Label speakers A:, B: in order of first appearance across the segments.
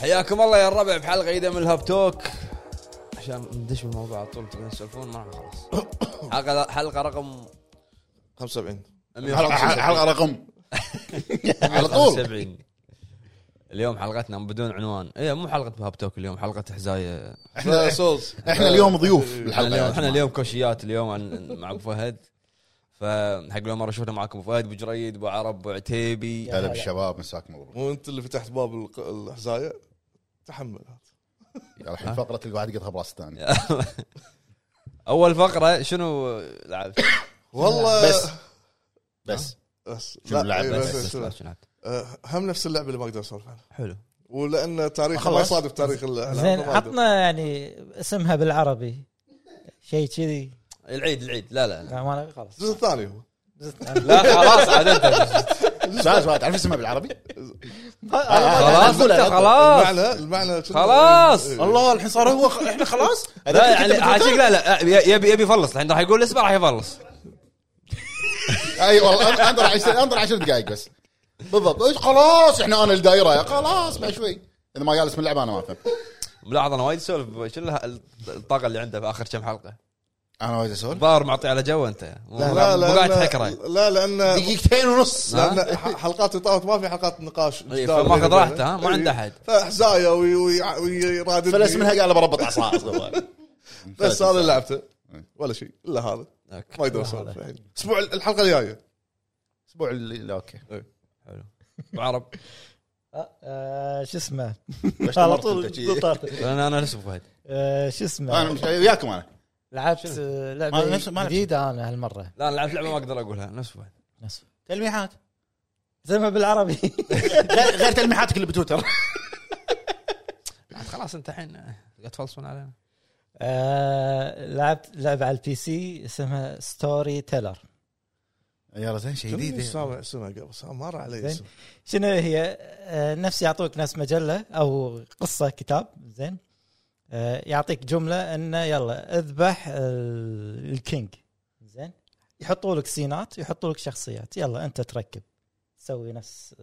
A: حياكم الله يا الربع في حلقه جديده من الهاب توك عشان ندش بالموضوع على طول تبون تسولفون ما راح نخلص حلقه حلقه رقم
B: 75 حلقه
A: 175
B: حلقة رقم على طول
A: 75. اليوم حلقتنا بدون عنوان اي مو حلقه هاب توك اليوم حلقه حزايه
B: احنا
C: صوص
B: احنا اليوم ضيوف
A: احنا اليوم
B: بالحلقه
A: احنا اليوم كوشيات اليوم عن مع ابو فهد فحق اول مره شفنا معاكم ابو فهد ابو جريد ابو عرب ابو عتيبي
B: هلا بالشباب مساكم الله بالخير.
C: مو انت اللي فتحت باب الق- الحزايه تحمل
B: يلا الحين فقره اللي قاعد يقطها براس الثاني
A: آه. اول فقره شنو لعبت؟
C: والله
B: بس. بس
C: بس
B: شنو
C: لا،
B: اللعبة؟
C: إيه،
A: بس
C: بس-
A: بس
C: بس-
A: بس شنو لعبت؟
C: آه، هم نفس اللعبه اللي ما اقدر اسولف عنها
A: حلو
C: ولان تاريخ ما
B: خلاص.
C: يصادف تاريخ ال-
D: زين
C: ما أقدر.
D: عطنا يعني اسمها بالعربي شيء كذي
A: العيد العيد لا لا لا
D: لا، ما أنا- خلاص
C: الجزء الثاني هو
A: لا خلاص عاد انت
B: سؤال سؤال تعرف اسمها بالعربي؟
A: آه،
B: آه،
A: خلاص
B: أقول-
A: انت
B: أقول.
A: خلاص
C: المعنى المعنى شنو؟
A: خلاص.
C: إيه.
B: الله الحين صار هو خ- احنا خلاص
A: لا يعني عاشق لا لا يبي يبي يفلص الحين راح يقول اسمه راح يفلص
B: اي أيوة، والله أن- انظر 10 انظر 10 دقائق بس بالضبط إيش خلاص احنا انا الدائره خلاص بعد شوي اذا ما جالس من اللعبه انا ما افهم
A: ملاحظ انا وايد سولف شنو ه- الطاقه اللي عنده في اخر كم حلقه
B: انا وايد اسولف
A: ضار معطي على جو انت
C: لا
A: مو
C: لا
A: مو قاعد
C: لا
A: تحكره
C: لا لان
B: دقيقتين ونص
A: ها؟
C: لان ح- حلقات طافت ما في حلقات نقاش
A: إيه،
C: جدال
A: فماخذ
C: بيني
A: راحته،
C: وبينه.
A: ها؟ ما
C: إيه.
A: عنده أحد.
C: فحزايه وي- وي- ويرادد
B: فلس
C: لي.
B: منها قال بربط اعصاب
C: بس هذا اللي لعبته
A: إيه.
C: ولا شيء الا هذا ما اقدر اسولف الحين الاسبوع الحلقه الجايه
B: الاسبوع اللي لا، اوكي
A: عرب
D: آه، آه، شو اسمه
B: بس
D: على
B: طمرت
D: طول
B: أنت شي.
D: طرطر.
A: انا انا نفس أبو فهد
D: آه، شو
B: انا
D: اسمه
B: مش- وياكم انا
D: لعبت آه،
B: ما-
D: لعبه
B: نفس- ما لعبت.
D: جديده انا هالمره
A: لا انا لعبت لعبه ما اقدر اقولها نفس أبو فهد
D: نفس-
B: تلميحات
D: اسمها بالعربي
B: غير غير تلميحاتك اللي بتويتر
A: عاد خلاص انت الحين قاعد تفلصون علينا
D: آه، لعبت لعبه على البي سي اسمها ستوري تيلر
B: يلا زين شيء
C: جديد
B: جديد
C: سامع اسمها قبل سامع مر علي
D: إيه، زين.
C: اسمه
D: شنو هي آه، نفس يعطوك ناس مجله او قصه كتاب زين آه، يعطيك جمله انه يلا اذبح ال- الكينج زين يحطوا لك سينات يحطوا لك شخصيات يلا انت تركب تسوي نفس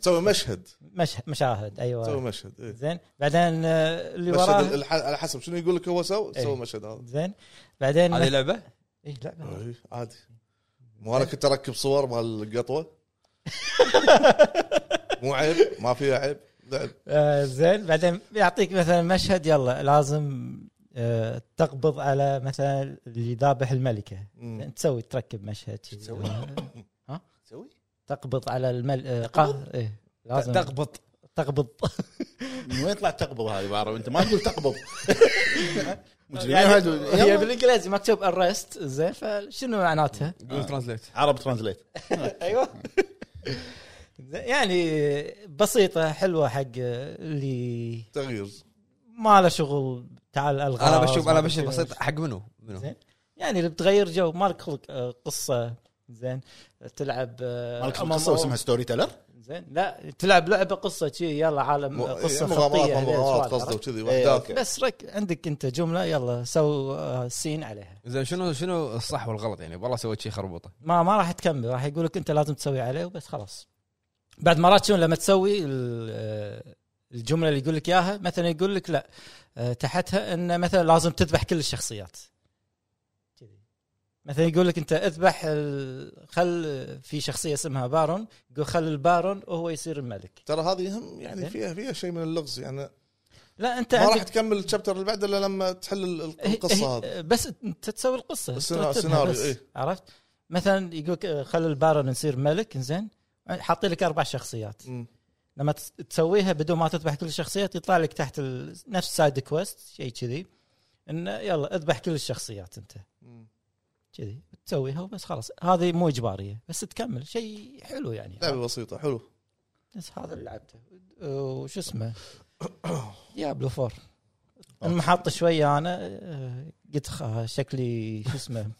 C: تسوي مشهد
D: مشهد مشاهد
C: تسوي
D: ايوه
C: مشهد إيه.
D: زين بعدين آه، اللي
C: مشهد
D: وراه
C: الح- على حسب شنو يقول لك هو سوى
D: إيه.
C: سوى مشهد هذا
D: زين بعدين
A: هذه لعبه
D: إيه، لا
C: إيه، عادي مو انا كنت اركب صور مال القطوه مو عيب ما فيها عيب لعب
D: آه، زين بعدين يعطيك مثلا مشهد يلا لازم آه، تقبض على مثلا اللي ذابح الملكه
C: مم.
D: زين، تسوي تركب مشهد شي.
B: تسوي؟ تسوي
D: تقبض على المل آه،
B: تقبض؟
D: قه- إيه، لازم
A: تقبط
D: تقبض
B: من وين طلعت تقبض هذه بعرف انت ما تقول تقبض مجرمين
D: يعني
B: هذول.
D: هي
B: يلا.
D: بالانجليزي مكتوب ارست زين فشنو معناتها؟
A: جوجل ترانزليت
B: عرب ترانزليت
D: ايوه يعني بسيطه حلوه حق اللي
C: تغيير
D: ما له شغل تعال الغاز
A: انا بشوف انا
D: ما
A: بشوف
D: بشوف.
A: بسيط حق منو منو
D: زين يعني اللي بتغير جو مالك خلق آه، قصه زين تلعب آه، يعني-
B: مالك
D: MMO.
B: قصه واسمها ستوري تيلر
D: زين لا تلعب لعبه قصه شي يلا عالم
C: مو-
D: آه، قصه
C: إيه،
D: خطيه
C: مغامرات مغامرات
D: سوالف،
C: قصده
D: عرفت؟
C: وكذي
B: إيه،
C: واحداث
B: أوكي.
D: بس رك عندك انت جمله يلا سو آه، سين عليها
A: زين شنو شنو الصح والغلط يعني والله سويت شيء خربطه
D: ما ما راح تكمل راح يقول لك انت لازم تسوي عليه وبس خلاص بعد مرات شنو لما تسوي ال- آه، الجمله اللي يقول لك اياها مثلا يقول لك لا آه، تحتها انه مثلا لازم تذبح كل الشخصيات كذي. مثلا يقول لك انت اذبح ال- خل في شخصيه اسمها بارون يقول خل البارون وهو يصير الملك
C: ترى هذه هم
D: زين.
C: يعني فيها فيها شيء من اللغز يعني ما
D: لا انت
C: راح
D: عندك
C: تكمل الشابتر اللي بعده الا لما تحل ال- ال-
D: إيه،
C: القصه هذه
D: هذه بس انت تسوي القصه
C: السنا-
D: ترتبها
C: السيناريو،
D: بس،
C: إيه.
D: عرفت مثلا يقولك آه، خل البارون يصير ملك زين حاطين لك اربع شخصيات
C: مم.
D: لما تس- تسويها بدون ما تذبح كل الشخصيات يطلع لك تحت ال- نفس سايد كويست شيء كذي انه يلا اذبح كل الشخصيات انت
C: مم.
D: كذي تسويها وبس خلاص هذه مو اجباريه بس تكمل شيء حلو يعني
C: لعبه بسيطه حلو
D: بس هذا اللي لعبته وش اسمه ديابلو فور المحط شويه انا آه، قلت خ- شكلي شو اسمه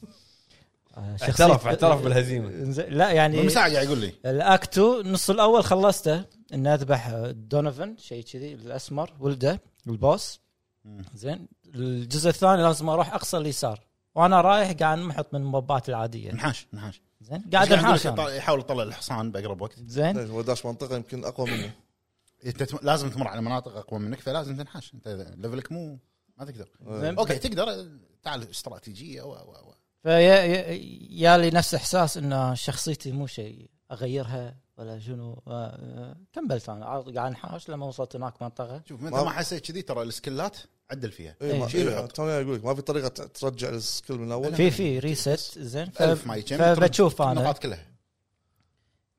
D: آه، شخصية-
A: اعترف- اعترف بالهزيمة.
D: إنزين، لا يعني
B: من ساعه قاعد يقول لي
D: الاكتو النص الاول خلصته ان اذبح دونوفن شيء كذي الاسمر ولده البوس
B: مم.
D: زين الجزء الثاني لازم اروح اقصى اليسار وانا رايح قاعد منحط من الموبات العاديه
B: نحاش نحاش
D: زين قاعد
B: بس
D: انحاش يعني.
B: يقول لك
D: أنا.
A: طيب.
C: إيه،
B: يط- يحاول يطلع الحصان باقرب وقت
D: زين
C: هو داش منطقه يمكن اقوى منه
B: انت تم- لازم تمر على مناطق اقوى منك فلازم تنحاش انت ليفلك مو ما تقدر
D: زين؟
B: اوكي تقدر تعال استراتيجيه و و و
D: فيا يا- يا لي نفس احساس ان شخصيتي مو شيء اغيرها ولا شنو آه، آه، كملت انا عاد قاعد انحاش لما وصلت هناك منطقه
B: شوف انت
C: ما-
B: ما حسيت كذي ترى السكلات عدل فيها
C: اي ما
D: إيه.
C: إيه، توني اقول لك ما في طريقه ت- ترجع السكيل من الاول
D: في في ريست زين ف-
B: الف ما يجم
D: فبتشوف انا
B: النقاط كلها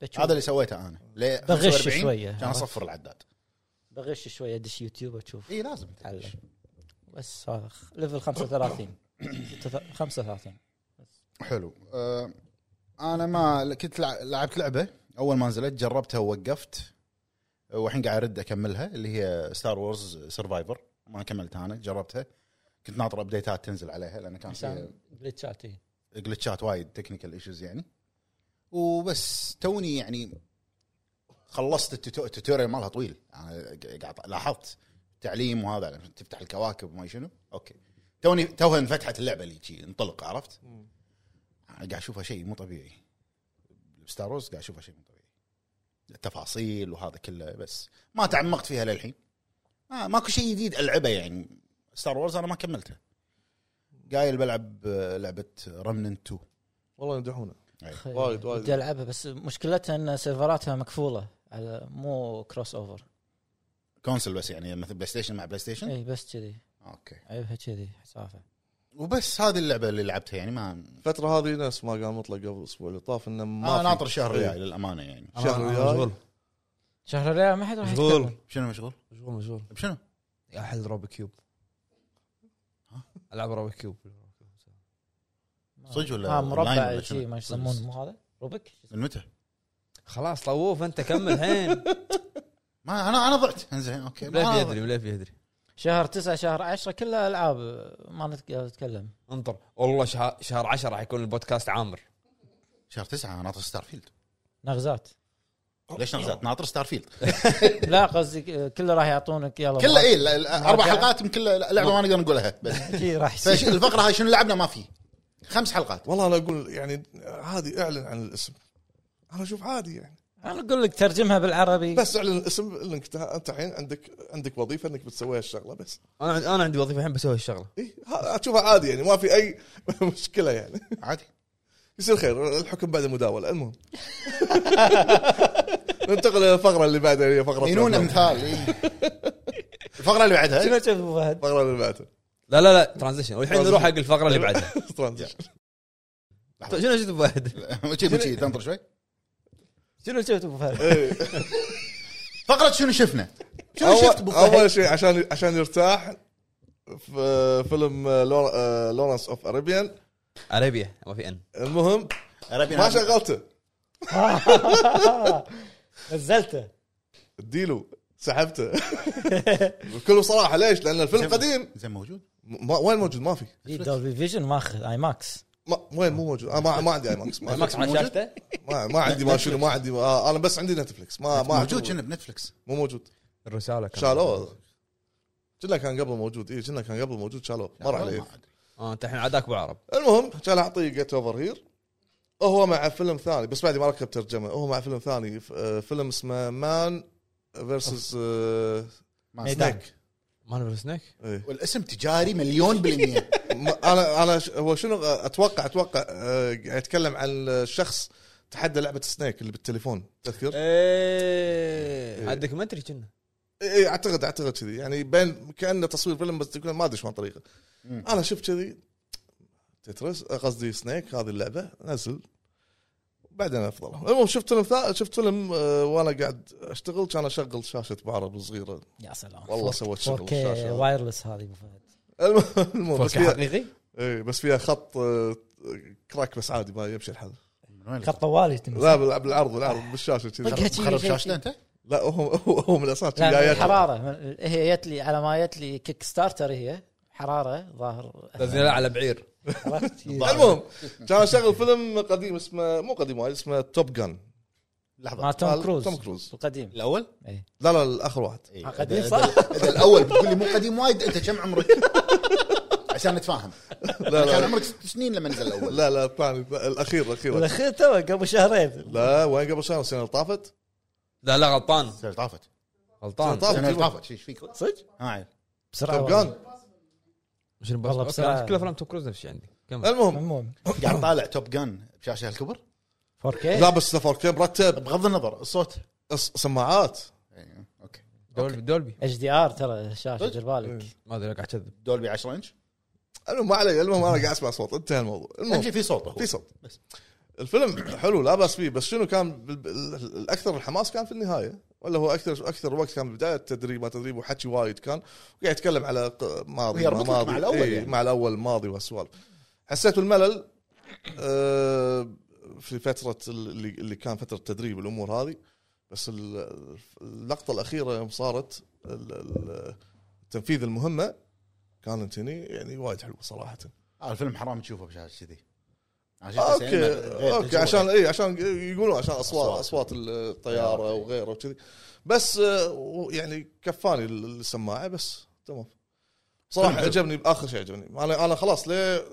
D: بتشوف
B: هذا اللي سويته انا ليه
D: بغش
B: 45
D: شوية.
B: كان اصفر العداد
D: بغش شويه ادش يوتيوب اشوف
B: اي لازم
D: تعلم بس هذا خ- ليفل 35 ستة- 35
B: حلو أه انا ما كنت لع- لعبت لعبه اول ما نزلت جربتها ووقفت والحين قاعد ارد اكملها اللي هي ستار وورز سرفايفر ما كملتها انا جربتها كنت ناطر ابديتات تنزل عليها لان كان فيها
D: عشان إيه. جلتشات إي.
B: جلتشات وايد تكنيكال ايشوز يعني وبس توني يعني خلصت التوتو- التوتوريال مالها طويل انا قاعد لاحظت تعليم وهذا عشان تفتح الكواكب وما شنو اوكي توني توها انفتحت اللعبه اللي شي انطلق عرفت أنا قاعد اشوفها شيء مو طبيعي ستار وورز قاعد اشوفها شيء مو طبيعي التفاصيل وهذا كله بس ما تعمقت فيها للحين ما ماكو شيء جديد العبه يعني ستار وورز انا ما كملته قايل بلعب آه، لعبه رمننت 2
C: والله يمدحونه
D: خي-
C: وايد- وايد.
D: بدي العبها بس مشكلتها ان سيرفراتها مقفوله على مو كروس اوفر
B: كونسل بس يعني مثل بلاي ستيشن مع بلاي ستيشن
D: اي إيه، بس كذي
B: اوكي
D: عيبها كذي حسافه
B: وبس هذه اللعبه اللي لعبتها يعني ما
C: الفتره هذه نفس ما قام مطلق قبل اسبوع اللي طاف انه ما
B: انا
C: في-
B: آه، ناطر الشهر
C: إيه.
B: الجاي للامانه يعني
D: آه.
C: شهر
A: مشغول
C: ريال
D: شهر الريال ما حد راح
A: مشغول.
D: يتكلم
B: شنو مشغول؟
A: مشغول مشغول
B: بشنو؟
A: يا حل روبي كيوب
B: ها؟
A: العب روبي كيوب
B: صدق ولا
D: ها
B: أونلاين
D: آه، مربع
B: ولا
D: شيء
B: شنو؟
D: ما يسمون مو هذا روبك
B: من متى؟
A: خلاص طوف انت كمل الحين
B: ما انا انا ضعت انزين اوكي ما
A: ليه
B: أنا
A: يدري ليه يدري
D: شهر تسعة شهر عشرة كلها العاب ما نت- نتكلم
A: انطر والله شهر شهر 10 راح يكون البودكاست عامر
B: ضعت. شهر تسعه انا ناطر ستار فيلد
D: نغزات
B: ليش نزلت ناطر ستار فيلد
D: لا قصدي آه، كله راح يعطونك يلا
B: كله اي ال- ال- اربع
D: مرجع.
B: حلقات من كل لعبه ما نقدر نقولها بس
C: إيه.
D: اي راح يصير
B: فش- الفقره هاي شنو لعبنا ما في خمس حلقات
C: والله انا اقول يعني عادي اعلن عن الاسم انا اشوف عادي يعني
D: انا اقول لك ترجمها بالعربي
C: بس اعلن الاسم انك ت- انت الحين عندك عندك وظيفه انك بتسوي هالشغله بس
A: انا عندي- انا عندي وظيفه الحين بسوي الشغله
C: اي اشوفها عادي يعني ما في اي مشكله يعني
B: عادي
C: يصير خير الحكم بعد المداوله المهم ننتقل الى الفقره اللي بعدها هي فقره
B: ينون
C: الأفلام.
B: امثال إي. الفقره اللي بعدها
D: شنو تشوف أبو فهد؟
C: الفقره اللي بعدها
A: لا لا لا ترانزيشن والحين نروح حق الفقره اللي بعدها
C: Transition.
A: طيب، شنو شفت بعد
B: شي مو شي، تنطر شوي
D: شنو شفت ابو فهد؟
C: إيه.
B: فقره شنو شفنا شنو
C: أول-
B: شفت أبو فهد؟
C: اول شيء عشان عشان يرتاح في فيلم لور- آه، لورنس اوف اريبيان
A: اريبيا ما في ان
C: المهم
B: يعني. نعم.
C: ما شغلته
D: نزلته
C: اديله سحبته بكل صراحه ليش؟ لان الفيلم قديم
B: زين موجود
C: ما وين موجود ما في
D: اي دولبي فيجن ماخذ اي ماكس
C: ما وين مو موجود انا ما, ما عندي اي ماكس ما,
A: ماكس ما شافته
C: ما, ما عندي ما شنو ما عندي ما انا بس عندي نتفلكس ما آه، ما
B: موجود
C: عندي-
B: كنا بنتفلكس
C: مو موجود
A: الرساله كان.
C: شالوه كنا كان قبل موجود اي كنا كان قبل موجود شالوه مر عليه
B: ما أدري.
A: اه انت الحين عداك ابو عرب
C: المهم كان اعطيه جيت اوفر هير هو مع فيلم ثاني بس بعد ما ركب ترجمه هو مع فيلم ثاني ف- آه، فيلم اسمه آه، مان فيرسز
B: ما
D: ميدان.
C: سنيك
A: مان سنيك
B: والاسم تجاري مليون بالمية
C: انا انا ش- هو شنو اتوقع اتوقع آه، قاعد يتكلم عن شخص تحدى لعبه سنيك اللي بالتليفون تذكر؟
A: ايه الدوكيومنتري كنا
C: اي اعتقد اعتقد إيه، كذي يعني بين كانه تصوير فيلم بس تكون ما ادري شلون طريقه
B: مم.
C: انا شفت كذي تترس قصدي سنيك هذه اللعبه نزل بعدين افضل المهم شفت فيلم ثا- شفت فيلم آه، وانا قاعد اشتغل كان اشغل شاشه بعرب صغيره
D: يا سلام
C: والله سويت شغل
D: 4K
C: الشاشه
D: وايرلس هذه ابو فهد
C: الم- المهم بس
A: فوق
C: فيها
A: حقيقي
C: إيه، بس فيها خط آه، كراك بس عادي ما يمشي الحال
D: خط طوالي تنزل.
C: لا بال- بالعرض العرض بالشاشه كذي
D: طقها شي-
B: خرب
D: شي-
B: شاشته انت؟
C: لا هو هو هو من الاساس
D: لا من
C: جايات.
D: الحراره من- هي جت لي على ما جت لي كيك ستارتر هي حراره ظاهر
A: تنزيلها على بعير
D: عرفت؟
C: المهم كان شغل فيلم قديم اسمه مو قديم وايد اسمه توب جان
D: مع
B: لحظة
D: توم كروز
C: توم كروز
D: القديم
B: الاول؟
C: لا لا الاخر واحد
B: إيه.
D: آه، قديم
B: إذا-
D: صح؟
B: إذا- اذا الاول بتقول لي مو قديم وايد انت كم عمرك؟ عشان نتفاهم
C: لا
B: كان
C: لا
B: عمرك ست سنين لما نزل الاول
C: لا لا الثاني الاخير الاخير
D: الاخير تو قبل شهرين
C: لا وين قبل شهر السنه اللي طافت
A: لا لا غلطان
B: سنة طافت
A: غلطان
C: طاف
B: انا
C: كيبورد.
B: طافت ايش فيك؟
C: صدق
B: ما أعرف.
D: بسرعه
C: توب جان
A: شنو
D: والله
A: بس
D: بسرعة.
A: أوكي، كل افلام توم كروز نفس الشيء عندي كمل
C: المهم
D: عموما
B: قاعد طالع توب جان بشاشه هالكبر
D: 4K
C: لابس سفر كي مرتب
B: بغض النظر الصوت
C: ص- سماعات
B: إيه، اوكي
A: دولبي دولبي
D: اتش دي ار ترى الشاشه دير بالك
C: إيه.
A: ما ادري قاعد اكذب
B: دولبي 10 انش
C: المهم ما علي المهم انا قاعد اسمع صوت انتهى الموضوع
B: اهم
C: المهم
B: شيء في صوت هو.
C: في صوت الفيلم حلو لا باس فيه بس شنو كان بال- بال- الاكثر الحماس كان في النهايه ولا هو اكثر اكثر وقت كان بالبدايه تدريب ما تدريب وحكي وايد كان وقاعد يتكلم على ق- ماضي ما
B: ويربط لك
C: ماضي
B: مع الأول
C: إيه،
B: يعني.
C: مع الاول ماضي وهالسوالف حسيت بالملل آه، في فتره اللي اللي كان فتره تدريب والامور هذه بس ال- اللقطه الاخيره يوم صارت ال- ال- تنفيذ المهمه كانت هني يعني وايد حلوه صراحه
B: آه، الفيلم حرام تشوفه بشاشه كذي عشان بس يعني
C: اوكي
B: غير
C: اوكي
B: تجربة.
C: عشان اي عشان يقولون عشان اصوات
B: أصوات.
C: اصوات الطياره وغيره وكذي بس آه، و- يعني كفاني ال- السماعه بس تمام صراحه
B: فيلم حلو.
C: عجبني باخر شيء عجبني انا انا خلاص ليه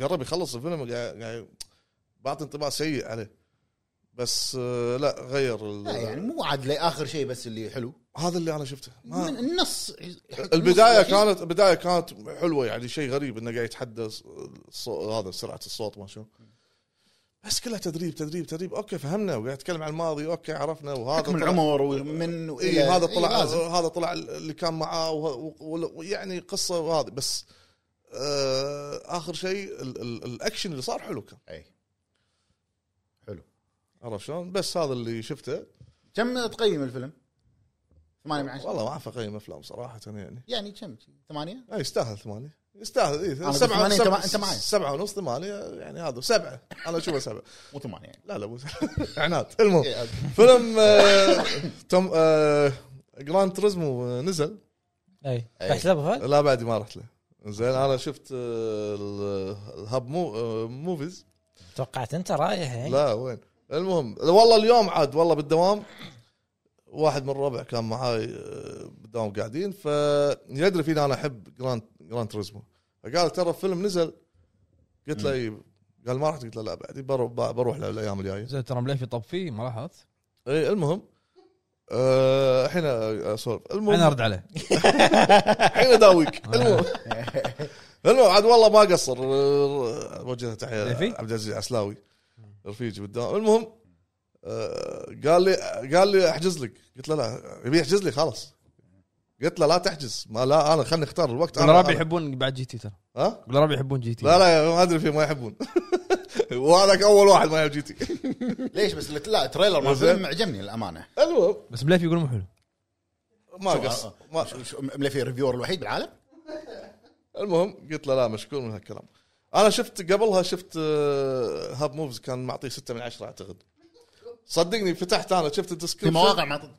C: قرب يخلص الفيلم قاعد قاعد بعطي انطباع سيء عليه بس آه، لا غير ال-
B: لا يعني مو عاد لاخر شيء بس اللي حلو
C: هذا اللي انا شفته ما-
B: من النص
C: البدايه
B: النص
C: كانت البدايه كانت حلوه يعني شيء غريب انه قاعد يتحدى الص- الصو- هذا سرعه الصوت ما شنو بس كلها تدريب تدريب تدريب اوكي فهمنا وقاعد يتكلم عن الماضي اوكي عرفنا وهذا
B: حكم
C: طلع- إيه،
B: العمر إيه، ومن
C: اي هذا طلع
B: لازم.
C: هذا طلع اللي كان معاه وه- و- و- ويعني قصه وهذا بس آه اخر شيء ال- ال- الاكشن اللي صار حلو كان
B: اي حلو
C: عرفت شلون بس هذا اللي شفته
B: كم تقيم الفيلم؟ 8 من 10
C: والله ما اعرف اقيم افلام صراحه يعني
B: يعني كم 8
C: اي إيه، يستاهل ثمانية يستاهل اي
B: قلت
C: سبعة
B: ثمانية، أنت
C: سبعة
B: مع- أنت معي.
C: سبعة ونص ثمانية يعني هذا سبعة انا اشوفه سبعة
B: مو 8 يعني
C: لا لا مو عناد المهم
B: إيه، أوكي.
C: فيلم آه، توم آه، جراند تريزمو آه، نزل
D: اي
C: إيه.
B: أي.
D: رحت له أبو فهد؟
C: لا بعد ما رحت له زين انا شفت آه، ال- الهاب مو آه، موفيز
D: توقعت انت رايح يعني
C: لا وين المهم والله اليوم عاد والله بالدوام واحد من الربع كان معاي آه، بالدوام قاعدين فيدري فيني انا احب جراند جراند تريزمو فقال ترى الفيلم نزل قلت له إيه. قال ما رحت قلت له لا بعدين بروح بروح له الايام الجايه
A: زين ترى مليفي طب فيه ما لاحظت
C: اي المهم آه، الحين آه، اسولف المهم
A: انا ارد عليه
C: الحين اداويك المهم المهم عاد والله ما قصر وجه له تحيه
A: ليفي؟
C: عبد العزيز عسلاوي رفيجي بالدوام المهم آه، قال لي قال لي احجز لك قلت له لا يبي يحجز لي خلاص قلت له لا تحجز ما لا انا خلني اختار الوقت
A: انا رابي يحبون بعد جي تي ترى
C: ها
A: قول رابي يحبون جي تي
C: لا لا ما ادري في ما يحبون وهذاك اول واحد ما يحب جيتي
B: ليش بس الت- لا تريلر مال الفيلم عجبني الامانه
C: المهم
A: بس مليفي يقول مو حلو
C: ما قصر ما
B: شو- آه، شو- ملفي ريفيور الوحيد بالعالم
C: المهم قلت له لا مشكور من هالكلام انا شفت قبلها شفت آه، هاب موفز كان معطيه ستة من عشرة اعتقد صدقني فتحت انا شفت
B: في
C: الديسكربشن
B: مواقع ما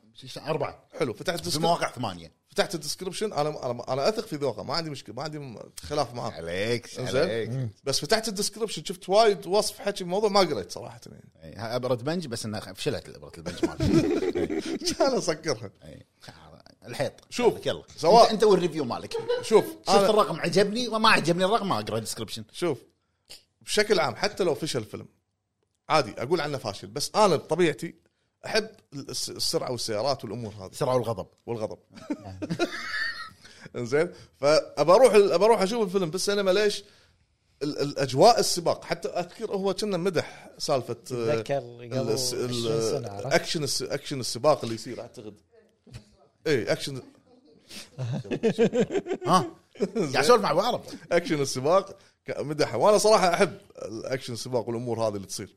B: اربعه
C: حلو فتحت
B: في
C: الديسكربشن
B: مواقع ثمانيه
C: فتحت الديسكربشن انا انا انا اثق في ذوقه ما عندي مشكله ما عندي م- خلاف معاه
B: عليك
C: آه. زين.
B: عليك
C: بس فتحت الديسكربشن شفت وايد وصف حكي الموضوع ما قريت صراحه يعني
B: إي، إيه، ها ابره بنج بس انها فشلت ابره البنج مالك
C: انا اسكرها
B: إي. الحيط
C: شوف.
B: لك يلا
C: سواء-
B: سواء انت والريفيو مالك
C: شوف
B: شفت
C: أنا
B: الرقم عجبني وما عجبني الرقم ما اقرا الديسكربشن
C: شوف بشكل عام حتى لو فشل الفيلم عادي اقول عنه فاشل بس انا بطبيعتي احب الس- السرعه والسيارات والامور هذه
B: سرعه والغضب
C: والغضب زين فابى اروح ابى اروح اشوف الفيلم بالسينما ليش؟ ال- الاجواء السباق حتى اذكر هو كنا مدح سالفه آه،
D: اتذكر
C: ال-
D: قبل
C: الس-
D: 20
C: ال-
D: سنه عرفت؟
C: اكشن الس- اكشن السباق اللي يصير إيه، اعتقد اي اكشن
B: ها قاعد اسولف مع ابو عرب
C: اكشن السباق ك- مدحه وانا صراحه احب الاكشن السباق والامور هذه اللي تصير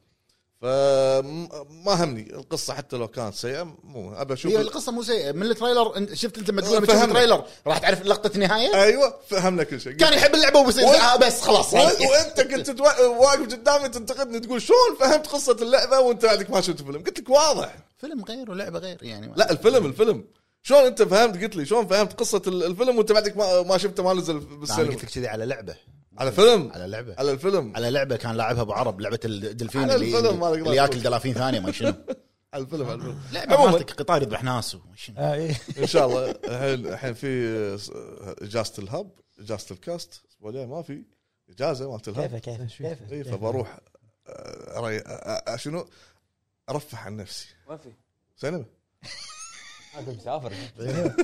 C: فما همني القصه حتى لو كانت سيئه مو ابى اشوف
B: هي القصه مو سيئه من التريلر انت شفت انت لما تقول لما تشوف
C: فهمنا.
B: التريلر راح تعرف لقطه النهايه
C: ايوه فهمنا كل شيء
B: كان يحب اللعبه وبيصير
C: وين-
B: آه بس خلاص
C: و- وانت كنت توا- واقف قدامي تنتقدني تقول شلون فهمت قصه اللعبه وانت عندك ما شفت الفيلم قلت لك واضح
B: فيلم غير ولعبه غير يعني
C: لا الفيلم الفيلم شلون انت فهمت قلت لي شلون فهمت قصه ال- الفيلم وانت بعدك ما, ما شفته ما نزل
B: لا، انا
C: بالسينما
B: قلت لك كذي على لعبه
C: على فيلم
B: على لعبه
C: على الفيلم
B: على لعبه كان لاعبها ابو عرب لعبه الدلفين
C: على
B: اللي,
C: الفيلم ما
B: اللي,
C: أقدر
B: اللي ياكل دلافين ثانيه ما شنو
C: على الفيلم على الفيلم
B: لعبه
C: عموما
B: مالتك قطار يذبح ناس وما شنو.
D: آه، إي.
C: ان شاء الله الحين الحين في اجازه الهب اجازه الكاست الاسبوع الجاي ما في اجازه مالت
D: كيفه
C: الهب
D: كيفه كيفه
C: اي
D: كيفه.
C: إيه، فبروح آه، أري- آه، آه، شنو ارفه عن نفسي
A: ما في
C: سينما
A: مسافر
D: إيه.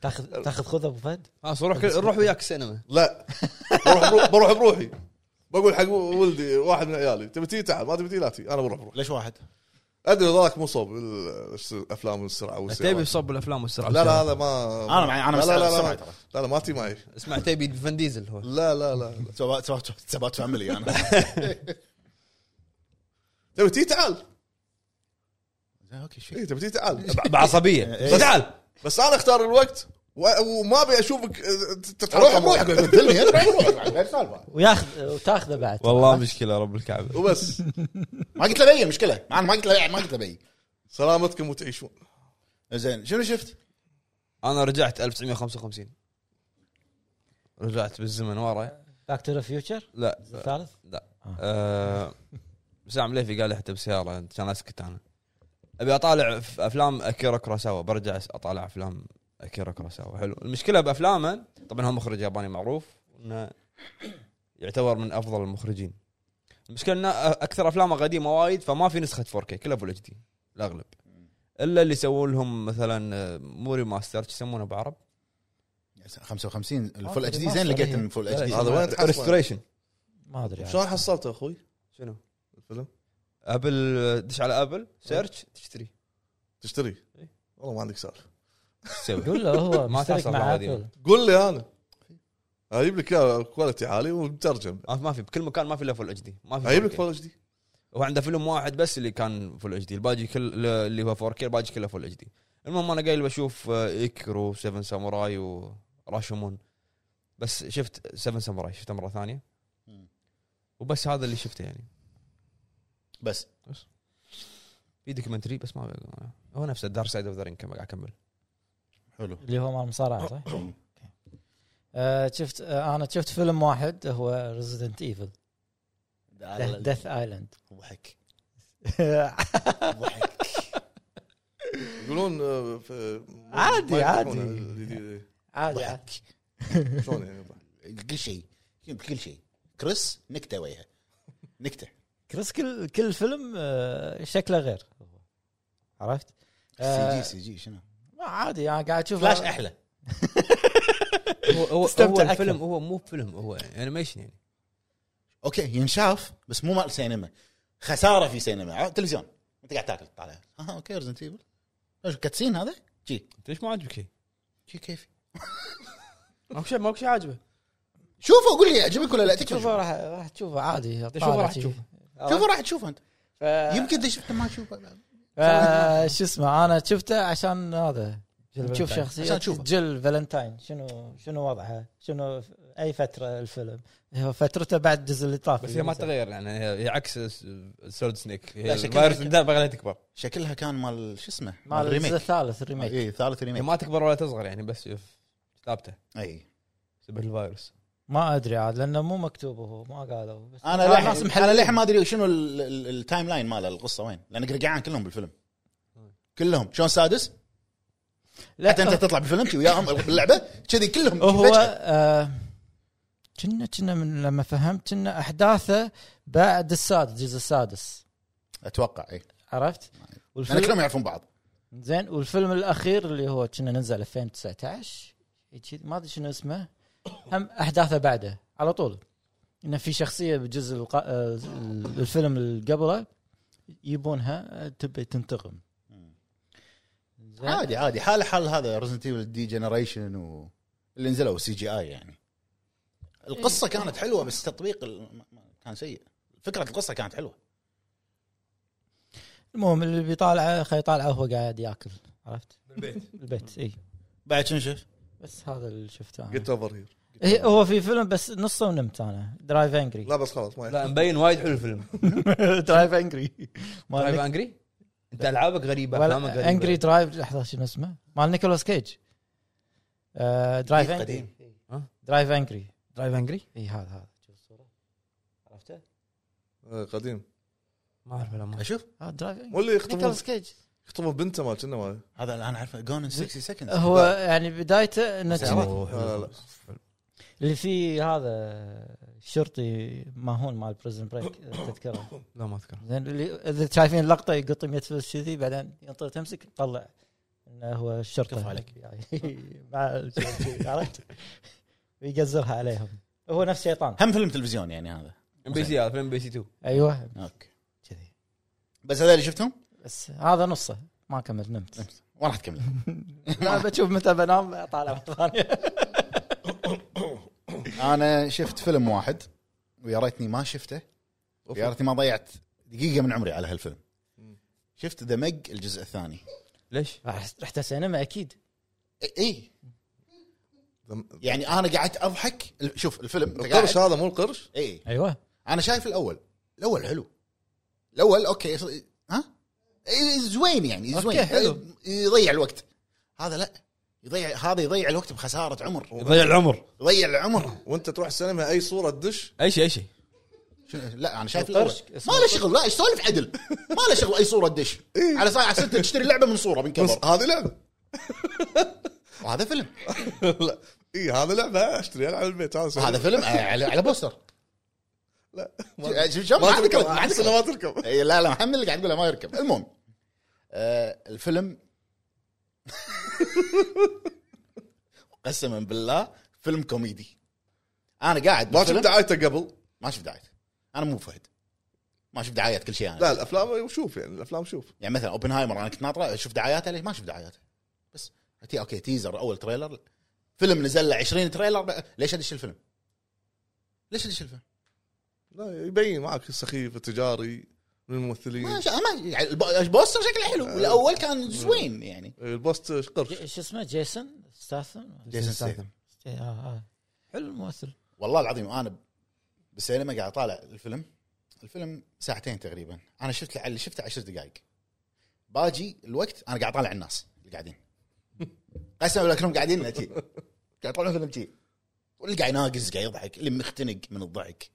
D: تاخذ تاخذ خذ ابو فهد
A: خلاص روح آه، روح وياك السينما
C: لا بروح برو- بروح بروحي بقول حق ولدي واحد من عيالي تبي تي تعال ما تبي تي لا تي انا بروح بروحي
B: ليش واحد؟
C: ادري ذاك مو صوب ال- الافلام السرعه
A: تبي
C: والسيارات
A: صب الافلام والسرعه
C: لا لا هذا ما
B: انا معي انا
C: لا لا لا
B: سبعة
C: لا,
B: ترى
C: لا, لا ما تي معي
A: اسمع تبي فان ديزل هو
C: لا لا لا
B: سبات سبات سبات فاميلي انا
C: تبي تي تعال
B: زين، اوكي شيء
C: اي تبي تي تعال
A: بعصبيه
B: إيه.
A: تعال
C: بس انا اختار الوقت و- وما ابي اشوفك آه،
B: روح
C: تتحطم
B: روح دلني أنا روح روح. غير سالفه
D: وياخذ وتاخذه بعد
A: والله مشكله رب الكعبه
C: وبس
B: ما قلت له بين مشكله انا ما قلت له ما قلت له بين
C: سلامتكم وتعيشون
B: زين شنو شفت؟
A: انا رجعت 1955 رجعت بالزمن ورا
D: باك تو ذا فيوتشر
A: لا
D: الثالث
A: لا آه، بسام ليفي قال لي حتى بالسياره كان اسكت انا ابي اطالع ف- افلام اكيرا كراساوا برجع أس- اطالع افلام اكيرا كراساوا حلو المشكله بافلامه طبعا هو مخرج ياباني معروف انه يعتبر من افضل المخرجين المشكله انه أ- اكثر افلامه قديمه وايد فما في نسخه 4K كلها فول اتش دي الاغلب الا اللي يسوون لهم مثلا آه، مو ريماستر شو يسمونه بالعرب
B: 55 الفول
D: آه،
B: اتش دي زين لقيت الفول اتش دي
A: آه،
C: هذا وين تحصله؟
A: ريستوريشن
D: ما ادري
C: شلون حصلته اخوي
A: شنو
C: الفيلم
A: ابل دش آه، على ابل سيرش تشتري
C: تشتري
A: إيه.
C: والله ما عندك سالفه
A: تسوي
D: قول له هو
A: ما
D: مشترك
A: تحصل
D: مع
A: بعدين.
D: ابل
C: قول لي انا اجيب لك إياه كواليتي عالي ومترجم
A: ما ما في بكل مكان ما في الا فول اتش دي ما في
C: اجيب لك
A: 4K.
C: فول اتش دي
A: هو عنده فيلم واحد بس اللي كان فول اتش دي الباقي كل اللي هو 4 كي الباقي كله فول اتش دي المهم انا قايل بشوف آه، ايكرو 7 ساموراي وراشومون بس شفت 7 ساموراي شفته مره ثانيه
B: مم.
A: وبس هذا اللي شفته يعني
B: بس
A: في دوكيومنتري بس ما هو نفسه دار سايد اوف ذا رينج قاعد اكمل
B: حلو
D: اللي هو مال المصارعه صح؟ آه، شفت آه، انا شفت فيلم واحد هو ريزدنت ايفل ديث ايلاند
B: ضحك ضحك
C: يقولون آه، في-
D: عادي،
C: ما
D: عادي.
C: يفتحون الجديد.
D: عادي عادي.
B: ضحك
C: شلون يعني
B: كل شيء كل شيء كريس نكته وجهه نكته
D: كريس كل كل فيلم آه، شكله غير عرفت؟
B: سي
D: آه،
B: جي سي جي شنو
D: ما عادي انا قاعد اشوف
B: فلاش احلى
A: هو هو, هو
D: استمتع أكثر.
A: الفيلم هو مو فيلم هو انيميشن يعني
B: اوكي ينشاف بس مو مال سينما خساره في سينما ع- تلفزيون انت قاعد تاكل طالع آه، ها اوكي ريزنت ايفل ايش كاتسين هذا؟ جي
A: انت ليش ما عاجبك شيء؟
B: جي كيفي
A: ماكو شيء ماكو شيء عاجبه
B: شوفه قول لي يعجبك ولا لا تكفى
D: تشوفه
B: شوفه
D: راح راح تشوفه عادي
A: تشوفه راح تشوفه.
B: شوفه راح تشوفه انت
D: ف-
B: يمكن اذا شفته ما تشوفه
D: آه، شو اسمه انا شفته عشان هذا
A: جيل
D: نشوف
A: فالنتاين.
D: شخصيه
B: عشان تشوفه.
D: جيل فالنتاين شنو شنو وضعها شنو ف- اي فتره الفيلم هو فترته بعد الجزء اللي طاف
A: بس هي ما تغير يعني هي هي عكس سورد سنيك
B: لا،
A: هي
B: شكلها
A: الفيروس
B: كان-
A: من دار بغير تكبر
B: شكلها كان مال شو اسمه
D: مال الجزء الثالث الريميك
B: اي ثالث إيه.
A: هي
B: ريميك
A: ما تكبر ولا تصغر يعني بس شوف ثابته
B: اي
A: شبه الفيروس
D: ما ادري عاد لانه مو مكتوب هو ما قالوا بس
B: انا للحين انا للحين ما ادري شنو ال- ال- التايم لاين ماله القصه وين لان قرقعان كلهم بالفيلم كلهم شلون سادس
D: لا
B: حتى انت تطلع بالفيلم شي وياهم باللعبه كذي كلهم
D: هو
B: فجأة.
D: آه، كنا كنا من لما فهمت كنا احداثه بعد السادس الجزء السادس
B: اتوقع اي
D: عرفت؟
B: لان
D: والفيلم
B: إيه. كلهم يعرفون بعض
D: زين والفيلم الاخير اللي هو كنا نزل 2019 يجي- ما ادري شنو اسمه هم احداثه بعده على طول انه في شخصيه بجزء الق... آه، الفيلم اللي قبله يبونها آه، تبي تنتقم زين.
B: عادي عادي حاله حال هذا ريزنت ايفل دي جنريشن و اللي نزلوا سي جي اي يعني القصه كانت حلوه بس تطبيق ال- ما- ما- كان سيء فكره القصه كانت حلوه
D: المهم اللي بيطالعه خلي يطالعه وهو قاعد ياكل عرفت؟
A: بالبيت
D: البيت اي
B: بعد شنو شفت؟
D: بس هذا اللي شفته انا
C: جيت اوفر هير
D: إيه، هو في فيلم بس نصه ونمت انا درايف انجري
C: لا بس خلاص ما
A: لا
C: يحتاج.
A: مبين وايد حلو الفيلم
D: درايف انجري
A: درايف انجري انت العابك غريبه افلامك غريبه
D: انجري درايف لحظه شنو اسمه مال نيكولاس كيج آه، درايف
B: جديد
D: انجري
B: قديم
D: درايف انجري
A: درايف انجري
D: اي إيه، هذا هذا شوف الصوره عرفته؟
C: آه، قديم
A: ما اعرف ولا ما أعرف.
B: اشوف
D: هذا درايف انجري
C: واللي يخطبون
D: نيكولاس كيج
C: يخطبون بنته ما كنا ما
B: هذا اللي انا عارفه جون 60 سكند
D: هو يعني بدايته انه كنا-
B: سيارات.
C: لا، لا.
D: اللي فيه هذا الشرطي ماهون مال بريزن بريك تذكره
A: لا ما اذكر
D: زين اللي اذا شايفين اللقطه يقط 100 فلس كذي بعدين ينطر تمسك تطلع انه هو الشرطه
E: كفو
D: هناك يعني. مع الشيء، عرفت؟ يقزرها عليهم هو نفس شيطان
B: هم فيلم تلفزيون يعني هذا
A: ام بي سي هذا فيلم ام بي سي 2
D: ايوه
B: اوكي
D: كذي
B: بس هذا اللي شفتهم
D: بس هذا نصه ما كمل نمت
B: ما راح تكمل
D: أنا بشوف متى بنام اطالع مره ثانيه
B: انا شفت فيلم واحد ويا ريتني ما شفته ويا ريتني ما ضيعت دقيقه من عمري على هالفيلم شفت ذا مج الجزء الثاني
A: ليش؟
D: رحت رحت السينما اكيد
B: إي- اي
C: ذم-
B: يعني انا قعدت اضحك ال- شوف الفيلم أنت
C: القرش
B: قاعد-
C: هذا مو القرش
B: اي
D: ايوه
B: انا شايف الاول الاول حلو الاول اوكي ص- ها إي، زوين يعني زوين
D: أوكي، حلو.
B: يضيع الوقت هذا لا يضيع هذا يضيع الوقت بخساره عمر
A: يضيع العمر
B: يضيع العمر
C: وانت تروح السينما اي صوره تدش
A: اي شيء اي شيء
B: شنو- لا انا شايف الاول
D: القرش
B: ما
D: اسمه
B: له شغل لا سولف عدل ما له شغل اي صوره تدش على ساعه ستة تشتري لعبه من صوره من كفر
C: بس هذه لعبه
B: وهذا فيلم
C: لا إيه، اي هذا لعبه اشتري العب البيت هذا
B: هذا فيلم آه، على على بوستر
C: لا ما-
B: شوف شوف، ما
C: ما
B: عندك
C: تركب
B: ما عندك
C: احس إنه ما تركب
B: إي، لا لا محمد اللي قاعد يقوله ما يركب المهم آه الفيلم قسما بالله فيلم كوميدي انا قاعد
C: ما
B: بالفيلم-
C: شفت دعايته قبل
B: ما شفت دعايه انا مو فهد ما شفت دعايات كل شيء انا
C: لا الافلام شوف يعني الافلام شوف
B: يعني مثلا اوبنهايمر انا كنت ناطره اشوف دعاياته ليش ما اشوف دعاياته بس تي اوكي تيزر اول تريلر لا. فيلم نزل له 20 تريلر بقى. ليش ادش الفيلم؟ ليش ادش الفيلم؟
C: لا يبين معك السخيف التجاري من
B: ما
C: الممثلين
B: شاء ما يعني الب- البوستر شكله حلو والاول كان زوين يعني
C: إيه، البوست قرش
B: إيه.
D: شو اسمه جيسون ستاثم
B: جيسون ستاثام.
D: آه، آه. حلو الممثل
B: والله العظيم انا بالسينما قاعد اطالع الفيلم الفيلم ساعتين تقريبا انا شفت اللي شفته 10 دقائق باجي الوقت انا قاعد اطالع الناس اللي قاعدين قسما بالله كلهم قاعدين تي قاعد يطالعون فيلم تي واللي قاعد يناقز قاعد يضحك اللي مختنق من الضحك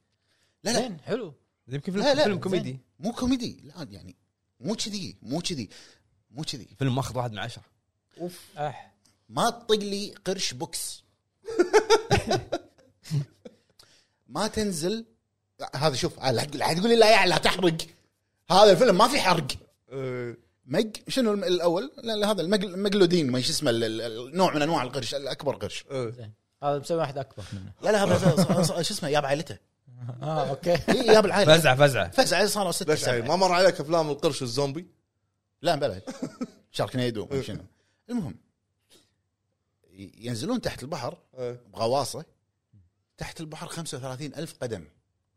B: لا لا
D: زين حلو
A: يمكن
B: لا،
A: فيلم
B: لا،
A: فيلم
B: زين.
A: كوميدي
B: مو كوميدي لا يعني مو كذي مو كذي مو كذي
A: فيلم ماخذ واحد من عشره
D: اح
B: ما تطق لي قرش بوكس ما تنزل لا، هذا شوف لا لا تقول لي لا يعني لا تحرق هذا الفيلم ما في حرق
C: آه،
B: مج شنو الم- الاول؟ لا لا هذا المج- المجلودين ما شو اسمه ال- ال- ال- نوع من انواع القرش الاكبر قرش
C: آه.
D: زين هذا مسوي واحد اكبر منه
B: لا لا هذا ص- ص- شو اسمه ياب عائلته
D: اه اوكي
B: إي، ياب العائله
A: فزعه فزعه
B: فزع صاروا ستة
C: ليش عيل؟ ما
B: سبعة
C: مر عليك افلام القرش الزومبي
B: لا بلا شاركنيدو ما شنو المهم ي- ينزلون تحت البحر
C: آه.
B: بغواصه تحت البحر 35 ألف قدم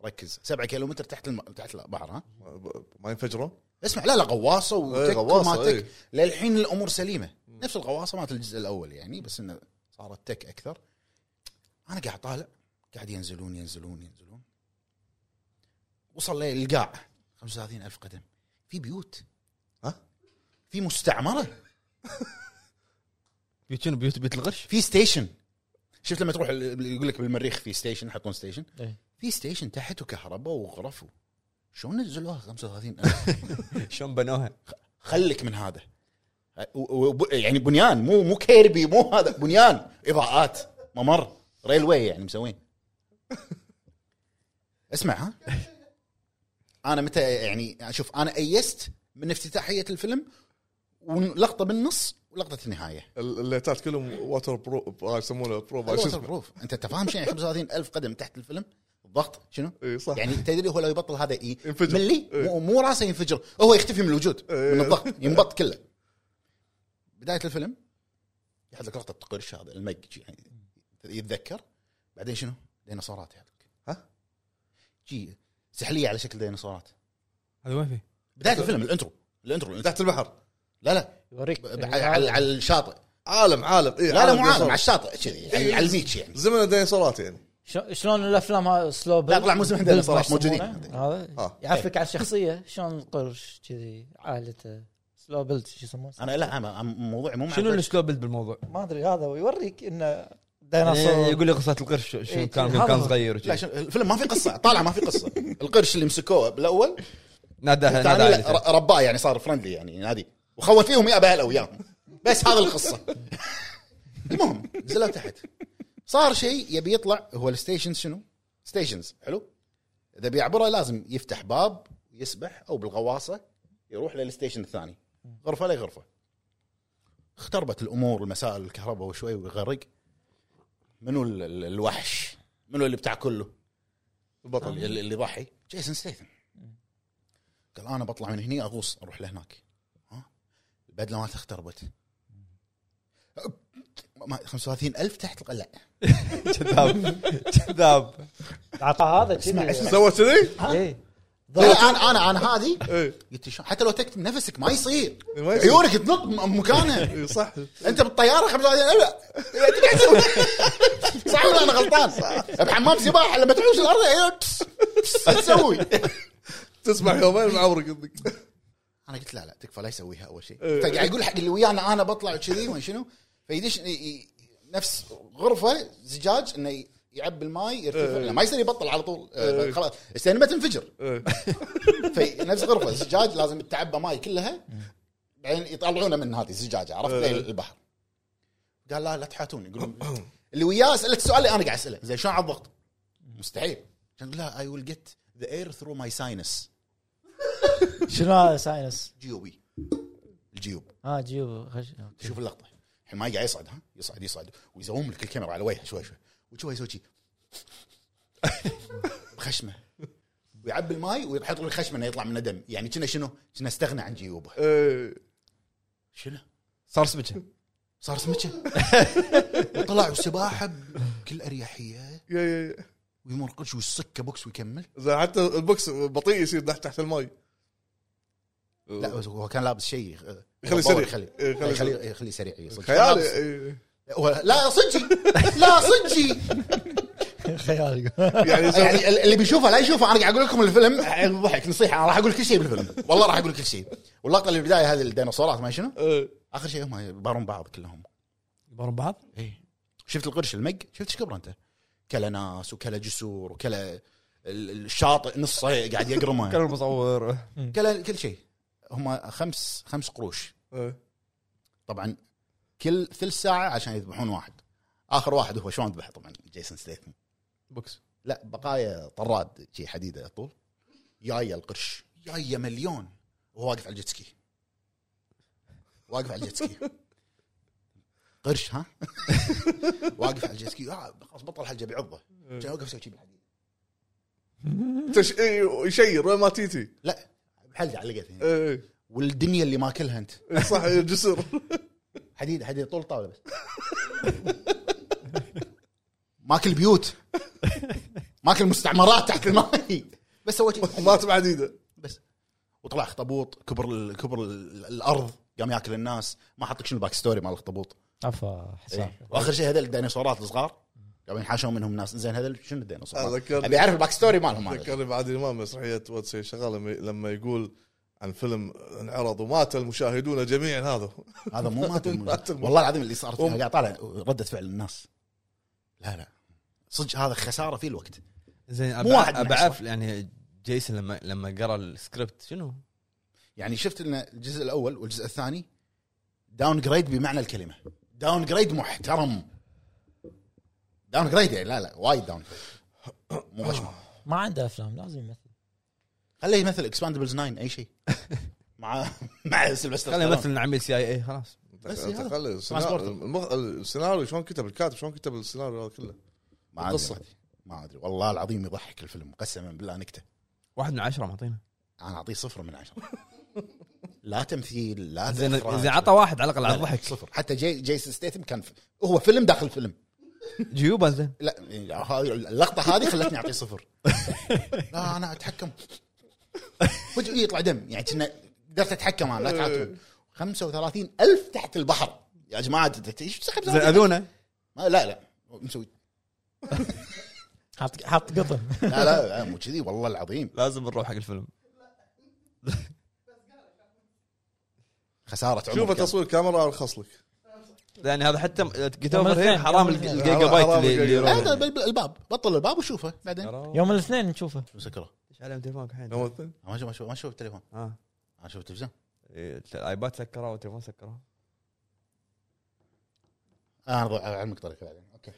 B: ركز 7 كيلومتر تحت الم... تحت البحر ها
C: ما- ما ينفجرون
B: اسمع لا لا غواصه
C: إيه،
B: وتك
C: غواصة،
B: وما تك
C: إيه.
B: للحين الامور سليمه نفس الغواصه مالت الجزء الاول يعني بس انه صارت تك اكثر انا قاعد طالع قاعد ينزلون ينزلون ينزلون وصل للقاع 35 ألف قدم في بيوت ها في مستعمره
A: بيوت شنو بيوت بيت الغش
B: في ستيشن شفت لما تروح ال- يقول لك بالمريخ في ستيشن يحطون ستيشن
D: إيه.
B: في ستيشن تحته كهرباء وغرف و- شلون نزلوها 35
A: شلون بنوها
B: خلك من هذا و- و- ب- يعني بنيان مو مو كيربي مو هذا بنيان اضاءات ممر ريلوي يعني مسوين اسمع ها انا متى يعني شوف انا ايست من افتتاحيه الفيلم ولقطه بالنص ولقطه النهايه
C: ال- الليتات كلهم واتر برو آه، يسمونه برو ما شو
B: ووتر
C: اسمه
B: بروف انت أيوة، أنت فاهم شيء يعني 35 الف قدم تحت الفيلم الضغط شنو؟
C: اي إيه، صح
B: يعني تدري هو لو يبطل هذا اي
C: ينفجر.
B: ملي
C: إيه.
B: مو, مو راسه ينفجر هو يختفي من الوجود
C: إيه.
B: من الضغط ينبط كله بدايه الفيلم يحط لك لقطه قرش هذا المج يعني يتذكر بعدين شنو؟ ديناصورات يحط لك
C: ها؟
B: جي سحليه على شكل ديناصورات
A: هذا ما في
B: بدايه الفيلم الانترو الانترو, الانترو.
C: تحت البحر
B: لا لا
D: يوريك
B: ب- على- على على الشاطئ
C: عالم عالم اي
B: لا لا مو عالم
C: ديناصورات.
B: على الشاطئ كذي
C: إيه.
B: على- على البيتش يعني
C: زمن الديناصورات يعني
D: شو- شلون الافلام هاي سلو
B: لا طلع مو زمن ديناصورات موجودين.
D: هذا
C: آه.
D: يعرفك على الشخصيه شلون قرش كذي عائلته سلو بيلد شو يسمونه
B: انا لا أنا- أنا موضوعي مو مع
A: شنو
B: القرش.
A: الاسلوب بال- بالموضوع؟
D: ما ادري هذا ويوريك انه
A: يعني
D: ديناصور
A: يقول لي قصه القرش شو- شو
D: إيه،
A: كان
D: هذا
A: كان
D: هو.
A: صغير
B: لا
A: وشي.
B: شنو الفيلم ما في قصه طالع ما في قصه القرش اللي مسكوه بالاول
A: نادى نادى
B: الثاني لا،
A: عائلته.
B: ر- رباه يعني صار فرندلي يعني نادي وخوت فيهم يا بهلا وياهم بس هذا القصه المهم نزلوا تحت صار شيء يبي يطلع هو الستيشنز شنو؟ ستيشنز حلو؟ اذا بيعبره لازم يفتح باب يسبح او بالغواصه يروح للستيشن الثاني غرفه لغرفه اختربت الامور المسائل الكهرباء وشوي ويغرق منو ال- ال- الوحش منو اللي بتاع كله البطل اللي اللي ضحي جيسون ستيثن قال انا بطلع من هني اغوص اروح لهناك ها البدله مالته اختربت ما- 35 ألف تحت القلع
A: كذاب كذاب
D: عطاه هذا إيه.
B: اسمع، اسمع.
C: سوى كذي؟
D: اي
B: لا، لا، انا انا انا هذه
C: ايه
B: قلت شلون حتى لو تكتم نفسك ما يصير
C: إيه، ما يصير.
B: عيونك تنط م- مكانها
C: إيه، صح
B: انت بالطياره 35 ألف أنت قاعد تسوي؟ صح ولا انا غلطان؟ بحمام سباحه لما تحوش الارض إيه، بس- بس، شو تسوي؟
C: تسمع يومين معورك اذنك
B: انا قلت لا لا تكفى لا يسويها اول شيء فقاعد يقول حق اللي ويانا انا بطلع كذي وين شنو فيدش ي- ي- نفس غرفه زجاج انه ي- يعبي الماي يرتفع لا، ما يصير يبطل على طول آه، خلاص السينما تنفجر
C: إيه.
B: في نفس غرفه زجاج لازم تعبى ماي كلها بعدين يطلعونه من هذه الزجاجه عرفت
C: إيه.
B: زي البحر قال لا لا تحاتون يقولون اللي وياه اسالك السؤال اللي انا قاعد اساله زين شلون على الضغط؟ مستحيل كان يقول لا اي ويل جيت ذا اير ثرو ماي ساينس
D: شنو هذا ساينس؟
B: جيوبي الجيوب
D: اه جيوب خش
B: شوف اللقطه الحين ما قاعد يصعد ها يصعد يصعد ويزوم لك الكاميرا على وجهه شوي شوي وشوي يسوي شي. بخشمه ويعبي الماي ويحط له الخشمه انه يطلع منه دم يعني كنا شنو؟ كنا استغنى عن جيوبه
C: إيه.
B: شنو؟
A: صار سمكه
B: صار سمكه وطلع السباحه بكل اريحيه
C: يا- يا- يا.
B: ويمرقش ويسكه بوكس ويكمل
C: زين حتى البوكس بطيء يصير تحت تحت الماي
B: لا بس هو كان لابس آه، شيء
C: يخليه سريع. إيه، خليه
B: خلي خلي خلي سريع إيه، صدق. كان
C: خيالي
B: لابس-
C: إيه.
B: هو- لا صدقي لا صدقي
D: خيال
C: يعني يصير-
B: يعني اللي بيشوفه لا يشوفه انا قاعد اقول لكم الفيلم ضحك نصيحه انا راح اقول كل شيء بالفيلم والله راح اقول كل شيء واللقطه اللي بالبدايه هذه الديناصورات ما شنو
C: إيه.
B: اخر شيء هم يبارون بعض كلهم
E: يبارون بعض
B: اي شفت القرش المق شفت ايش كبره انت كلا ناس وكلا جسور وكلا ال- الشاطئ نصه قاعد يقرمه
A: كان المصور
B: كلا كل شيء هم خمس خمس قروش
C: إيه.
B: طبعا كل ثلث ساعه عشان يذبحون واحد اخر واحد هو شلون ذبح طبعا جيسون ستيثم
A: بوكس
B: لا بقايا طراد شي حديده طول جايه القرش جايه مليون وهو واقف على الجيتسكي واقف على الجيتسكي قرش ها واقف على الجيتسكي آه خلاص بطل حلقه بيعضه كان واقف يسوي شي بالحديد
C: تش- إيه، يشير وين ما تيتي
B: لا بحلقه علقت هنا
C: إيه.
B: والدنيا اللي ماكلها انت
C: إيه، صح إيه، جسر
B: حديد حديد طول طاوله بس ماكل بيوت ماكل مستعمرات تحت الماي بس سويت شي.
C: مات بعديده
B: بس وطلع اخطبوط كبر ال- كبر ال- الارض قام ياكل الناس ما حطك شنو الباك ستوري مال الاخطبوط
D: عفا حسام
B: واخر شيء هذول الديناصورات الصغار قام ينحاشون منهم ناس زين هذول شنو
C: آه،
B: الديناصورات؟
C: ذكرني.
B: ابي اعرف الباك ستوري مالهم هذا.
C: ذكرني بعادل امام مسرحيه واتس شغاله لما- لما يقول عن فيلم انعرض ومات المشاهدون جميعا هذا
B: هذا مو مات الم-
C: مات الم-
B: والله العظيم اللي صار فيها
C: أم.
B: قاعد طالع رده فعل الناس لا لا صدق هذا خساره في الوقت
A: زين
B: مو واحد
A: أبع-
B: من
A: ابعف يعني جيسون لما لما قرا السكريبت شنو؟
B: يعني شفت ان الجزء الاول والجزء الثاني داون جريد بمعنى الكلمه داون جريد محترم داون جريد يعني لا لا وايد داون جريد مو غشمه
D: ما عنده افلام لازم يمثل
B: خليه يمثل اكسباندبلز 9 اي شيء مع مع سلفستر
A: خليه
B: ستالون.
A: يمثل عميل سي اي اي خلاص
B: بس هذا.
C: تخيل
B: ترانسبورتر.
C: السيناريو المخ- السيناريو شلون كتب الكاتب شلون كتب السيناريو هذا كله
B: ما ادري
C: القصة.
B: ما ادري والله العظيم يضحك الفيلم قسما بالله نكته
A: واحد من عشره معطينا
B: انا اعطيه صفر من عشره لا تمثيل لا
A: زين
B: إخراج.
A: زين عطى واحد على الاقل
B: لا،
A: على
B: لا،
A: الضحك
B: صفر حتى جي جيسون ستيثم كان ف... هو فيلم داخل فيلم
A: جيوبه زين
B: لا هاي- اللقطه هذه خلتني اعطيه صفر لا انا اتحكم وجهي يطلع دم يعني كنا قدرت اتحكم انا لا تعاتبون 35 الف تحت البحر يا جماعه أنت- ايش بتسحب
A: زين اذونه
B: ما- لا لا مسوي
D: حاط حاط قطن
B: لا لا, لا مو كذي والله العظيم
A: لازم نروح حق الفيلم
B: خساره عمر
C: شوف
B: كان.
C: تصوير كاميرا ارخص لك
A: يعني هذا حتى جيت
D: يوم
A: اوفر
D: الاثنين،
A: هير حرام
D: يوم الاثنين.
A: الجيجا بايت اللي-
C: حرام
A: اللي
C: الجيجا
A: يروح.
C: بايت.
B: هذا بال- الباب بطل الباب وشوفه بعدين
A: يا
D: يوم الاثنين نشوفه
B: مسكره
A: ايش علم تليفونك الحين؟
C: يوم الاثنين.
B: ما شوف ما شوف ما شوف التليفون
A: اه
B: انا اشوف التلفزيون
A: إيه، الايباد سكره والتليفون سكره
B: آه، انا ض- اعلمك طريقه بعدين اوكي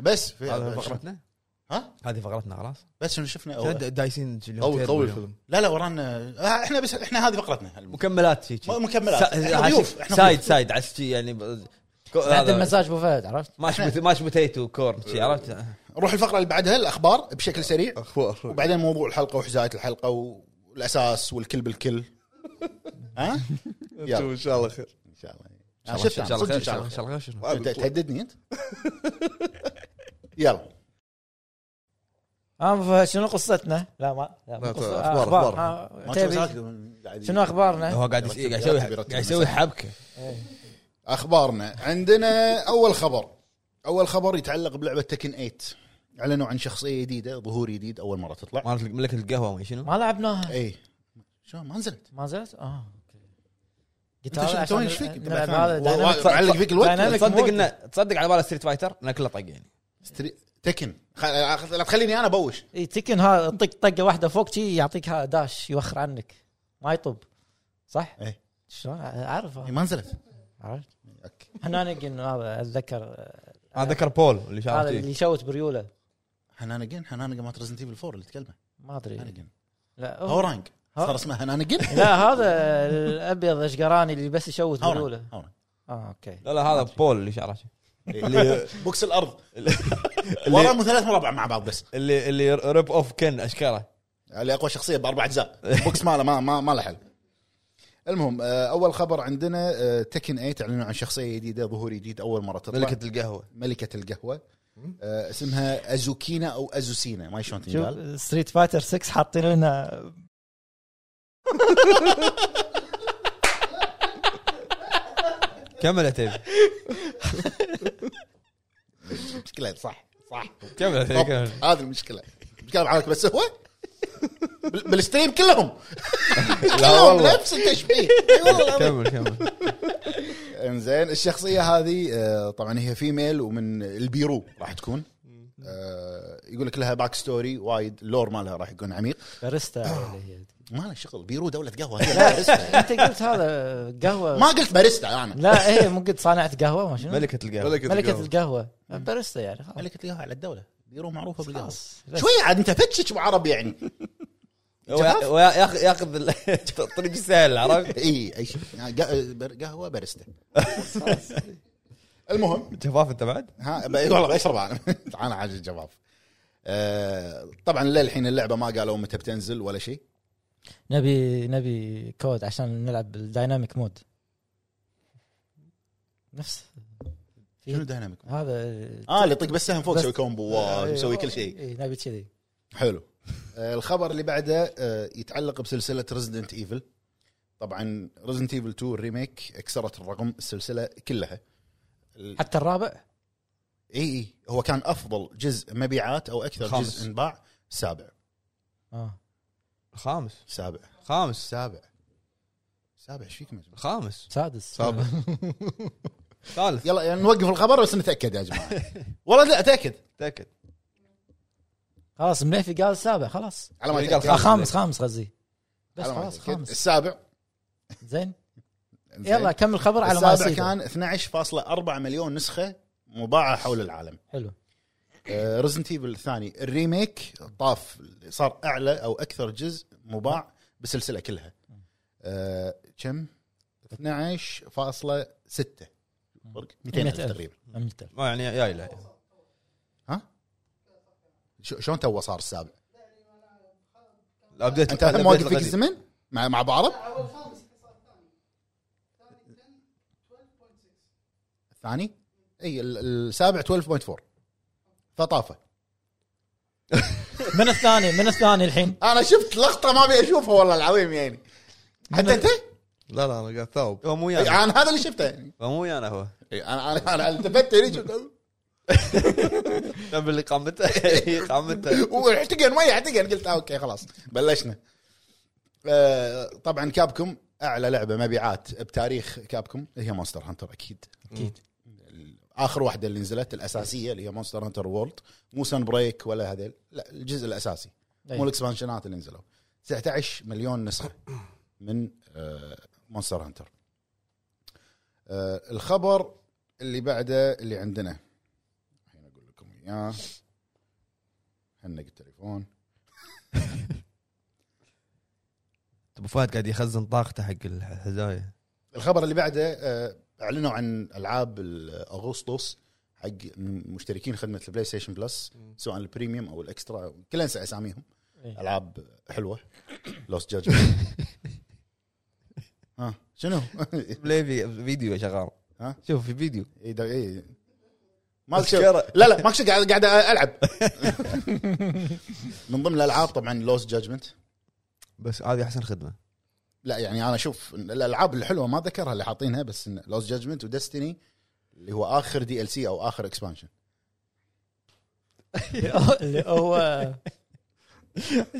B: بس في
A: هذا فقرتنا
B: ها
A: هذه فقرتنا خلاص
B: بس شنو شفنا
A: شلون
B: أول.
A: دايسين اليوم
C: قوي
A: تيربو
C: قوي
A: اليوم.
C: الفيلم
B: لا لا ورانا آه، احنا بس احنا هذه فقرتنا الم-
A: مكملات شي شي.
B: م- مكملات.
A: سا-
B: إحنا
A: عشي-
B: ضيوف، إحنا
A: سايد
B: ضيوف.
A: سايد عشت شي يعني ب- كو-
D: بعد
A: هذا
D: المزاج ابو فهد عرفت؟
A: ماش بوت- ماش بوتيتو كورن شي عرفت
D: آه.
B: نروح الفقره اللي بعدها الاخبار بشكل سريع
C: اخبار
B: وبعدين موضوع الحلقه وحزايه الحلقه والاساس والكل بالكل ها
C: نشوف ان شاء الله خير
B: ان شاء الله أنا شفت
A: ان
B: أنا،
A: شاء الله
B: صدق
A: خير
B: ان
A: ان
B: شاء
A: شاء
B: الله
A: الله خير
C: آه،
A: شنو
B: انت تهددني انت يلا
D: طيب، اه ابو فهد شنو قصتنا؟ لا ما لا
C: لا،
D: مو قصة.
C: أخبار-
D: آه، اخبار
C: أخبار.
D: آه،
B: ما
D: تبي.
B: تشوف ساكت. قاعد-
D: شنو اخبارنا؟
A: هو قاعد يس- قاعد يسوي قاعد يسوي حبكه
B: اخبارنا عندنا اول خبر اول خبر يتعلق بلعبه تكن 8 اعلنوا عن شخصيه جديده ظهور جديد اول مره تطلع
A: مالت ملك القهوه ما شنو
D: ما لعبناها
B: اي شلون ما نزلت
D: ما زلت؟ اه أوكي. قلت
B: انت شو-
D: هذا
B: أنت
D: طيب، عشان
B: وين ايش فيك؟ أنت
D: نلعب
B: بعد
D: هذا
B: ثاني. والله
D: دايناميك.
B: معلق فيك الوقت
D: دايناميك.
A: تصدق
D: مود.
A: انه تصدق على باله ستريت فايتر نكله طق يعني
B: ستري- تكن خ- لا تخليني انا ابوش
D: اي تكن ها طق طقه واحده فوق شي يعطيك ها داش يوخر عنك ما يطب صح؟
B: إيه.
D: شلون اعرف
B: هي إيه، ما نزلت
D: عرفت؟
B: اوكي
D: احنا قلنا هذا اتذكر
A: انا ذكر بول اللي
D: هذا
A: شارك
D: اللي
A: فيه.
D: يشوت بريوله
B: هنانجن هنانجن مالت ريزنت ايفل 4 اللي تكلمه
D: ما ادري
B: هنانجن
D: لا هو-
B: هورانج صار اسمه هنانجن
D: لا هذا الابيض اشقراني اللي بس يشوت
B: هورانج
D: بريوله
B: هورانج.
D: اه اوكي
A: لا لا هذا بول اللي شعره شي.
B: اللي- بوكس الارض والله مو ثلاث مربع مع بعض بس
A: اللي اللي ريب اوف كن اشكره
B: اللي اقوى شخصيه باربع اجزاء بوكس ماله ما ما ما له حل المهم آه، اول خبر عندنا آه، تكن 8 اعلنوا عن شخصيه جديده ظهور جديد اول مره تطلع
A: ملكه
B: ملكه,
A: القهوه
B: ملكة القهوه آه، اسمها ازوكينا او ازوسينا ما شلون تنقال
D: شوف ستريت فايتر 6 حاطين لنا
A: كمل يا تيبي
B: مشكله صح صح
A: كمل يا تيبي
B: بالضبط.
A: كمل
B: هذه المشكله بتكلم عنك بس هو بال- بالستريم كلهم كلهم
A: والله.
B: نفس التشبيه اي والله العظيم.
A: كمل كمل
B: انزين الشخصيه هذه آه، طبعا هي فيميل ومن البيرو راح تكون آه، يقول لك لها باك ستوري وايد اللور مالها راح يكون عميق
D: باريستا اللي هي.
B: ما لها شغل بيرو دوله قهوه هي باريستا.
D: انت قلت هذا قهوه
B: ما قلت باريستا انا
D: لا ايه مو قلت صانعه قهوه ما شنو
A: ملكه القهوه
D: ملكه القهوه باريستا يعني خلاص
B: ملكة القهوه على الدوله بيرو معروفه بالقهوه
D: خلاص
B: شويه عاد انت فتشك بعرب يعني
A: ويا- ويا- ياخذ ياخذ ال- الطريق السهل عرفت
B: اي اي شيء. قه- بر- قهوه باريستا المهم
A: شفاف انت بعد
B: ها ب- والله بشرب انا انا عاجز الجفاف آه، طبعا للحين اللعبه ما قالوا متى بتنزل ولا شيء
D: نبي نبي كود عشان نلعب بالدايناميك مود نفس في-
B: شنو دايناميك
D: هذا
B: اه اللي يطق بس سهم فوق
D: بس-
B: يسوي كومبو واو، يسوي كل شيء
D: اي نبي كذي
B: حلو آه، الخبر اللي بعده آه، يتعلق بسلسله ريزدنت ايفل طبعا ريزدنت ايفل 2 الريميك كسرت الرقم السلسله كلها ال-
D: حتى الرابع
B: اي اي هو كان افضل جزء مبيعات او اكثر
A: الخامس.
B: جزء انباع سابع
D: اه
A: خامس
B: سابع
A: خامس
B: سابع سابع ايش فيك مجنون
A: خامس
D: سادس
C: سابع.
A: ثالث
B: يلا يعني نوقف الخبر بس نتاكد يا جماعه والله لا اتاكد
A: تاكد
D: خلاص مليفي قال سابع خلاص
B: على ما
A: اللي قال
B: اتاكد
D: آه،
A: خامس.
D: خامس خامس غزي بس
B: على ما
D: خلاص
B: أتأكد.
D: خامس
B: السابع
D: زين
B: إنزين.
D: يلا كمل خبر على ما
B: السابع
D: أصيبه.
B: كان 12.4 مليون نسخه مباعه حول العالم
D: حلو
B: ريزنت ايفل الثاني الريميك طاف صار اعلى او اكثر جزء مباع بالسلسله كلها آه، كم 12.6 فرق 200 ألف
D: 200 ألف.
B: تقريبا
D: أمثل.
A: ما يعني جاي له
B: ها شو- شلون تو صار السابع
A: الابديت
B: انت الحين
A: الأبديت
B: واقف فيك
A: القديم.
B: الزمن مع مع بعرب الثاني اي ال- السابع 12.4 فطافه
D: من الثاني من الثاني الحين
B: انا شفت لقطه ما ابي اشوفها والله العظيم يعني حتى انت
C: لا لا انا قاعد ثاوب
A: هو مو ويانا
B: انا هذا اللي شفته يعني
A: هو مو ويانا هو
B: إي، انا انا انا التفت هني شفت-
A: طب اللي قامته قامته
B: واحتقن ويا احتقن قلت آه اوكي خلاص بلشنا آه، طبعا كابكم اعلى لعبه مبيعات بتاريخ كابكم هي مونستر هانتر اكيد
D: اكيد
B: اخر واحده اللي نزلت الاساسيه اللي هي مونستر هانتر وورلد مو سن بريك ولا هذيل لا الجزء الاساسي مو
D: أي.
B: الاكسبانشنات اللي نزلوا 19 مليون نسخه من آه، مونستر هانتر آه، الخبر اللي بعده اللي عندنا الحين اقول لكم اياه هنق التليفون
A: ابو فهد قاعد يخزن طاقته حق الهدايا
B: الخبر اللي بعده آه، اعلنوا عن العاب ال- اغسطس حق مشتركين خدمه البلاي ستيشن بلس سواء البريميوم او الاكسترا كلها نسى اساميهم
D: إيه.
B: العاب حلوه لوست جاج ها آه، شنو؟
A: ليه في فيديو شغال
B: ها؟
A: شوف في فيديو
B: إي دا- إي. إيه، ما
A: بس
B: شو-
A: كرة.
B: لا لا ماكش قاعد قاعد العب من ضمن الالعاب طبعا لوست جاجمنت
A: بس هذه احسن خدمه
B: لا يعني انا اشوف إن الالعاب الحلوه ما ذكرها اللي حاطينها بس لوست جاجمنت ودستني اللي هو اخر دي ال سي او اخر اكسبانشن
D: اللي هو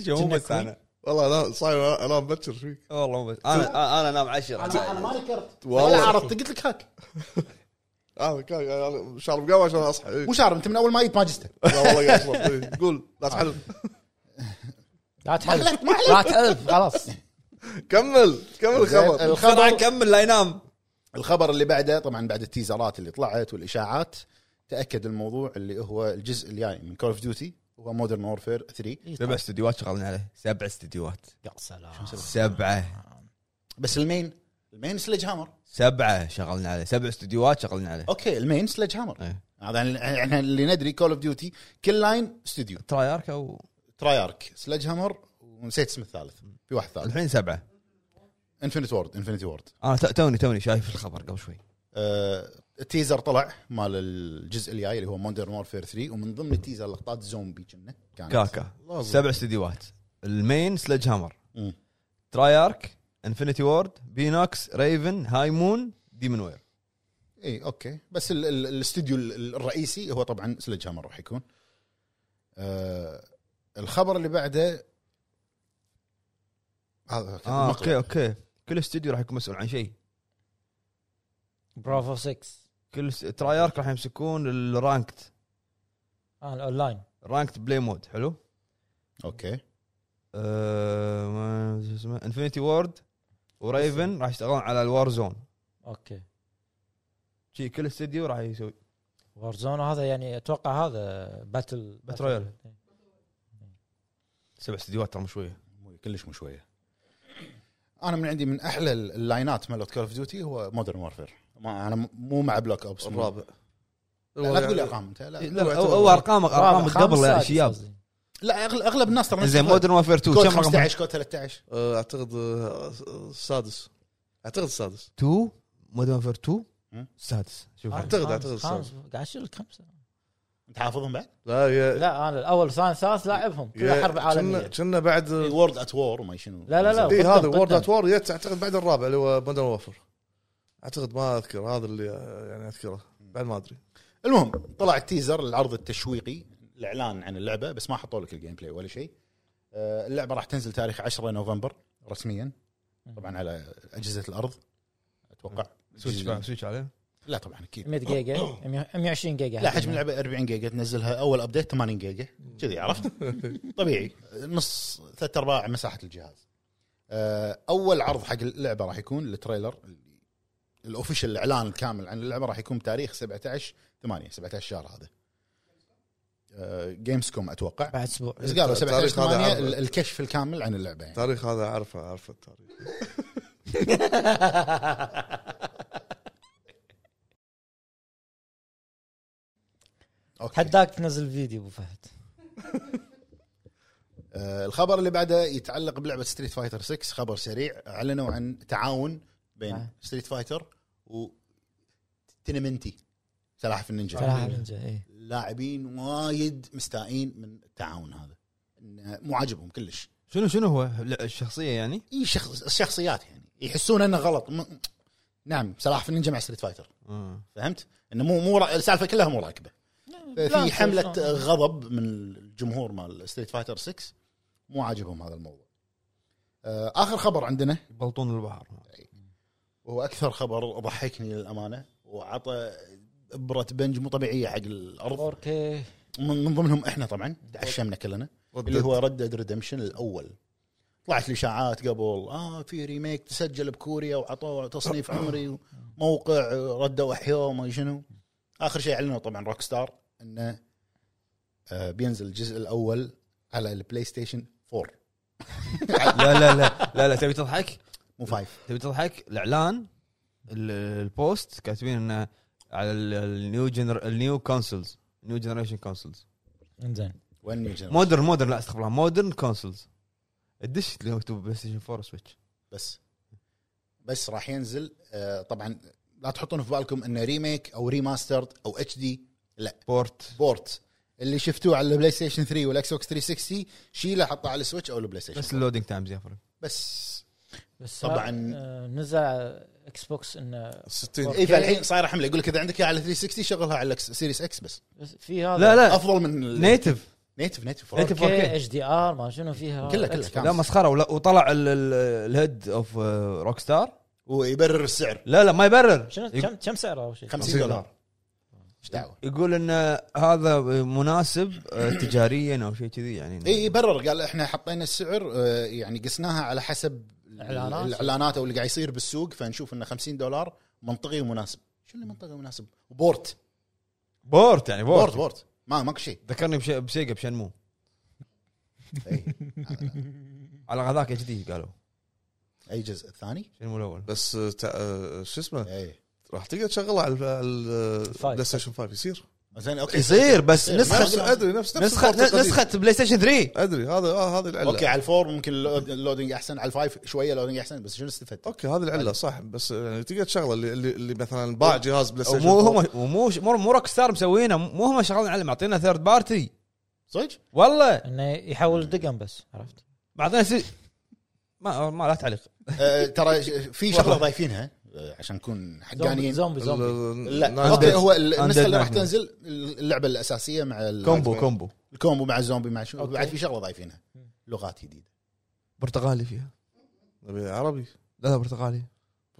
A: شو مو بس انا
C: والله انا صاير انا مبكر فيك
A: والله مو بس انا أنا- انا نام عشر
B: ذكرت
C: والله.
B: ولا عرضت قلت لك هاك
C: انا آه، كان أنا شارب قهوه عشان اصحى إيه.
B: مو شارب انت من اول ما جيت ما جسته
C: لا والله قاعد أشرب. إيه. قول لا تحلف
D: لا
B: حلفت،
D: تحلف
B: ما
D: لا تحلف خلاص
C: كمل كمل الخبر
A: الخبر
B: طيب. الخبر
A: كمل لا ينام
B: الخبر اللي بعده طبعا بعد التيزرات اللي طلعت والاشاعات تاكد الموضوع اللي هو الجزء الجاي من كول اوف ديوتي هو مودرن وورفير 3
A: سبع استديوهات شغالين عليه سبع استديوهات
D: يا سلام
A: سبعه
B: بس المين المين سلج هامر
A: سبعه شغالين عليه سبع استديوهات شغالين عليه
B: اوكي المين سلج هامر
A: إيه.
B: هذا يعني اللي ندري كول اوف ديوتي كل لاين استوديو
A: ترايارك او
B: ترايارك سلج هامر ونسيت اسم الثالث في واحد ثالث
A: الحين سبعه
B: انفنت وورد انفنت وورد
A: انا ت- توني توني شايف الخبر قبل شوي
B: آه، التيزر طلع مال الجزء الجاي اللي هو مودرن وورفير 3 ومن ضمن التيزر لقطات زومبي كنا كانت
A: كاكا سبع استديوهات المين سلج هامر
B: مم.
A: ترايارك انفنتي وورد بينوكس ريفن هاي مون ديمون وير
B: اي اوكي إيه، بس ال- ال- الاستوديو ال- الرئيسي هو طبعا سلج هامر راح يكون آه الخبر اللي بعده هذا
A: اه
B: مقلب.
A: اوكي اوكي كل استوديو راح يكون مسؤول عن شيء
D: برافو 6
A: كل است- ترايارك راح يمسكون الرانكت
D: اه الاونلاين
A: رانكت بلاي مود حلو
B: اوكي
A: آه، ما- شو اسمه انفنتي وورد وريفن راح يشتغلون على الوار زون
D: اوكي
A: شي كل استوديو راح يسوي
D: وارزون هذا يعني اتوقع هذا باتل
A: Battle Royale. سبع استديوهات ترى مو شويه
B: مو- كلش مو شويه انا من عندي من احلى ال- اللاينات مالت كول اوف ديوتي هو مودرن وورفير ما انا مو مع بلاك اوبس
C: الرابع يعني،
B: لا تقول لي ارقام انت آه، لا,
A: إيه، لا هو هو ارقامك ارقامك قبل يا شياب
B: لا أغل- اغلب الناس ترى
A: زين مودرن وافير 2
B: كود
A: كم رقم
B: 15 كود 13
C: آه، اعتقد آه، السادس اعتقد السادس
A: 2 مودرن وافير 2
B: مم.
A: سادس شوف
C: أعتقد- أعتقد
D: آه، خامس قاعد اشيل خمسه
B: انت حافظهم بعد؟
C: لا يا
D: لا انا الاول ثاني ثالث لاعبهم كلها
C: يا-
D: حرب
C: كنا-
D: عالميه
C: كنا بعد
B: وورد ات وور وما شنو
D: لا لا لا
C: اي
D: قدام-
C: هذا وورد
D: قدام.
C: ات وور جت اعتقد بعد الرابع اللي هو مودرن وفر اعتقد ما اذكر هذا اللي آه، يعني اذكره بعد ما ادري
B: المهم طلع التيزر العرض التشويقي الاعلان عن اللعبه بس ما حطوا لك الجيم بلاي ولا شيء آه، اللعبه راح تنزل تاريخ 10 نوفمبر رسميا طبعا على اجهزه الارض اتوقع
A: سويتش سويتش عليه
B: لا طبعا اكيد
D: 100 جيجا 120 جيجا
B: لا حجم اللعبه 40 جيجا تنزلها اول ابديت 80 جيجا كذي عرفت طبيعي نص ثلاث ارباع مساحه الجهاز آه، اول عرض حق اللعبه راح يكون التريلر الاوفيشال الاعلان الكامل عن اللعبه راح يكون بتاريخ 17 8 17 شهر آه، هذا جيمز كوم اتوقع
D: بعد اسبوع
B: بس قالوا 17
C: تاريخ هذا
B: 8
C: عرض.
B: ال- الكشف الكامل عن اللعبه يعني
C: التاريخ هذا اعرفه اعرفه التاريخ
B: اوكي
D: حداك تنزل فيديو ابو فهد
B: آه، الخبر اللي بعده يتعلق بلعبه ستريت فايتر 6 خبر سريع اعلنوا عن تعاون بين
D: آه.
B: ستريت فايتر وتنمنتي سلاحف النينجا
D: سلاحف النينجا اي
B: لاعبين وايد مستائين من التعاون هذا إن- مو عاجبهم كلش
A: شنو شنو هو لا، الشخصيه يعني
B: اي شخص الشخصيات يعني يحسون انه غلط م... نعم سلاحف النينجا مع ستريت فايتر
A: آه.
B: فهمت؟ انه مو مو را- السالفه كلها مو راكبه في حمله غضب من الجمهور مال ستريت فايتر 6 مو عاجبهم هذا الموضوع. آه، اخر خبر عندنا
A: يبلطون البحر
B: وهو اكثر خبر ضحكني للامانه وعطى ابره بنج مو طبيعيه حق الارض
D: 4K
B: من من ضمنهم احنا طبعا تعشمنا كلنا اللي هو ردد ريدمشن الاول طلعت الاشاعات قبل اه في ريميك تسجل بكوريا وعطوه تصنيف عمري وموقع ردوا احيوه وما شنو اخر شيء اعلنوا طبعا روك ستار انه آه، بينزل الجزء الاول على البلاي ستيشن 4
A: لا لا لا لا لا تبي تضحك
B: مو 5
A: تبي تضحك الاعلان ال- البوست كاتبين انه على ال- النيو جنر... النيو كونسولز نيو جنريشن كونسولز
D: انزين
B: وين نيو جنريشن
A: مودرن مودرن لا استغفر الله مودرن كونسولز الدش اللي هو مكتوب بلاي ستيشن 4 وسويتش
B: بس بس راح ينزل آه، طبعا لا تحطون في بالكم انه ريميك او ريماسترد او اتش دي
A: بورت
B: بورت اللي شفتوه على البلاي ستيشن 3 والاكس بوكس 360 شيله حطه على السويتش او البلاي ستيشن
A: بس
B: 4.
A: اللودينج تايمز يفرق
B: بس
D: بس
B: طبعاً.
D: آه، نزل على اكس بوكس انه
C: 60
B: اي إيه، فالحين صايره حمله يقول لك اذا عندك إياها على 360 شغلها على الأكس- سيريس اكس بس
D: بس في هذا
A: لا لا
B: افضل من نيتف
A: نيتف
B: نيتف نيتف
A: نيتف. 4K.
D: اتش دي ار ما شنو فيها
B: كله
D: Xbox.
B: كله
A: لا
B: كامل
A: مسخره ولا- وطلع ال- ال- آه، الهيد اوف روك ستار
B: ويبرر السعر
A: لا لا ما يبرر
D: شنو
A: يق-
D: كم كم سعره اول شيء؟
B: 50 دولار ايش دعوه
A: يقول ان هذا مناسب آه، تجاريا او شيء كذي يعني
B: اي برر إيه، قال احنا حطينا السعر آه، يعني قسناها على حسب ال-
D: إعلانات.
B: الاعلانات او اللي قاعد يصير بالسوق فنشوف انه 50 دولار منطقي ومناسب شو اللي منطقي ومناسب بورت
A: بورت يعني
B: بورت
A: بورت
B: بورت ما ماكو شيء
A: ذكرني بشي- بسيجا بشنمو
B: إي.
A: على هذاك كذي قالوا
B: اي جزء الثاني إيه.
A: شنمو الاول
C: بس آه، تع- آه، شو اسمه
B: اي
C: راح تقدر تشغله على ال- على
D: الفايف.
C: البلاي ستيشن 5 يصير
B: زين اوكي
A: يصير بس
B: يصير.
C: نفس
A: نسخه
C: ادري نفس نفس
A: نسخه
C: البورت القديم.
A: نسخه بلاي ستيشن 3
C: ادري هذا آه، هذه العله
B: اوكي على الفور ممكن اللود- اللودينج احسن على الفايف شويه لودينج احسن بس شنو استفدت؟
C: اوكي هذه العله صح بس يعني تقدر تشغله اللي, اللي, اللي مثلا باع جهاز بلاي ستيشن
A: مو
C: 4.
A: هم مو مو مو روك ستار مسوينه مو هم شغالين عليه معطينا ثيرد بارتي
B: صدق؟
A: والله
D: انه يحول دقن بس عرفت؟
A: معطينا سي... ما ما لا تعليق
B: آه، ترى ش- في شغله ضايفينها آه، عشان نكون
D: زومبي
B: حقانيين
D: زومبي, زومبي.
C: ال-
B: لا
C: نايت
B: اوكي
C: ديد.
B: هو ال- النسخه اللي راح
A: Nightmare.
B: تنزل اللعبه الاساسيه مع ال-
A: كومبو كومبو
B: الكومبو مع الزومبي مع شنو
D: أوكي.
B: بعد في شغله ضايفينها لغات جديده
A: برتقالي فيها
C: نبي عربي
A: لا لا برتقالي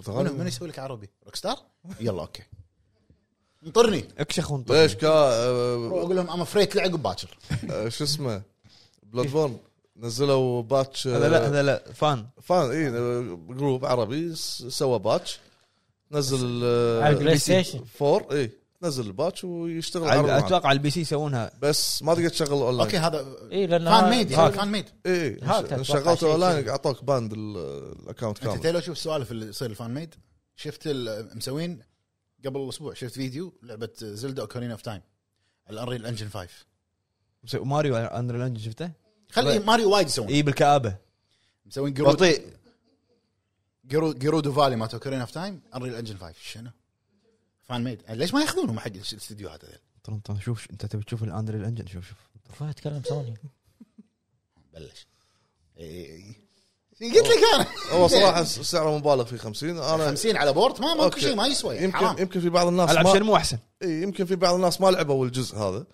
B: من من
C: برتغالي
B: يسوي لك عربي؟ روك ستار؟ يلا اوكي انطرني
A: اكشخ ونطق.
C: ليش كا
B: روح
C: آه،
B: اقول لهم ام افريت لعقب باكر
C: آه، شو اسمه بلاد فورن نزلوا باتش آه،
A: هذا لا هذا لا فان
C: فان اي آه، جروب عربي س- سوى باتش نزل آه،
D: على البلاي ستيشن.
C: 4 اي إيه، نزل الباتش ويشتغل
A: على-
C: عربي معاه.
A: اتوقع على البي سي يسوونها
C: بس ما تقدر تشغله اونلاين
B: اوكي هذا
D: اي لان
B: فان ميد يعني
A: طيب. هاك.
B: فان ميد
C: اي
D: هاك أتوقع
C: إيه، شغلته
D: شيء
C: اونلاين
D: كذي.
C: اعطوك باند ال- الاكونت
B: انت
C: كامل
B: لو شوف السوالف اللي تصير الفان ميد شفت ال- مسوين قبل اسبوع شفت فيديو لعبه زلدا اوكارينا اوف تايم على الانريل انجن 5
A: مسوي- ماريو اندرل انجن شفته؟
B: خلي
A: طيب.
B: ماريو وايد يسوون
A: اي بالكابه
B: مسوين جرود
A: بطيء
B: جرود جرود فالي مالت اوكارينا اوف تايم انريل انجن 5 شنو؟ فان ميد آه، ليش ما ياخذونهم حق الاستديوهات هذول؟
A: ترى انت شوف انت تبي تشوف الاندرل انجن شوف شوف
D: فهد تكلم سوني
B: بلش إيه، إي إي إي. إيه، قلت لك انا
C: هو صراحه س- سعره مبالغ فيه 50 انا
B: 50 على بورت ما ماكو
C: أوكي.
B: شيء ما يسوى يعني
C: يمكن
B: حرام
C: يمكن في بعض الناس
A: العب
C: ما-
A: شنمو احسن
C: اي يمكن في بعض الناس ما لعبوا الجزء هذا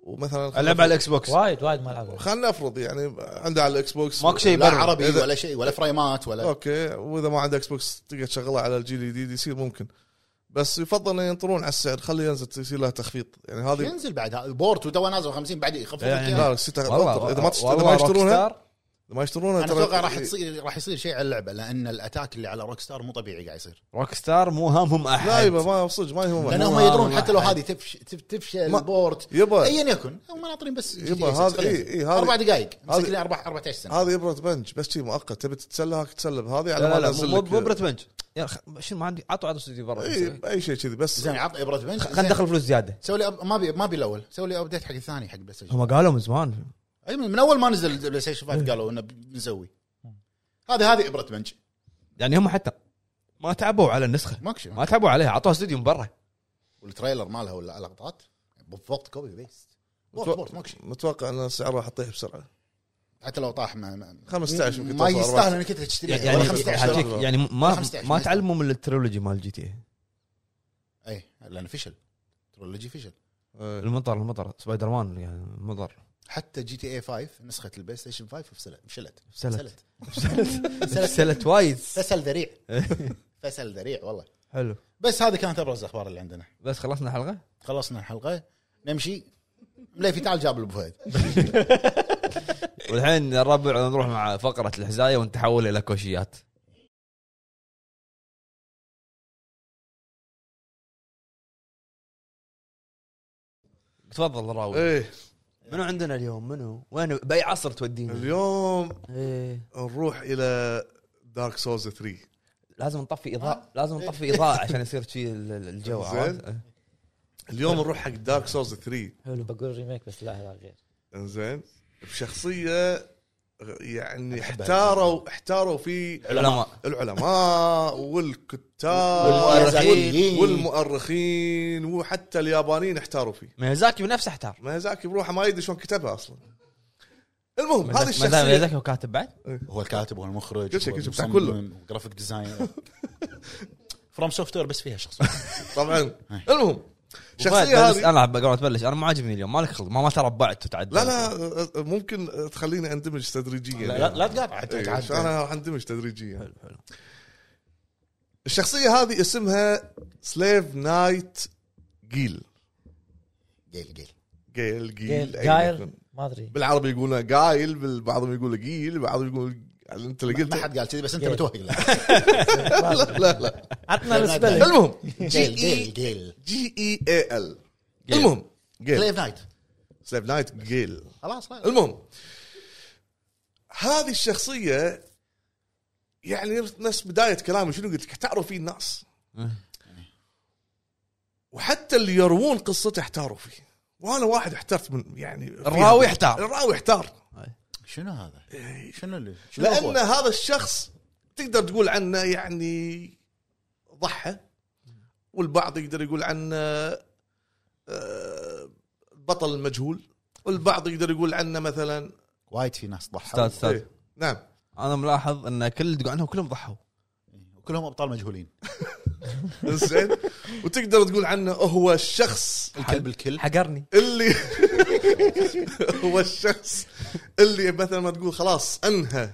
C: ومثلا
A: العب على الاكس بوكس
D: وايد وايد ما لعبوا
C: خلينا نفرض يعني عنده على الاكس بوكس
A: ماكو شيء
B: لا
A: يبرر.
B: عربي
C: إذا-
B: ولا شيء ولا فريمات ولا
C: اوكي واذا ما عنده اكس بوكس تقدر تشغله على الجيل الجديد يصير ممكن بس يفضل انه ينطرون على السعر خليه ينزل يصير له تخفيض يعني هذه
B: ينزل بعد هذا بورت وتو نازل 50 بعد يخفض لك
A: يعني
B: إياها.
C: لا ستة غلط. اذا ما تشت- اذا ما يشترونها اذا ما يشترونها
B: انا
C: ترى-
B: اتوقع راح تصير راح يصير شيء على اللعبه لان الاتاك اللي على روك ستار مو طبيعي قاعد يصير
A: روك ستار مو هامهم احد
C: لا يبا ما صدق ما يهمهم
B: لان
A: مو
B: هم
A: هذا
B: يدرون
A: واحد.
B: حتى لو هذه تفش تف- تفشل
C: ما-
B: بورت
C: يبا
B: ايا يكن هم ناطرين بس
C: يبا
B: GTA 6
C: هذا-
B: خلينا.
C: إي- إي هذه-
B: اربع دقائق
C: هذه-
B: مسك لي اربع 14 سنه
C: هذه ابره بنج بس شي مؤقت تبي تتسلى هاك تتسلى بهذه على
A: يعني. لا لا
C: ما
A: لا
C: انزل
A: مو
C: لك-
A: مو برت بنج يا خ- شنو ما عندي عطوا عطوا استوديو برا
C: اي اي شيء كذي بس
B: زين عط ابره بنش
A: خلينا ندخل فلوس زياده
B: سوي لي أب- ما بي ما بي الاول سوي لي ابديت حق الثاني حق بلاي ستيشن
A: هم قالوا من زمان
B: اي من من اول ما نزل بلاي ستيشن 5 قالوا انه بنسوي هذه هذه ابره بنش
A: يعني هم حتى ما تعبوا على النسخه
B: ماكو شيء
A: ما تعبوا عليها عطوها استوديو من برا
B: والتريلر مالها ولا اللقطات بالضبط كوبي بيست بورت
C: متوقع-
B: بورت ماكو شيء
C: متوقع ان سعره راح يطيح بسرعه
B: حتى لو طاح ما ما
C: 15 يمكن
B: ما
C: توصل
B: يستاهل انك انت
C: إيه،
B: تشتري
A: يعني
B: يعني
A: يعني
B: 15
A: حاجيك-
C: دولار.
A: يعني ما
B: 15
A: ما
B: مثلاً.
A: تعلموا من الترولوجي مال جي تي إيه.
B: اي لان فشل ترولوجي فشل
C: آه.
A: المطر المطر سبايدر مان يعني المطر
B: حتى جي تي اي 5 نسخه البلاي ستيشن 5 فشلت فشلت
A: سلت
B: فشلت
A: سلت وايد
B: فشل ذريع فشل ذريع والله
A: حلو
B: بس هذه كانت ابرز الاخبار اللي عندنا
A: بس خلصنا الحلقه
B: خلصنا الحلقه نمشي مليفي تعال جاب ابو فهد
A: والحين الربع نروح مع فقره الحزايه ونتحول الى كوشيات تفضل راوي
C: ايه
A: منو عندنا اليوم منو وين باي عصر تودينا
C: اليوم
A: إيه.
C: نروح الى دارك سولز 3
A: لازم نطفي اضاءه لازم نطفي اضاءه عشان يصير شيء ال- ال- الجو
C: زين.
A: عرفت؟ إيه.
C: اليوم نروح حق دارك سولز 3
D: حلو بقول ريميك بس لا هذا غير
C: انزين بشخصيه يعني احتاروا احتاروا في
A: علماء
C: العلماء
B: آه،
C: والكتاب
A: والمؤرخين.
C: والمؤرخين وحتى اليابانيين احتاروا فيه
A: ميازاكي بنفسه احتار
C: ميازاكي بروحه ما يدري شلون كتبها اصلا المهم هذه
A: ما دام
C: الشخصيه
A: ميازاكي هو كاتب بعد
B: هو الكاتب هو المخرج
C: كل شيء-
B: هو
C: كل شيء بتاع
B: المصمم،
C: كله.
B: وجرافيك ديزاين
E: فروم سوفت وير بس فيها شخص
C: طبعا إيه. المهم الشخصيه
A: الشخصيه
C: هذه
A: انا قبل ما تبلش انا مو عاجبني اليوم مالك خلق ما ما تربعت وتعدل
C: لا لا ممكن تخليني اندمج تدريجيا
E: لا,
C: يعني.
E: لا, لا تقاطع
C: إيه،
E: تعال- تعال.
C: انا راح اندمج تدريجيا
A: حلو حلو
C: الشخصيه هذه اسمها سليف نايت جيل
B: قيل قيل
C: جيل جيل أيا
D: جاير
C: يكن.
D: ما ادري
C: بالعربي يقولون جايل بال- بعضهم يقول جيل بعضهم يقول انت اللي
B: ما
C: قلت
B: حد قال كذي بس انت
D: قيل.
B: متوهق لا.
D: ما أدري.
C: لا لا لا
D: عطنا السبلنج
C: المهم E
B: قيل قيل قيل
C: جي اي اي ال
A: جيل.
C: E المهم جيل
B: سليف نايت
C: سليف نايت جيل
B: خلاص لا.
C: المهم هذه الشخصيه يعني نفس بدايه كلامي شنو قلت لك احتاروا فيه الناس
A: إيه.
C: وحتى اللي يروون قصته احتاروا فيه وانا واحد احترت من يعني فيها.
A: الراوي احتار.
C: الراوي احتار
B: شنو هذا؟ شنو اللي شنو
C: لان
B: هو؟
C: هذا الشخص تقدر تقول عنه يعني ضحى والبعض يقدر يقول عنه آه، بطل المجهول والبعض يقدر يقول عنه مثلا
B: وايد في ناس
A: استاذ
B: ضحوا
A: استاذ
C: إيه، نعم
A: انا ملاحظ ان كل اللي تقول عنهم كلهم ضحوا
B: إيه. وكلهم ابطال مجهولين
C: زين وتقدر تقول عنه هو الشخص
B: الكلب الكل
A: حقرني
C: اللي هو الشخص اللي مثلا ما تقول خلاص انهى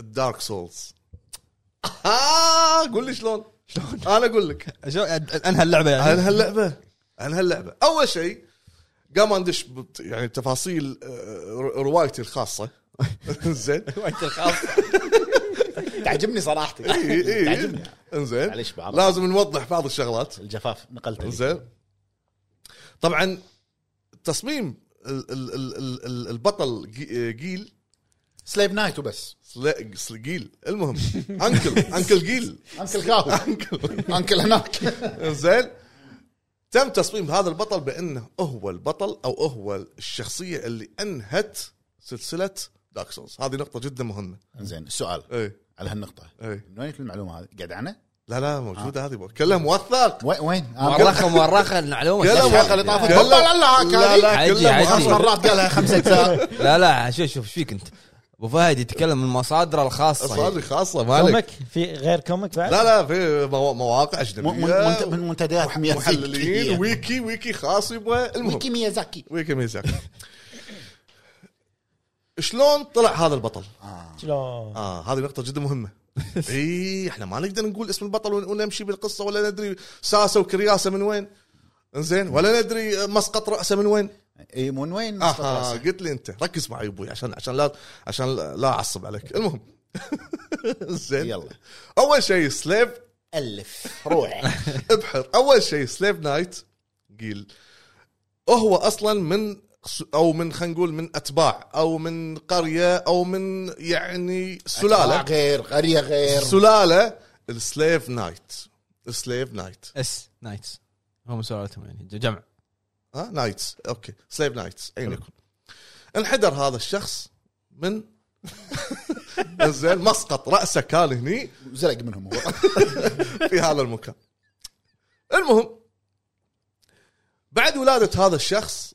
C: الدارك سولز آه قول لي شلون شلون انا اقول لك
A: شو انهى اللعبه
C: عن
A: يعني
C: هاللعبه عن هاللعبه اول شيء قام ندش بت- يعني تفاصيل آه، ر- روايتي الخاصه زين
A: وقت الخاص
B: تعجبني صراحتي
C: إي- إي.
B: تعجبني
C: انزين
B: إيه، معليش بعض
C: لازم نوضح بعض الشغلات
B: الجفاف نقلته لي.
C: زين طبعا تصميم ال- ال- ال- ال- ال- البطل جي- آه، جيل
B: سليف نايت وبس
C: سل- سل- جيل المهم انكل انكل جيل
B: انكل كاهو انكل هناك
C: زين تم تصميم هذا البطل بانه هو البطل او هو الشخصيه اللي انهت سلسله دارك سولز هذه نقطه جدا مهمه
B: زين السؤال
C: اي
B: على هالنقطة
C: اي
B: من وين المعلومة هذه؟ قاعد عنها؟
C: لا لا موجوده هذه كلام موثق
B: وين وين؟ أنا قلت-
A: مورخه مورخه المعلومه
C: يلا
A: صح.
B: الحلقة اللي طافت
C: كلام-
B: والله لا لا
C: لا
B: هذه.
C: لا
A: عجي،
C: كلام
A: عجي.
B: خمس
C: موثق.
B: مرات قالها خمسة اجزاء
A: لا لا شوف شوف ايش فيك انت ابو فهد يتكلم من مصادره الخاصه
C: صار خاصه ما عليك
D: كوميك في غير كوميك بعد
C: لا لا في مو- مواقع
B: م- من-
C: اجنبيه
B: من منتديات
C: محللين
B: ميازاكي
C: ويكي ويكي خاص يبغى المهم
B: ويكي ميازاكي
C: ويكي ميزاك شلون طلع هذا البطل؟
D: شلون
C: اه هذه نقطة جدا مهمة. اي احنا ما نقدر نقول اسم البطل ون- ونمشي بالقصة ولا ندري ساسة وكرياسة من وين؟ زين ولا ندري مسقط رأسه من وين؟
B: اي إيه، من وين؟
C: اها قلت لي انت ركز معي ابوي عشان عشان لا عشان لا لا اعصب عليك المهم زين
B: يلا.
C: اول شيء سليف
B: الف روح
C: ابحر اول شيء سليف نايت جيل هو اصلا من س- او من خلينا نقول من اتباع او من قريه او من يعني
B: سلالة
C: سلاله
B: غير قرية غير
C: سلاله السليف نايت السليف نايت
A: اس نايتس هم سؤالتهم يعني جمع
C: ها نايتس اوكي سليف نايتس عينكم انحدر هذا الشخص من زين مسقط راسه كان هني
B: زلق منهم هو
C: في هذا المكان المهم بعد ولادة هذا الشخص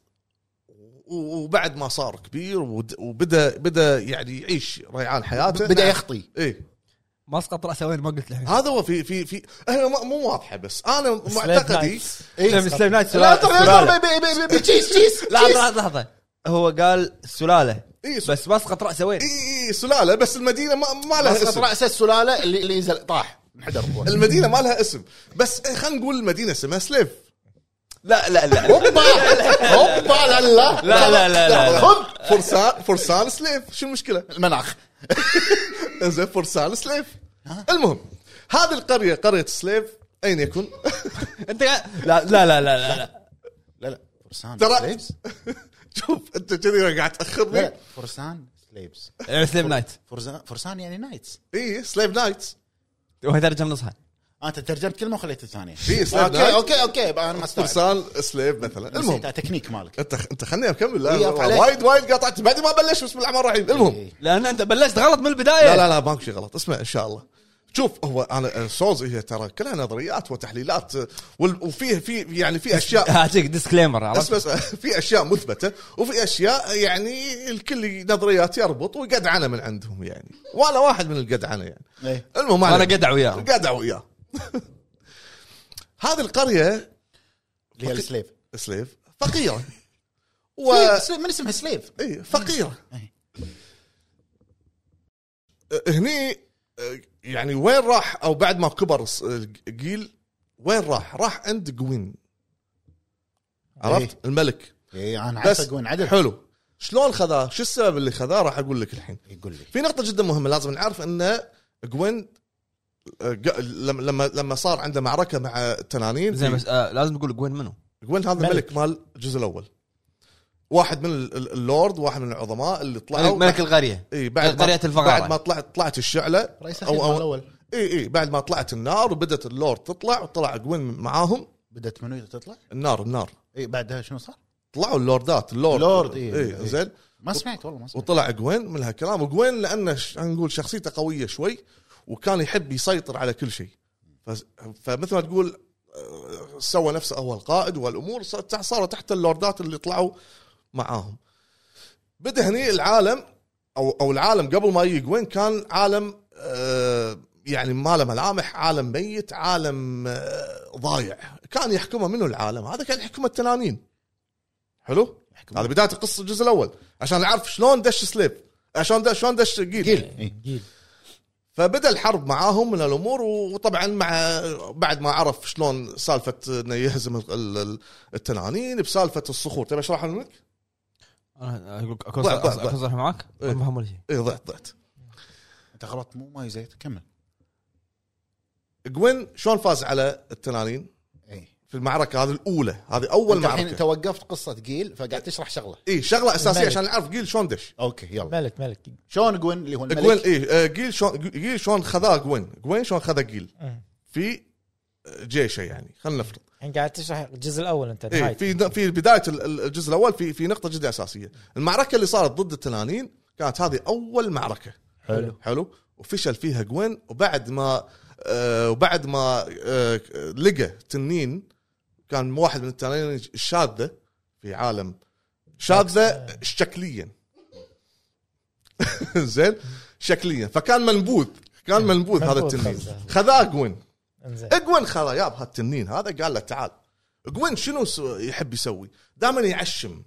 C: و- وبعد ما صار كبير ود- وبدا بدا يعني يعيش ريعان حياته
B: بدا يخطي
C: ايه
A: مسقط راسه وين ما قلت لحين
C: هذا هو في في في هي م- مو واضحه بس انا
D: سليف
C: معتقدي
D: نايتس.
B: إيه.
A: سليم نايت
B: لا ترى يا
A: سلاله
B: زلمة، بي- بي- بي- بي- تشيس تشيس
A: لحظه لحظه لحظه هو قال السلاله
C: اي س-
A: بس مسقط راسه وين؟
C: إي- إي سلاله إيه، بس المدينه ما, ما لها
B: مسقط
C: اسم
B: رأس السلالة اللي اللي زل- طاح انحدر هو
C: المدينه ما لها اسم بس إيه، خلينا نقول المدينه اسمها سليف
A: لا لا لا
B: هوبا هوبا لا
A: لا
B: لا
A: لا لا لا لا.
B: خذ
C: فرسان فرسان سليف شو المشكله؟
B: المناخ
C: انزين فرسان سليف المهم هذه القريه قريه سليف اين يكن؟
A: انت لا لا لا لا لا
B: لا لا فرسان
C: ترى شوف انت كذي قاعد
B: لا،
C: تاخرني
B: لا، فرسان سليبس
A: يعني سليب نايت
B: فرسان فرسان يعني نايتس
C: اي سليف نايتس
A: وهي ترجم نصها
B: آه، انت ترجمت كلمه وخليت الثانيه
C: في سليب
B: اوكي
C: نايت.
B: اوكي اوكي بقى انا ما استوعب
C: فرسان سليف مثلا المهم
B: المهم تكنيك مالك
C: انت انت خليني اكمل
B: إيه،
C: لا
B: أقف عليك.
C: وايد وايد قاطعت بعد ما بلش بسم الله الرحمن الرحيم المهم
B: إيه.
A: لان انت بلشت غلط من البدايه
C: لا لا لا ماكو شيء غلط اسمع ان شاء الله شوف هو انا سولز هي ترى كلها نظريات وتحليلات وال- وفيه في يعني في اشياء
A: هاتيك ديسكليمر عرفت
C: اسمع اسمع، في اشياء مثبته وفي اشياء يعني الكل نظريات يربط ويقدعنه من عندهم يعني وانا واحد من القدعنه يعني
B: إيه.
C: المهم
A: وانا قدع وياهم
C: قدع وياه هذه القريه
B: اللي هي السليف
C: سليف فقيره و
B: سليف- سليف- من اسمها سليف
C: إيه، فقيره
B: إيه.
C: أه، هني أه، يعني وين راح او بعد ما كبر الس- الجيل وين راح؟ راح عند جوين عرفت؟ الملك
B: اي انا
C: بس
B: عارف وين عدل
C: حلو شلون خذاه؟ شو السبب اللي خذاه؟ راح اقول لك الحين.
B: يقول لي
C: في نقطة جدا مهمة لازم نعرف ان جوين أه، ق- لما لما- لما صار عنده معركة مع التنانين
A: زين
C: في-
A: بس آه لازم نقول جوين منو؟
C: جوين هذا الملك مال الجزء الاول. واحد من ال- ال- اللورد، واحد من العظماء اللي طلعوا
A: ملك, ملك القريه
C: اي بعد ما-
A: قرية الفقراء.
C: بعد ما طلعت طلعت الشعله
B: رئيس
C: أو- أو-
B: أو الاول
C: اي اي بعد ما طلعت النار وبدت اللورد تطلع وطلع جوين معاهم
B: بدات منو تطلع
C: النار النار
B: اي بعدها شنو صار؟
C: طلعوا اللوردات اللورد
B: اللورد،
C: اي
B: إي،
C: إيه
B: إي.
C: زين
B: ما سمعت والله ما سمعت
C: وطلع جوين من هالكلام وجوين لانه ش- نقول شخصيته قويه شوي وكان يحب يسيطر على كل شيء فز- فمثل ما تقول آه، سوى نفسه اول قائد والامور صار تح- صاروا تحت اللوردات اللي طلعوا معاهم بدا هني العالم او او العالم قبل ما يجي جوين كان عالم آه، يعني ما له ملامح عالم ميت عالم آه، ضايع كان يحكمه منه العالم هذا كان يحكمه التنانين حلو
B: يحكمون.
C: هذا بدايه القصه الجزء الاول عشان نعرف شلون دش سليب عشان دش شلون دش جيل
B: إي.
D: جيل
C: فبدا الحرب معاهم من الامور وطبعا مع بعد ما عرف شلون سالفه انه يهزم ال- ال- التنانين بسالفه الصخور تبي اشرحها لك؟
A: انا اقول لك اكون
C: ضع- ضع- ضع.
A: أكون صريح معاك
C: إيه.
A: أنا ما فاهم ولا شيء
C: اي ضعت ضعت
B: انت غلطت مو ماي زيت كمل
C: جوين شلون فاز على التنانين
B: اي
C: في المعركه هذه الاولى هذه اول
B: أنت الحين
C: معركه
B: توقفت قصه جيل فقاعد تشرح شغله
C: اي شغله اساسيه
D: الملك.
C: عشان نعرف جيل شلون دش
B: اوكي يلا
D: ملك ملك
B: شلون جوين اللي هو
C: جوين
B: الملك
C: اي جيل شلون جيل شلون خذاه جوين جوين شلون خذا جيل
D: أمم.
C: في جيشه يعني خلينا نفرض
D: الحين قاعد تشرح الجزء الاول انت
C: اي
D: نهايته.
C: إيه، في في بدايه ال- ال- الجزء الاول في في نقطه جدا اساسيه المعركه اللي صارت ضد التنانين كانت هذه اول معركه
D: حلو.
C: حلو وفشل فيها جوين وبعد ما آه وبعد ما آه لقى تنين كان واحد من التنانين الشاذه في عالم شاذه شكليا زين شكليا فكان منبوذ كان منبوذ هذا
D: منبوذ
C: التنين
D: خلصه.
C: خذاه جوين
D: انزين
C: اقوين خلا ياب هالتنين هذا قال له تعال اقوين شنو س- يحب يسوي؟ دائما يعشم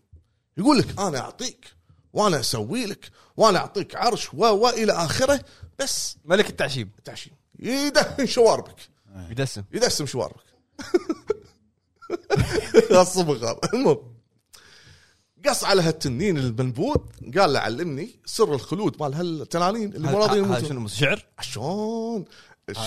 C: يقول لك انا اعطيك وانا اسوي لك وانا اعطيك عرش و والى اخره بس
A: ملك التعشيب
C: تعشيم يدهن شواربك
A: يدسم
C: يدسم شواربك الصبغ هذا المهم قص على هالتنين المنبوذ قال له علمني سر الخلود مال هالتنانين اللي مو راضيين
A: هذا- هذا
C: يموتون
A: شنو شعر؟
C: عشان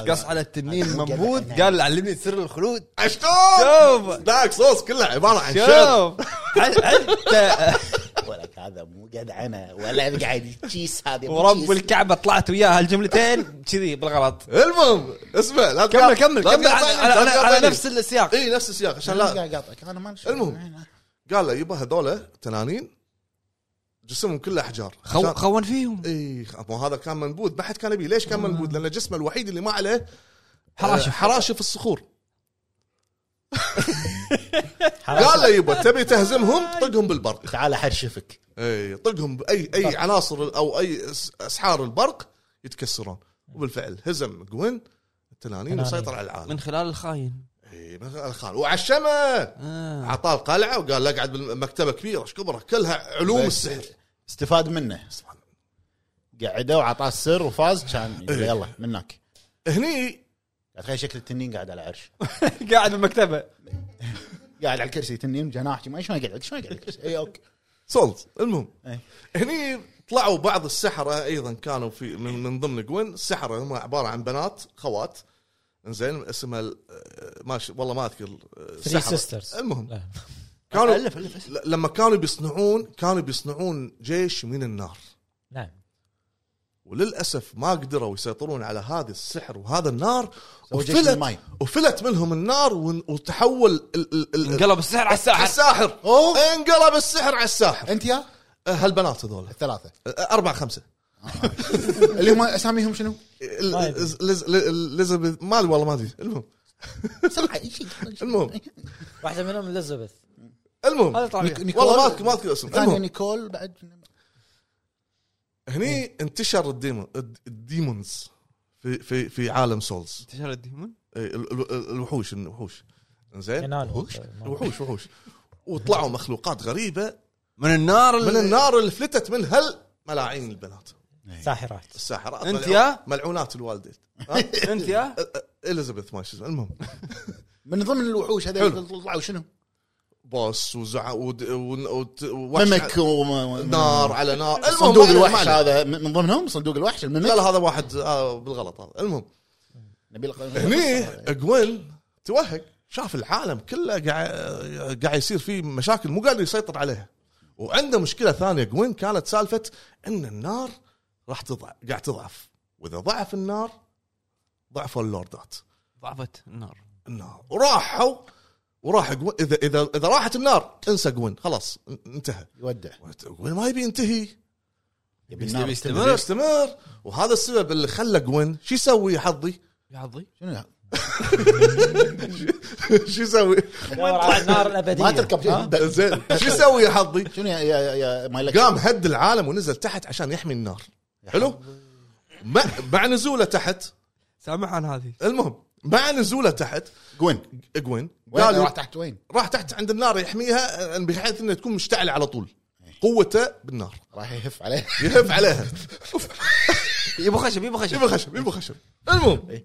A: قص على التنين منبوذ قال علمني سر الخلود
C: عشان
A: شوف.
C: دارك صوص كلها عباره عن شعر
A: شوف حت- حتى
B: ولك هذا مو جدعنه ولا قاعد يتشيس هذا
A: ورب الكعبه طلعت وياها هالجملتين كذي بالغلط
C: المهم اسمع لا
A: كمل
C: تقاطع-
A: كمل
C: لا
A: كمل على- على
C: تقاطعني، لا
A: على- على
C: تقاطعني.
A: نفس السياق
C: اي نفس السياق عشان
B: لا
C: لا
B: قاعد اقاطعك انا ما
C: المهم. قال له يبا هذول تنانين جسمهم كله احجار
A: خو-
C: عشان-
A: خون فيهم
C: اي مو هذا كان منبوذ ما حد كان يبيه ليش كان منبوذ لان جسمه الوحيد اللي ما عليه
A: حراشف.
C: آه، حراشف الصخور
D: حرام.
C: قال له يبا تبي تهزمهم طقهم بالبرق
B: تعال احرشفك
C: اي طقهم باي اي عناصر او اي أس- اسحار البرق يتكسرون وبالفعل هزم جوين التنانين
D: تنانين.
C: وسيطر على العالم
A: من خلال الخاين
C: اي مثل إيه، الخان وعشمه
A: آه.
C: اعطاه القلعه وقال له اقعد بالمكتبه كبيره ايش كبرها كلها علوم
B: بس
C: السحر
B: استفاد منه قعده وعطاه السر وفاز كان
C: إيه.
B: يقول له يلا منك
C: هني
B: تخيل شكل التنين قاعد على عرش
A: قاعد بالمكتبه
B: قاعد على الكرسي تنين جناح ما شلون يقعد شلون يقعد على الكرسي؟
C: إيه،
B: اي اوكي
C: سولز المهم
B: إيه.
C: هني طلعوا بعض السحره ايضا كانوا في من, من ضمن جوين السحره هم عباره عن بنات خوات زين اسمها ال- آه، ما ش... والله ما اذكر
D: ثري
C: سحرة.
D: سيسترز
C: المهم
D: لا.
C: كانوا
E: الف الف
C: ل- لما كانوا بيصنعون كانوا بيصنعون جيش من النار
D: نعم
C: وللاسف ما قدروا يسيطرون على هذا السحر وهذا النار
B: سووا جيش من
C: وفلت
B: الماي
C: وفلت منهم النار ون- وتحول ال- ال- ال-
A: انقلب السحر على
C: على
A: الساحر
C: الساحر
B: أوه.
C: انقلب السحر على الساحر
B: انت يا
C: هالبنات هذول
B: الثلاثه
C: اربعة خمسة
B: اللي هم اساميهم شنو؟
C: ال-
D: ما أدري.
C: ال- لز- ل- الإليزابيث- ما أدري والله ما ادري المهم
B: سمعه أي شيء.
C: المهم.
D: واحده منهم اليزابيث
C: المهم
D: هذا طلع
A: طيب.
B: نيك-
D: فيها.
B: نيكول.
C: طيب. والله ما أذكر- ما اذكر اسم
B: الثانيه
C: المهم
B: نيكول بعد
C: هني انتشر الديمون الد- الديمونز في في في عالم سولز
A: انتشر الديمون
C: إي، ال- ال- ال- الوحوش الوحوش زين
D: ينال.
C: وحوش وحوش وحوش وطلعوا مخلوقات غريبه
A: من النار
C: من النار اللي فلتت من هل ملاعين البنات
D: ساحرات
C: الساحرات
A: أنت
C: ملعون-
A: يا؟
C: ملعونات الوالدين
A: انت يا
C: اليزابيث ما شو اسمها المهم
B: من ضمن الوحوش هذول طلعوا شنو؟
C: بوس وزع ود... ود... ود... وحش- نعم.
B: ممك ونار
C: نار على نار المهم ما
B: صندوق
C: علينا، ما
B: الوحش
C: علينا.
B: هذا من من ضمنهم صندوق الوحش
C: لا
B: الممك
C: لا هذا واحد آه بالغلط هذا المهم
B: نبيل
C: هني جوين توهق شاف العالم كله قاعد قاعد يصير فيه مشاكل مو قادر يسيطر عليها وعنده مشكله ثانيه جوين كانت سالفه ان النار راح تضعف قاعد تضعف واذا ضعف النار ضعفوا اللوردات
A: ضعفت النار
C: النار وراحوا وراح جوين اذا اذا اذا راحت النار انسى جوين خلاص ان- انتهى
B: يودع
C: جوين ما يبي ينتهي
B: يبي النار
A: يستمر.
C: يستمر يستمر وهذا السبب اللي خلى جوين شو يسوي يا حظي؟
A: يا عضي
B: شنو هذا؟
C: شو يسوي؟
D: يدور على
B: ما
D: النار الابديه
B: تركب شيء. ب-
C: زين شو يسوي يا حظي؟
B: شنو يا يا يا ماي لك
C: قام هد العالم ونزل تحت عشان يحمي النار حلو؟ مع, مع نزوله تحت
A: سامح عن هذه
C: المهم مع نزوله تحت
B: وين؟
C: جوين
B: وين
C: قالوا
B: راح تحت وين؟
C: راح تحت عند النار يحميها بحيث انها تكون مشتعله على طول
B: إيه.
C: قوته بالنار
B: راح يهف عليه
C: يهف عليها
A: يبو خشب يبو خشب
C: يبغى خشب يبغى خشب المهم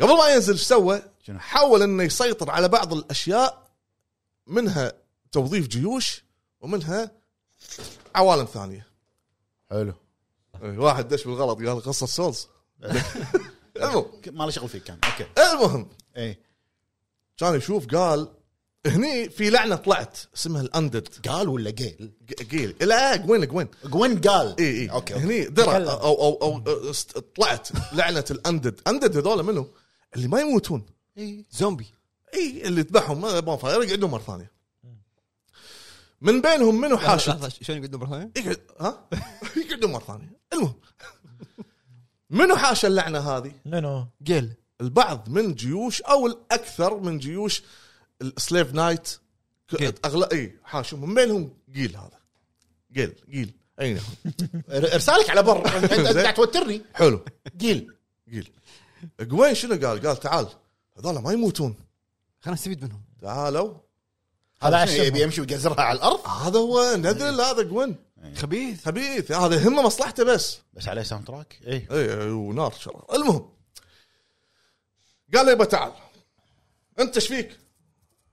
C: قبل ما ينزل ايش سوى؟
B: شنو؟
C: حاول انه يسيطر على بعض الاشياء منها توظيف جيوش ومنها عوالم ثانيه
B: حلو
C: واحد دش بالغلط قال قصه سولز المهم
B: ما له شغل فيك كان إيه. اوكي
C: المهم
B: اي
C: كان يشوف قال هني في لعنه طلعت اسمها الاندد
B: قال ولا قيل؟
C: قيل لا قوين قوين
B: جوين قال
C: اي اي
B: اوكي اوكي
C: إيه، هني درع
D: تكلم.
C: او او او است- طلعت لعنه الاندد اندد هذول منهم اللي ما يموتون
A: زومبي
C: اي اللي ذبحهم ما ما فاير يقعدون مره ثانيه من بينهم منو حاشد
A: لحظة، شلون يقعدون مره ثانيه؟
C: يقعد ها يقعدون مره ثانيه المهم منو حاش اللعنه هذه؟
D: منو؟
A: قيل
C: البعض من جيوش او الاكثر من جيوش السليف نايت
A: قيل.
C: اغلى اي حاشهم من بينهم جيل هذا جيل جيل اي نعم
B: ارسالك على بر انت أنت قاعد توترني
C: حلو
B: قيل
C: جيل قوين شنو قال؟ قال تعال هذول ما يموتون
A: خلينا نستفيد منهم
C: تعالوا
B: هذا
D: عشان
B: شنو يبي يمشي ويقزرها على الارض
C: هذا هو نذل هذا قوين
A: خبيث
C: خبيث هذا يهمه مصلحته بس
B: بس عليه إيه. ساوند تراك اي
C: اي ونار شر المهم قال له يبا تعال انت ايش فيك؟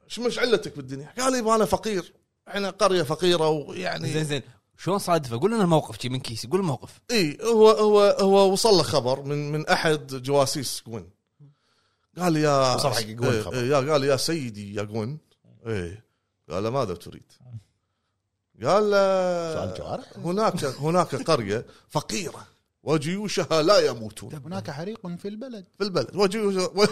C: ايش مش علتك بالدنيا؟ قال يبا انا فقير احنا قريه فقيره ويعني
A: زين زين شلون صادفه؟ قول لنا الموقف شي من كيسي قول الموقف
C: اي هو هو هو وصل له خبر من من احد جواسيس جوين قال يا
B: وصل حق جوين
C: إيه،
B: خبر.
C: إيه، يا قال يا سيدي يا جوين ايه قال له ماذا تريد؟ قال له،
B: سؤال جوارح.
C: هناك هناك قريه فقيره وجيوشها لا يموتون
B: هناك حريق في البلد
C: في البلد وجيوشها و-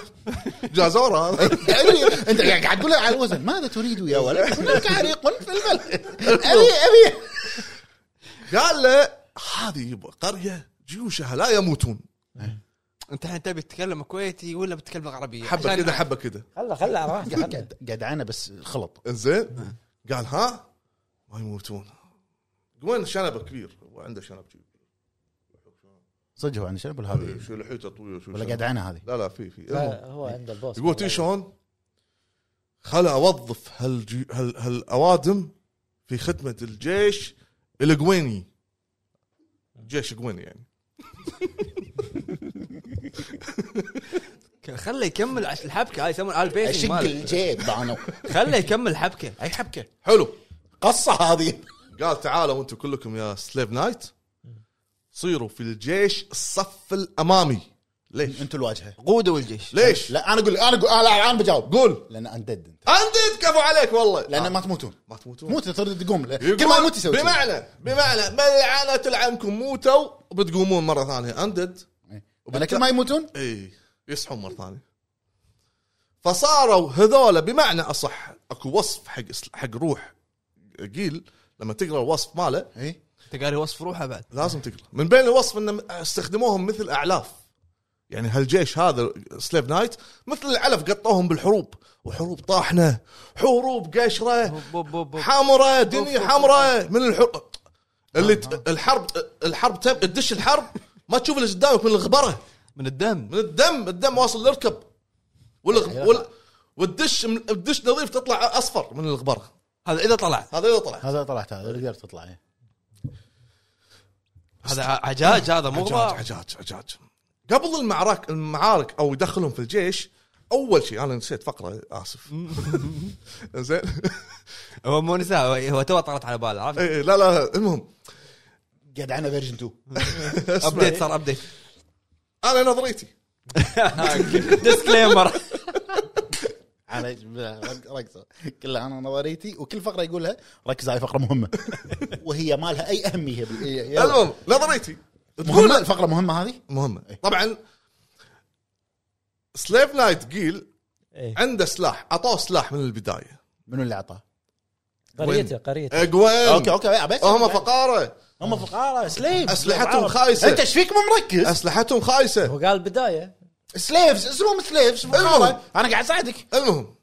C: جازوره هذا
B: يعني انت قاعد تقول على الوزن ماذا تريد يا ولد؟ هناك حريق في البلد ابي ابي
C: قال له هذه يبا قريه جيوشها لا يموتون
A: انت الحين تبي تتكلم كويتي ولا بتتكلم عربي؟
C: حبه كذا حبه كذا
D: خله خله على راحته خله
B: قاعد قاعد عانى بس خلط
C: انزين قال ها ما يموتون قوين شنبه كبير وعنده شنب كبير
B: صدق هو عن شنب ولا هذه
C: شو لحيته طويله شو
B: ولا
C: شنب.
B: قاعد عانى هذه
C: لا لا في في المهم.
D: لا، هو عند البوس
C: يقول تي شلون خل اوظف هالجي هال هالاوادم في خدمه الجيش القويني جيش قويني يعني
A: خله يكمل عش- الحبكه هاي يسمون البيسنج
B: اشق
A: ماله
B: الجيب بانو
A: خله يكمل حبكه
B: اي حبكه
C: حلو
B: قصه هذه
C: قال تعالوا انتم كلكم يا سليف نايت صيروا في الجيش الصف الامامي ليش؟
B: انتوا الواجهه
A: قوده والجيش
C: ليش؟
B: لا انا اقول انا اقول آه لا انا بجاوب
C: قول
B: لان اندد انت
C: اندد كفو عليك والله
B: لان
C: آه،
B: ما تموتون
C: ما تموتون
B: موت ترد تقوم لا.
C: يقول
B: كل ما يموت يسوي شيء.
C: بمعنى بمعنى ملعانه تلعنكم موتوا بتقومون مره ثانيه اندد
B: لان كل إيه. ما يموتون
C: اي يصحون مره ثانيه فصاروا هذولا بمعنى اصح اكو وصف حق حق روح جيل لما تقرا الوصف ماله
B: اي
A: انت قاري وصف روحه بعد
C: لازم تقرا من بين الوصف انهم استخدموهم مثل اعلاف يعني هالجيش هذا سليف نايت مثل العلف قطوهم بالحروب وحروب طاحنه حروب قشره
A: بوب بوب بوب
C: حمراء دنيا حمراء من الحروب اللي ت- الحرب الحرب تب تدش الحرب ما تشوف اللي قدامك من الغبره
A: من الدم
C: من الدم الدم واصل للركب والغ... وال... والدش الدش نظيف تطلع اصفر من الغبره
A: هذا اذا طلع
C: هذا اللي طلع
B: هذا طلعت هذا اللي قدرت تطلع إيه.
A: هذا ع- عجاج هذا مو
C: عجاج
A: غبار
C: عجاج عجاج قبل المعارك المعارك او يدخلهم في الجيش اول شيء انا نسيت فقره اسف زين
A: هو مو نساء هو تو طلعت على باله عرفت
C: إيه، لا لا المهم
B: قاعد عنا فيرجن 2
A: إيه،
C: اسمع.
A: ابديت صار ابديت
C: انا نظريتي
A: ديسكليمر
B: على ركزه كلها انا نظريتي وكل فقره يقولها ركز على فقره مهمه وهي ما لها اي اهميه بال- إيه، يلا.
C: المهم نظريتي تقول
B: مهمه الفقره مهمه هذه
C: مهمه طبعا سليف نايت جيل
D: إيه.
C: عنده سلاح اعطوه سلاح من البدايه
B: منو اللي اعطاه؟
D: قريته قريته
B: اوكي
C: اقوام
B: اوكي عبيت
C: إيه، هم فقاره
B: هم فقاره سليف
C: اسلحتهم خايسه
B: انت ايش فيك مو مركز؟
C: اسلحتهم خايسه
D: هو قال بدايه
B: سليفز اسمهم سليفز
C: المهم.
B: فقاره انا قاعد اساعدك
C: المهم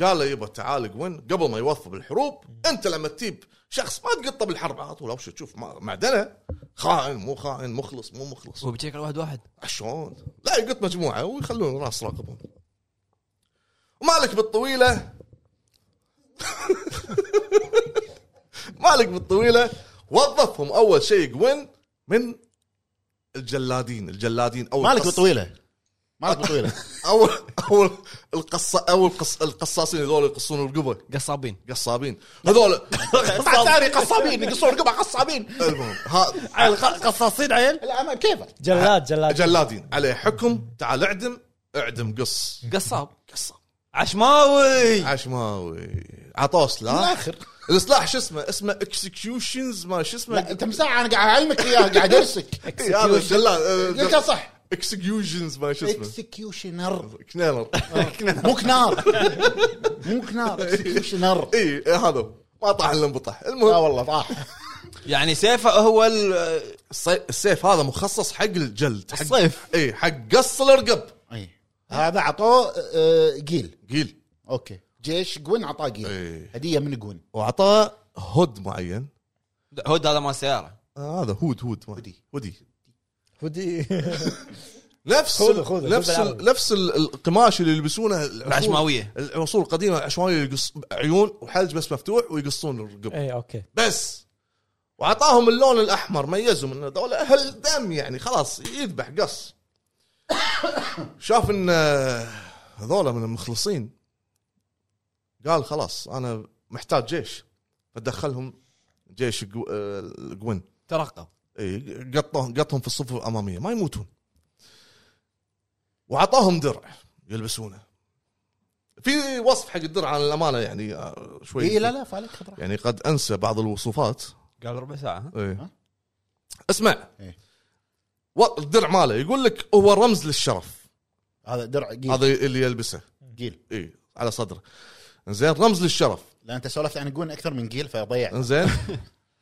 C: قال له يبا تعال جوين قبل ما يوظف بالحروب انت لما تجيب شخص ما تقطه بالحرب على طول ابشر تشوف ما- معدنه خائن مو خائن مخلص مو مخلص
A: وبيجيك على واحد واحد
C: عشون لا يقط مجموعه ويخلون راس راقبهم ومالك بالطويله مالك بالطويله وظفهم اول شيء جوين من الجلادين الجلادين او
B: مالك
C: القص-
B: بالطويله مالك بالطويله
C: اول اول القص اول القص القصاصين هذول يقصون القبه
A: قصابين
C: قصابين هذول
B: ثاني قصابين يقصون رقبه قصابين
C: المهم ها
B: عيل خ- قصاصين عيل لا ما كيفه
D: جلاد جلاد
C: جلادين عليه حكم تعال اعدم اعدم قص
A: قصاب
C: قص
A: عشماوي
C: عشماوي عطوه
B: من
C: سلاح
B: الاخر
C: السلاح شو اسمه اسمه اكسكيوشنز ما شو اسمه
B: لا انت مساعة انا قاعد اعلمك اياها قاعد ارسك
C: إيه، هذا
B: قلتها
C: الجلاد
B: صح
C: اكسكيوشنز ما شو اسمه
B: اكسكيوشنر
C: كنالر
B: مو كنار مو كنار اكسكيوشنر
C: اي إيه، هذا هو. ما طاح الا انبطح
B: لا
C: المهم
B: والله طاح
A: يعني سيفه هو ال-
C: الصي- السيف هذا مخصص حق الجلد حق
A: الصيف.
C: اي حق قص الرقب
B: اي هذا عطوه آه، جيل
C: قيل
B: اوكي جيش جون عطاه جيل
C: إيه.
B: هديه من جون
C: واعطاه هود معين
A: هود هذا مال سياره
C: آه هذا هود هود
B: هودي.
C: هودي
D: ودي
C: نفس
D: خذه- خذه،
C: نفس
D: خذه
C: ال-
D: بالعربي.
C: نفس ال- القماش اللي يلبسونه العصور-
A: العشماوية.
C: العصور القديمه العشماويه يقص عيون وحلج بس مفتوح ويقصون الرقب
D: اي اوكي
C: بس واعطاهم اللون الاحمر ميزهم ان هذول اهل دم يعني خلاص يذبح قص شاف ان آه، هذول من المخلصين قال خلاص انا محتاج جيش فدخلهم جيش جو- آه، الجوين
A: ترقب
C: اي قطهم قطهم في الصفوف الاماميه ما يموتون وعطاهم درع يلبسونه في وصف حق الدرع على الامانه يعني آه، شوي
B: اي إيه، لا لا فعلك خبره
C: يعني قد انسى بعض الوصفات
A: قال ربع ساعه ها؟
C: إيه.
B: ها؟
C: اسمع
B: إيه.
C: و- الدرع ماله يقول لك هو رمز للشرف
B: هذا درع جيل
C: هذا اللي يلبسه
B: جيل
C: اي على صدره زين رمز للشرف
B: لان انت سولفت عن جون اكثر من جيل فضيعت
C: زين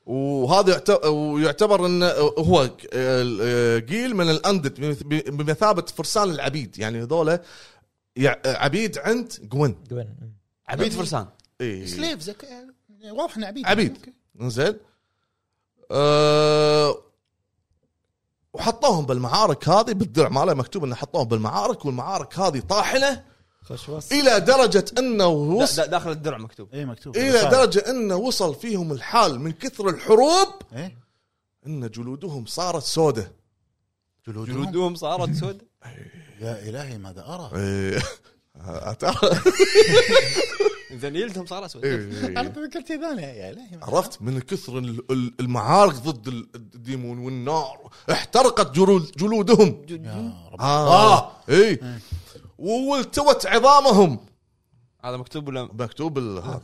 C: وهذا يعت- ويعتبر انه هو ك- ال- جيل من الاندت بمث- بمثابه فرسان العبيد يعني هذول يع- عبيد عند جوين
D: جوين
A: عبيد فرسان
C: إيه.
B: سليفز أوكي. يعني واضح انه عبيد
C: عبيد.
B: أوكي.
C: زين أه وحطوهم بالمعارك هذه بالدرع ماله مكتوب انه حطوهم بالمعارك والمعارك هذه طاحنه
D: خش وص
C: الى درجه انه وصل
A: دا- دا- داخل الدرع مكتوب
B: اي مكتوب
C: الى
B: صار.
C: درجه انه وصل فيهم الحال من كثر الحروب
B: إيه.
C: ان جلودهم صارت سودة
B: جلودهم
A: جلودهم صارت سود
B: يا الهي ماذا ارى
C: إيه. أتعرف.
A: زين يلدهم صار اسود
C: إيه.
B: انا تذكرت شيء ثاني يا لهي.
C: عرفت من كثر ال- ال- المعارك ضد ال- الديمون والنار احترقت جلود جلودهم
B: يا رب.
A: آه.
C: اه
A: إيه.
C: اي والتوت عظامهم
A: هذا مكتوب ولا
C: مكتوب ال- هذا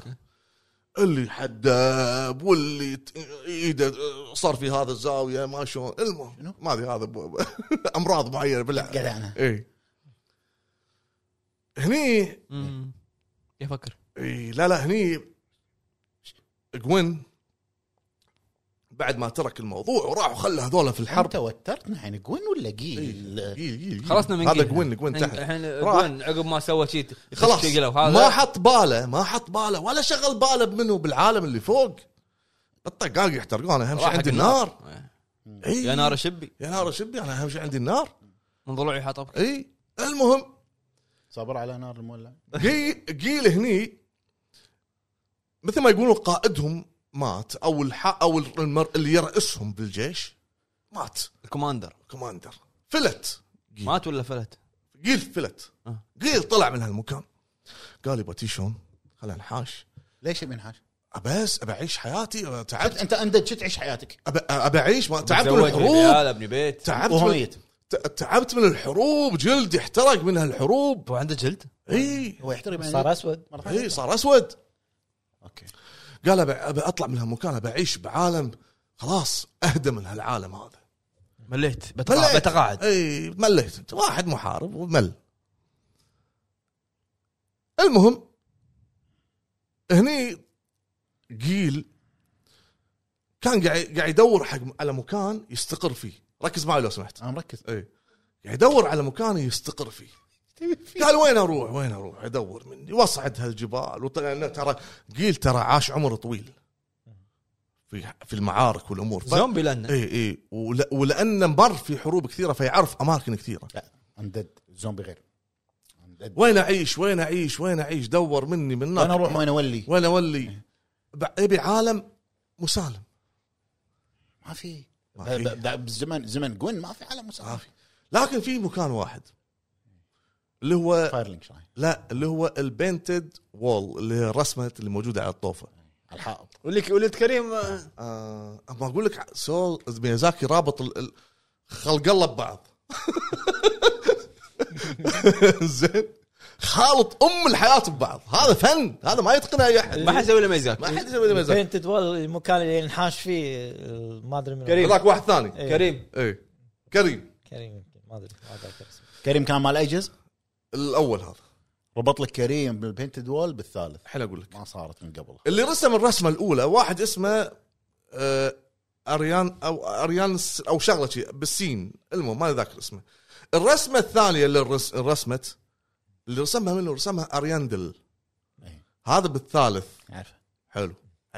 C: اللي حداب واللي ت- ايده صار في هذا الزاويه ما شلون المهم ما ادري هذا ب- ب- امراض معينه بالله
B: قلعنا
C: اي هني
A: مم. كيف افكر
C: اي لا لا هني جوين بعد ما ترك الموضوع وراح وخلى هذول في الحرب
B: انت وترتنا الحين جوين ولا جيل؟
C: جيل جيل
A: إيه. خلصنا من
C: هذا
A: كذا.
C: جوين جوين تحت
A: الحين
C: راح.
A: جوين عقب ما سوى شيء
C: خلاص
A: تشكيله وهذا.
C: ما حط باله ما حط باله ولا شغل باله بمنه بالعالم اللي فوق الطقاق يحترقون اهم شيء
A: راح
C: عندي
A: حق
C: النار
A: النار.
C: اي
A: يا نار شبي
C: يا نار شبي انا اهم شيء عندي النار
A: من ضلوعي حطبك
C: اي المهم
B: صبر على نار المولع
C: قي- قيل هني مثل ما يقولون قائدهم مات او الح او المر اللي يرأسهم بالجيش مات
A: الكوماندر
C: كوماندر فلت قيل.
A: مات ولا فلت؟
C: قيل فلت
A: آه.
C: قيل طلع من هالمكان قال يبا تي شلون خلنا نحاش
B: ليش ابن حاش؟
C: بس ابى اعيش حياتي أنا تعبت
B: انت اندد شو تعيش حياتك؟
C: أبى- ابى اعيش ما تعبت من
A: متزوج يعني.
C: الحروب
A: رجال، ابني بيت
C: تعبت
B: وهو
C: من
B: ميت
C: ت- تعبت من الحروب جلدي احترق من هالحروب
A: وعنده جلد
C: اي
B: هو يحترم يعني
D: صار اسود
B: مرة ثانية.
C: اي صار اسود
B: اوكي
C: قال ابى أبى اطلع من هالمكان ابى اعيش بعالم خلاص اهدى من هالعالم هذا
A: مليت
C: مليت.
A: بتقاعد بتقاعد
C: اي مليت أنت واحد محارب ومل المهم هني جيل كان قاعد قاعد يدور حق على مكان يستقر فيه ركز معي لو سمحت
B: انا مركز
C: اي قاعد إيه. يعني يدور على مكان يستقر فيه قال وين اروح وين اروح ادور مني واصعد هالجبال وط- لأنه ترى قيل ترى عاش عمر طويل في في المعارك والامور ف- إيه،
A: زومبي لنا
C: اي اي ول- ولانه مر في حروب كثيره فيعرف اماكن كثيره
B: لا اندد زومبي غير اندد
C: وين اعيش وين اعيش وين اعيش دور مني من
B: وين
C: نار
B: اروح وين اولي؟
C: وين اولي ب- يبي عالم مسالم
B: ما في
C: ما في.
B: ب- ب- بزمن زمن جوين ما في عالم
C: ما
B: مسافر
C: في لكن في مكان واحد اللي هو
B: فايرلينج شراي
C: لا اللي هو البينتد وول اللي هي الرسمه اللي موجوده على الطوفه
B: على الحائط
A: ولك ولد كريم آه،
C: آه ما اقول لك سول ميازاكي رابط ال- ال- خلق الله ببعض زين خالط ام الحياه ببعض هذا فن هذا ما يتقنه اي احد
A: ما حد يسوي له ميزاك
C: ما حد يسوي له ميازاكي
D: بينتد وول المكان اللي ينحاش فيه آه، ما ادري من
A: كريم.
C: هذاك واحد ثاني
D: إيه.
A: كريم
C: اي كريم
D: كريم يمكن ما ادري ما اتذكر اسمه
B: كريم كان مال ايجز
C: الاول هذا
B: ربط لك كريم بالبينتد وول بالثالث
C: الحين اقول لك
B: ما صارت من قبل
C: اللي رسم الرسمه الاولى واحد اسمه آه اريان او اريان س- او شغله شي بالسين المهم ما ذاكر اسمه الرسمه الثانيه اللي رس- رسمت اللي رسمها منه رسمها ارياندل
B: إيه.
C: هذا بالثالث
B: عارفه
C: حلو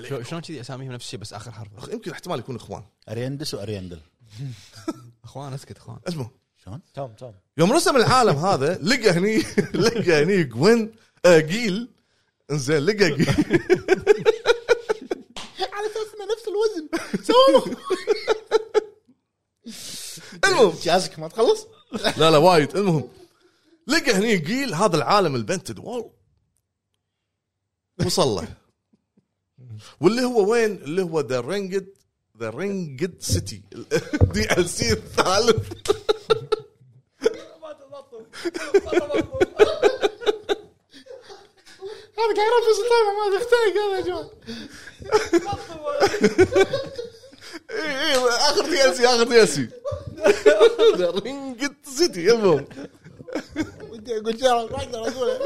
A: شو- شلون كذي اساميهم نفس الشيء بس اخر حرف
C: أخ- يمكن احتمال يكون اخوان
B: اريندس واريندل
A: اخوان اسكت اخوان
C: المهم
B: شلون؟
D: توم توم
C: يوم رسم العالم هذا لقى هني لقى هني جوين آه، جيل انزين لقى جيل
B: على اساس انه نفس الوزن
C: المهم
B: جهازك ما تخلص
C: لا لا وايد المهم لقى هني جيل هذا العالم البنتد وول وصل له واللي هو وين اللي هو ذا رينجد ذا رينجد سيتي دي ال سي الثالث
B: هذا قاعد يرفس الثاني ما تختنق هذا يا جماعه
C: اي اي اخر دي ال سي اخر دي ال سي ذا رينجد سيتي المهم
B: ودي اقول شغله ما اقدر اقولها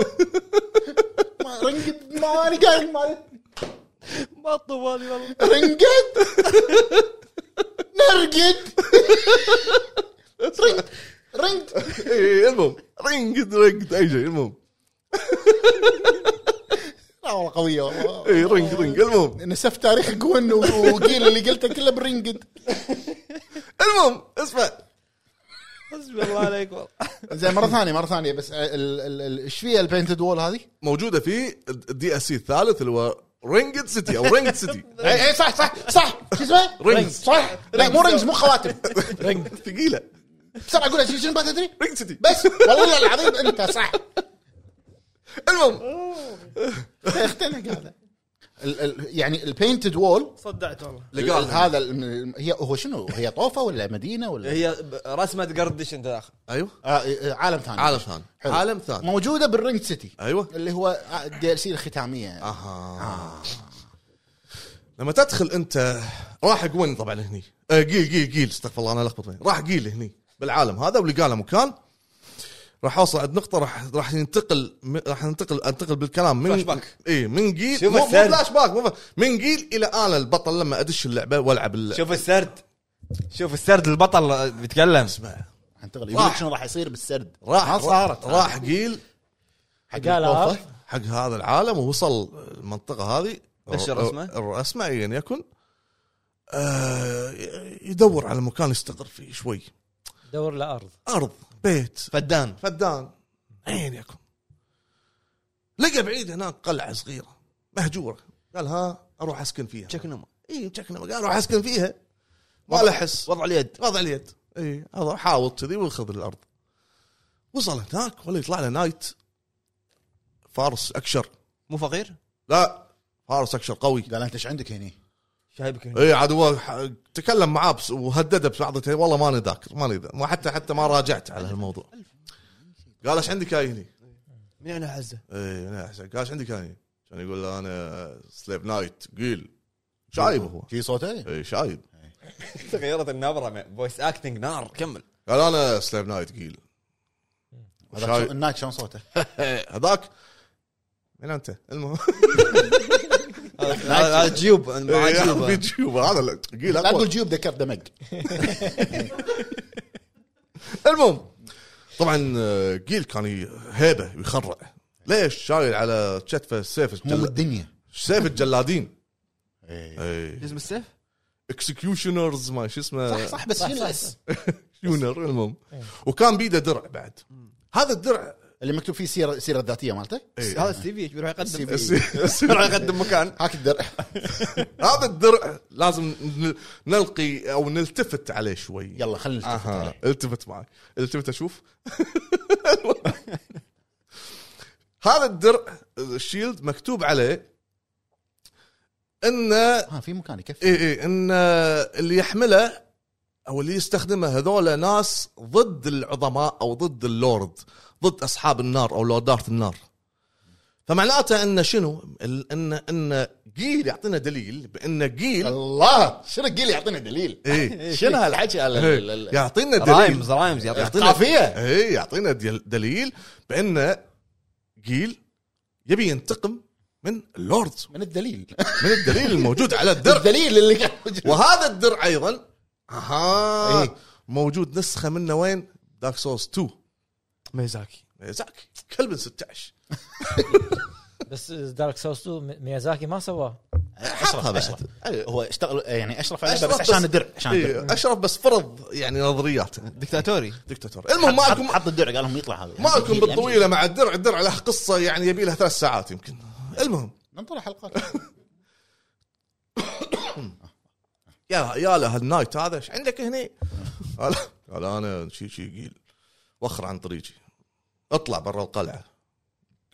B: ما- رنقد ما انا قايل ما
D: ما طوالي والله
B: رنقد نرقد رنقد رنقد
C: إي، اي إيه، المهم رينجد رينجد اي شيء المهم
B: لا والله قويه والله
C: اي إيه، رينج رينج المهم
B: نسفت تاريخ جون وقيل اللي قلته كله برنقد
C: المهم اسمع
D: حسبي الله عليك والله
B: زين مره ثانيه مره ثانيه بس ال- ال- ال- ايش فيها البينتد وول هذه؟
C: موجوده في الدي اس سي الثالث اللي هو رينجد سيتي او رينجد سيتي
B: اي اي إيه، صح صح صح شو اسمه؟
C: رينجز.
B: صح لا مو رينجز مو خواتم
C: رينج ثقيله
B: بسرعه اقولها شنو ما تدري
C: رينج سيتي
B: بس والله العظيم انت صح
C: المهم
B: اختنق هذا ال- ال- يعني البينتد وول
F: صدعت والله
C: لقاها
B: هذا ال- هي هو شنو هي طوفه ولا مدينه ولا
A: هي ب- رسمه قردش انت داخل
C: ايوه
B: آه، آه، عالم ثاني
C: عالم ثاني
B: حلو.
C: عالم ثاني
B: موجوده بالرينج سيتي
C: ايوه
B: اللي هو آه، الدي ال سي الختاميه
C: آه.
B: آه.
C: اها لما تدخل انت راح قوين طبعا هني آه، قيل قيل قيل استغفر الله انا لخبط بينهم. راح قيل هني بالعالم هذا ولقى له مكان راح اوصل عند نقطه راح راح ينتقل م- راح ننتقل انتقل بالكلام من
A: فلاش باك.
C: اي من قيل
A: شوف
C: مو مو
A: السرد.
C: فلاش باك مو ف- من قيل الى انا البطل لما ادش اللعبه والعب اللعبة.
A: شوف السرد شوف السرد البطل بيتكلم
C: اسمع
B: انتقل يقول لك
C: راح.
B: شنو راح يصير بالسرد
C: راح
B: ما صارت
C: راح قيل
B: حق
D: قال
B: الطوفة.
D: آه.
C: حق هذا العالم ووصل المنطقه هذه
A: إيش الرسمة؟
C: الرسمه ايا يكن آه، يدور على مكان يستقر فيه شوي
D: دور الارض
C: ارض بيت
A: فدان
C: فدان اين يكن لقى بعيد هناك قلعه صغيره مهجوره قال ها اروح اسكن فيها
A: شكله
C: اي شكلنا قال اروح اسكن فيها ما له حس
A: وضع اليد
C: وضع اليد اي هذا حاول كذي وخذ الارض وصل هناك ولا يطلع له نايت فارس اكشر
A: مو فقير
C: لا فارس اكشر قوي
B: قال انت ايش عندك هني؟
A: شايبك هنا
C: اي عاد هو ح- تكلم معاه بس وهدده ببعض التي- والله ماني ذاكر ماني ذا- ما حتى حتى ما راجعت على هالموضوع قال ايش عندك هاي هني؟
A: من يعني هنا عزه
C: اي انا احسن قال ايش عندك هاي؟ كان يقول له انا سليب نايت قيل شايب هو
B: في صوته؟
C: اي شايب
A: تغيرت النبره فويس اكتنج نار كمل
C: قال انا سليب نايت قيل
B: هذاك
C: شاي-
B: شو- النايت شلون صوته؟
C: هذاك من انت؟ المهم
A: هذا إيه. جيوب معاه
C: في
A: جيوب
C: جيوب إيه، هذا لا- قيل
B: لا
C: اقوى
B: تقول جيوب ذكر دمج
C: المهم طبعا آه، قيل كان ي- هيبه ويخرع ليش شايل على كتفه سيف
B: مو
C: الجل...
B: الدنيا
C: سيف الجلادين
B: إيه.
C: اي
A: اسم السيف
C: اكسكيوشنرز ما شو اسمه
B: صح إيه. صح بس شنو الاسم؟
C: شونر المهم وكان بيده درع بعد هذا الدرع
B: اللي مكتوب فيه سيره السيره الذاتيه مالته؟
C: إيه.
A: هذا السي في بيروح
B: السي
A: يقدم
B: في.
A: بيروح يقدم مكان
B: هاك الدرع
C: هذا الدرع لازم ن- نلقي او نلتفت عليه شوي
B: يلا خلينا نلتفت
C: اها
B: عليه.
C: التفت معي التفت اشوف هذا الدرع الشيلد مكتوب عليه انه
B: ها آه، في مكان يكفي
C: اي اي ان إيه، آه، اللي يحمله او اللي يستخدمه هذول ناس ضد العظماء او ضد اللورد ضد اصحاب النار او لوردات النار فمعناته ان شنو ال- ان ان قيل يعطينا دليل بان قيل
B: الله شنو قيل يعطينا دليل
C: اي
B: شنو هالحكي على ال- ال-
C: إيه، يعطينا دليل
A: رايمز رايمز يعطيك
C: إيه. يعطينا
B: الطافية.
C: اي يعطينا دل- دليل بان قيل يبي ينتقم من اللورد
B: من الدليل
C: من الدليل الموجود على الدرع
B: الدليل اللي قاعد
C: وهذا الدرع ايضا اها
B: إيه.
C: موجود نسخه منه وين؟ دارك سورس 2
A: ميزاكي
C: ميزاكي كلب 16
D: بس دارك سورس 2 ميازاكي ما سواه
C: حطها بعد
B: هو اشتغل يعني اشرف عليه
C: أشرف
B: أيوه. بس
C: بس.
B: عشان الدرع عشان الدرع
C: إيه، اشرف بس فرض يعني نظرياته
A: دكتاتوري
C: دكتاتور المهم مالكم
B: حط الدرع قال لهم يطلع هذا يعني
C: مالكم بالطويله مع الدرع الدرع له قصه يعني يبي لها ثلاث ساعات يمكن المهم
B: ننطر حلقات
C: يا يا له النايت هذا ايش عندك هنا؟ قال قال انا شي شي قيل وخر عن طريقي اطلع برا القلعه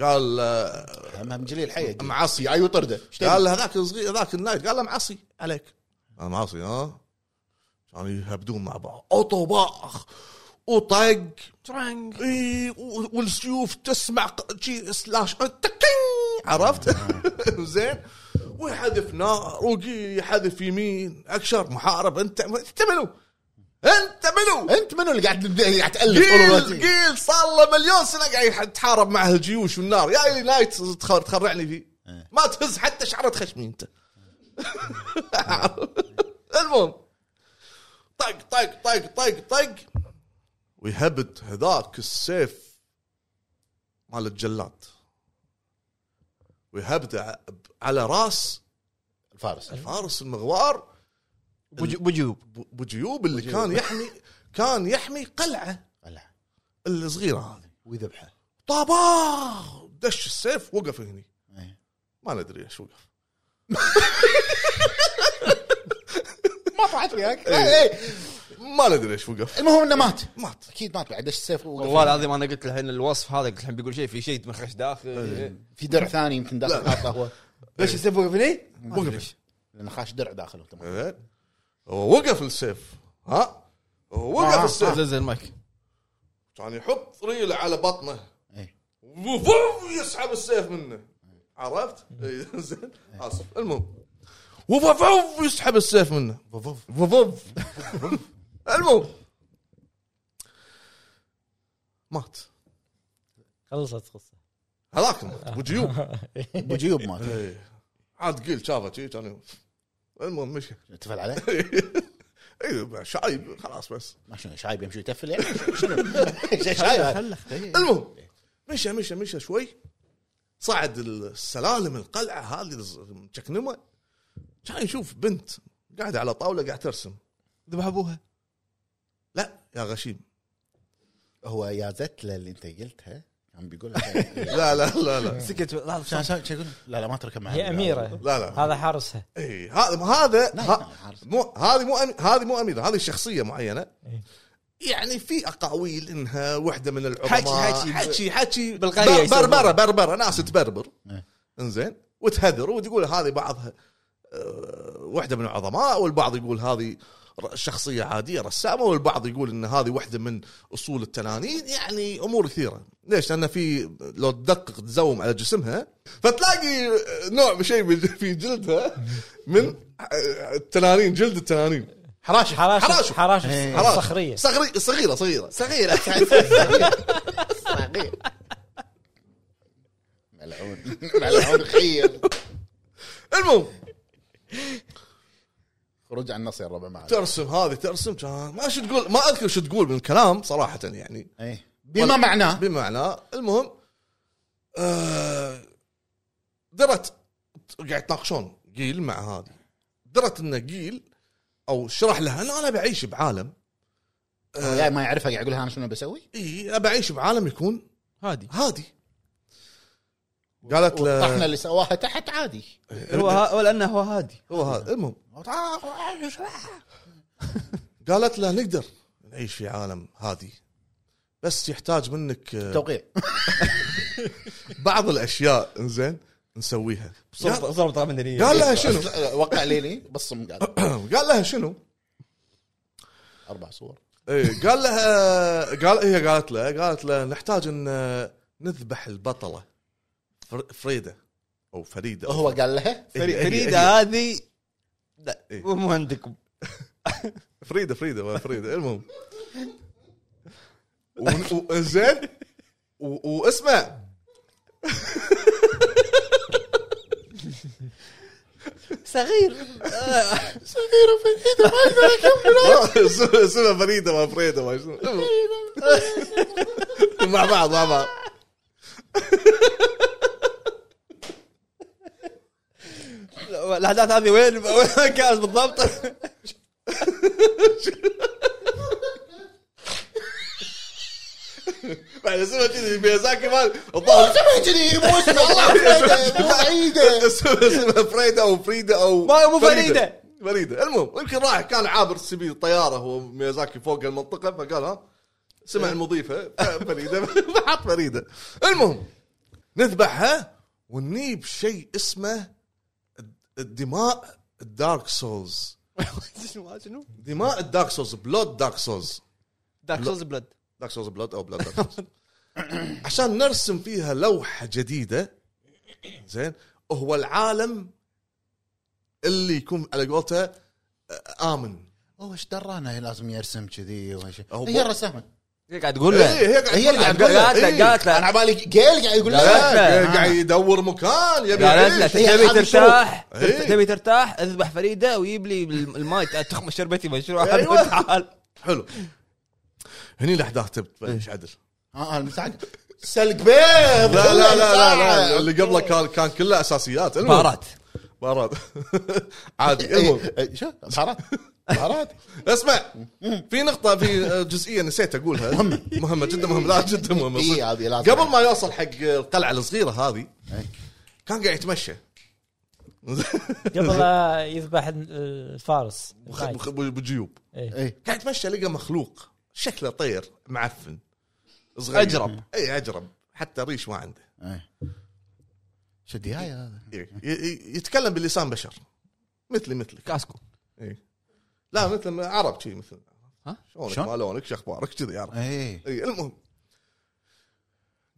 C: قال آه،
B: هم جليل حي
C: معصي
B: ايو طرده
C: قال له هذاك الصغير هذاك النايت قال له معصي عليك انا معصي ها كانوا يهبدون مع بعض وطباخ وطق ترنج اي و- والسيوف تسمع ق- شي سلاش تكين عرفت زين ويحذف نار وقي يحذف يمين اكشر محارب انت انت منو؟ انت منو؟
B: انت منو اللي قاعد يعني قاعد تالف طول الوقت؟
C: قيل قيل صار له مليون سنه قاعد يتحارب مع هالجيوش والنار يا لي نايت تخر- تخرعني فيه
B: إيه.
C: ما تهز حتى شعره خشمي انت المهم طق طق طق طق طق ويهبد هذاك السيف مال الجلاد ويهبد ع- على راس
B: الفارس
C: فارس المغوار
A: بجيوب
C: بجيوب اللي كان يحمي كان يحمي قلعه
B: قلع
C: الصغيره هذه
B: ويذبحه
C: طباخ دش السيف وقف هني
B: إيه.
C: ما ندري ايش وقف
B: ما طلعت وياك إيه.
C: ما ندري ايش وقف
B: المهم انه مات
C: مات
B: اكيد مات بعد ايش السيف وقف.
A: والله العظيم انا قلت الحين الوصف هذا قلت الحين بيقول شيء في شيء مخش داخل إيه.
B: في درع ثاني يمكن داخل حاطه هو
A: ليش السيف وقف هني؟
C: وقف
B: لانه خاش درع داخله تمام
C: زين. وقف السيف ها وقف
B: آه،
C: السيف
F: زلزل المايك
C: كان يحط ريله على بطنه
B: إيه.
C: وفوم يسحب السيف منه عرفت؟ إيه، زين اسف المهم وفوف يسحب السيف منه وفوف وفوف المهم مات
D: خلصت قصه
C: هذاك مات وجيوب
B: ابو جيوب مات
C: إيه. عاد قيل شافه شي كان يوم. المهم مشي
B: تفل عليه
C: ايوه شايب خلاص بس
B: ما شنو شايب يمشي يتفل يعني شنو شايب
C: المهم مشى مشى مشى شوي صعد السلالم القلعه هذه الز- مشكنمه كان يشوف بنت قاعده على طاوله قاعد ترسم
F: ذبح ابوها
C: لا يا غشيم
B: هو يا زتله اللي انت قلتها كان بيقول لك-
C: لا لا لا لا
F: سكت
B: شنو- شنو- شنو يقول؟ لا لا ما تركب معي
D: هي اميره
C: لا لا
D: هذا حارسها
C: اي هذا هذا
B: لا،
C: ها-
B: عارف.
C: مو هذه مو أمي- هذه مو اميره هذه شخصيه معينه
D: إيه.
C: يعني في اقاويل انها واحده من العظماء
F: حكي- حكي.
C: حكي حكي
F: بالقرية
C: بر- بربره
F: يسمونها.
C: بربره ناس تبربر
B: إيه.
C: انزين وتهذر وتقول هذه بعضها آه، واحده من العظماء والبعض يقول هذه ر- شخصيه عاديه رسامه والبعض يقول ان هذه واحده من اصول التنانين يعني امور كثيره ليش لان في لو تدقق تزوم على جسمها فتلاقي نوع من شيء من- في جلدها من التنانين جلد التنانين
D: حراشف حراشف
C: حراشف.
D: حراشف
C: حراشف.
D: صخريه
C: صغيره صغيره صغيره
B: صغيرة صغيرة ملعون ملعون خير
C: المهم
B: خروج عن النص يا الربع معك
C: ترسم هذه ترسم كان ما شو تقول ما اذكر شو تقول من الكلام صراحه يعني
B: إيه. بما معناه
C: بمعنى المهم آه، درت قاعد يتناقشون قيل مع هذه درت ان قيل او شرح لها ان انا بعيش بعالم
B: يا ما يعرفها قاعد يقول لها انا شنو بسوي
C: اي بعيش بعالم يكون
F: هادي
C: هادي قالت
B: والطحنه
C: له
B: اللي سواها تحت عادي
A: هو ها- هو لانه هو هادي
C: هو هذا المهم قالت له نقدر نعيش في عالم هادي بس يحتاج منك آه،
B: توقيع
C: بعض الاشياء انزين نسويها قال-
A: صرت طلع مني
C: قال لها شنو
B: إيه، وقع ليلي بصم قاعد
C: قال لها شنو
B: اربع صور
C: إيه، قال لها قال هي قالت له قالت له نحتاج ان آه، نذبح البطله فر- فريده او فريده
B: هو قال لها
C: إيه، إيه، إيه،
A: فريده
C: إيه.
A: هذه لا
C: إيه.
A: مو عندك
C: فريده فريده ما فريده المهم و- و- زين و- واسمع
A: صغير آه.
C: اسمها اسمها فريده ما فريده ما شنو مع بعض مع بعض
A: الاحداث هذه وين وين كانت بالضبط؟
C: بعد اسمها كذي ميازاكي مال الظاهر
B: سمع كذي مو اسمه الله بعيدة، مو بعيده
C: اسمها اسمها فريده او فريده او
A: ما- مو فريدة.
C: فريده المهم يمكن راح كان عابر السبيل طياره هو ميازاكي فوق المنطقه فقال ها
A: إيه.
C: سمع المضيفه فريده فحط فريده المهم نذبحها ونجيب شيء اسمه الدماء الدارك سولز
A: شنو شنو؟
C: دماء الدارك سولز بلود دارك سولز
A: دارك سولز بلاد
C: دارك سولز بلود او بلود دارك سولز عشان نرسم فيها لوحه جديده زين هو العالم اللي يكون على قولته آه، امن
B: هو ايش درانا هي لازم يرسم كذي وش
C: هو-
B: هي الرسامه
A: هي قاعد تقول له
C: إيه، هي قاعد
B: هي اللي قاعد
C: قاعد
B: تقول له.
A: قالت له قالت
B: انا
A: له
B: على بالي جيل قاعد يقول آه،
A: لا،
B: لها
A: لا.
C: قاعد- قاعد يدور مكان يبي
A: قالت له
C: يعيش.
B: هي
A: تبي
B: أصحاب
A: ترتاح
C: الشروق. إيه.
A: تبي ترتاح اذبح فريده ويجيب لي الماي تخمر شربتي مشروع
C: أيوة.
A: وتعال
C: حلو هني الاحداث تبلش عدل
B: اه المساعد سلق بيض
C: لا لا لا لا, لا. اللي قبله كان كان كله اساسيات المهم.
A: بارات
C: بارات عادي المهم
B: إيه، شو بهارات بهارات
C: اسمع في نقطة في جزئية نسيت اقولها مهمة مهمة جدا مهمة لا جدا مهمة
B: إي، إيه، هذه لازم.
C: قبل ما يوصل حق القلعة الصغيرة هذه
B: إي.
C: كان قاعد يتمشى
D: قبل لا يذبح الفارس
C: بخ- بخ- بجيوب
D: إيه.
B: اي
C: قاعد اتمشى لقى مخلوق شكله طير معفن صغير
A: اجرب
C: اي اجرب حتى ريش ما عنده
B: إيه.
C: إيه،
B: شو الدياي هذا؟
C: ي- ي- يتكلم باللسان بشر مثلي مثلك
A: كاسكو
C: لا مثل عرب شي مثل
A: ها؟
C: شلونك
B: شلون؟
C: ما لونك شو اخبارك كذي عرب
B: اي
C: اي المهم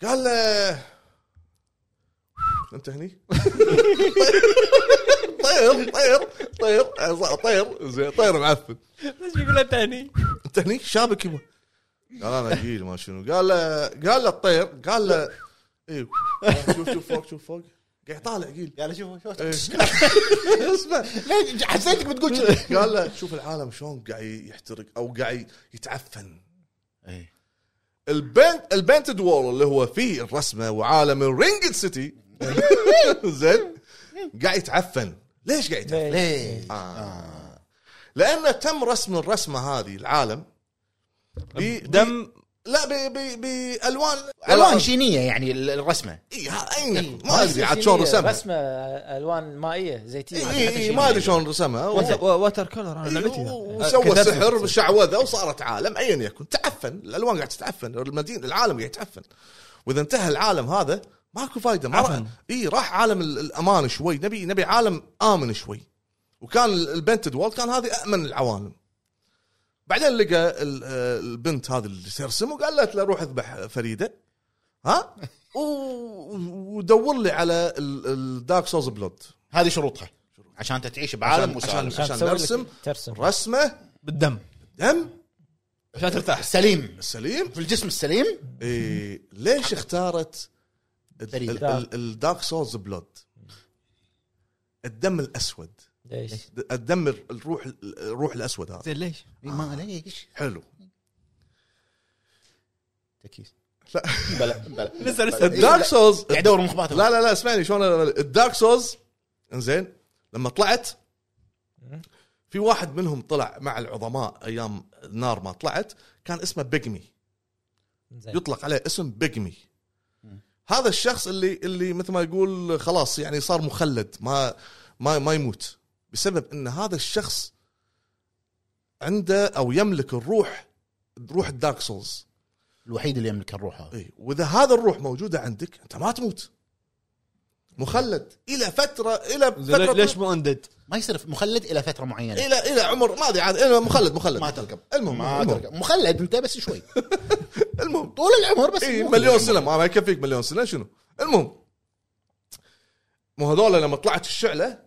C: قال له انت هني طير طير طير طير زين طير معفن
D: ليش يقول تاني؟
C: انت هني شابك يبا قال انا جيل ما شنو قال له قال له الطير قال له اي شوف شوف فوق شوف فوق قاعد طالع جيل
B: يلا شوف شوف
C: إيه. اسمع
B: ليه حسيتك بتقول كذي
C: قال له شوف العالم شلون قاعد يحترق او قاعد يتعفن
B: إيه.
C: البنت البنتد وول اللي هو فيه الرسمه وعالم الرينج سيتي زين قاعد يتعفن ليش قاعد
D: إيه.
C: يتعفن؟
B: ليه؟
C: آه. لانه تم رسم الرسمه هذه العالم ب-
A: دم
C: لا ب- ب- بالوان
B: الوان شينيه يعني ال- الرسمه
C: اي ها- أي- إيه، ما ادري عاد شلون رسمها
D: رسمه الوان مائيه زيتيه
C: اي اي- اي ما ادري شلون رسمها و-
A: واتر كولر انا لعبتي
C: إي،
A: ذا.
C: أيوه. إيه، وسوى
A: آه، كتبت-
C: سحر شعوذه وصارت عالم ايا يكن تعفن الالوان قاعد تتعفن المدينه العالم قاعد يتعفن واذا انتهى العالم هذا ماكو فايده ما راح
A: عفن.
C: اي راح عالم ال- الامان شوي نبي نبي عالم امن شوي وكان ال- البنت دول كان هذه امن العوالم بعدين لقى ال- آه، البنت هذه اللي ترسم وقال لها لا روح اذبح فريده ها و- ودور لي على الدارك سوز بلود
B: هذه شروطها عشان انت تعيش بعالم
C: عشان-
B: مسالم
C: عشان
D: تسوي لك-
C: نرسم
D: ترسم
C: رسمه
A: بالدم
C: دم
A: عشان ترتاح
B: سليم
C: سليم
B: في الجسم السليم
C: إيه ليش اختارت ال-
B: بريد.
C: ال- ال- الدارك سولز بلود الدم الاسود
D: ليش؟
C: د- الدم ال- الروح ال- الروح الاسود هذا
A: زين ليش؟
B: ما ليش
C: حلو
B: تكيس
C: لا.
B: بلا بلا
A: لسه- لسه.
B: إيه،
C: الدارك سولز
B: قاعد ادور مخبات
C: لا لا لا اسمعني شلون أنا- الدارك سولز انزين لما طلعت في واحد منهم طلع مع العظماء ايام النار ما طلعت كان اسمه بيجمي
D: زين
C: يطلق عليه اسم بيجمي
B: مم.
C: هذا الشخص اللي اللي مثل ما يقول خلاص يعني صار مخلد ما ما ما يموت بسبب ان هذا الشخص عنده او يملك الروح روح الدارك سولز
B: الوحيد اللي يملك الروح هذا
C: اي واذا هذا الروح موجوده عندك انت ما تموت مخلد الى فتره الى
A: زين
C: فتره
A: ليش- ليش مو اندد؟
B: ما يصير مخلد الى فتره معينه
C: الى الى عمر ما ادري عاد إلى مخلد مخلد
B: ما تركب
C: المهم
B: ما
C: المهم,
B: تركب مخلد انت بس شوي
C: المهم
B: طول العمر بس
C: اي
B: مخلد.
C: إيه، مليون سنه ما ما يكفيك مليون سنه شنو المهم مو هذول لما طلعت الشعله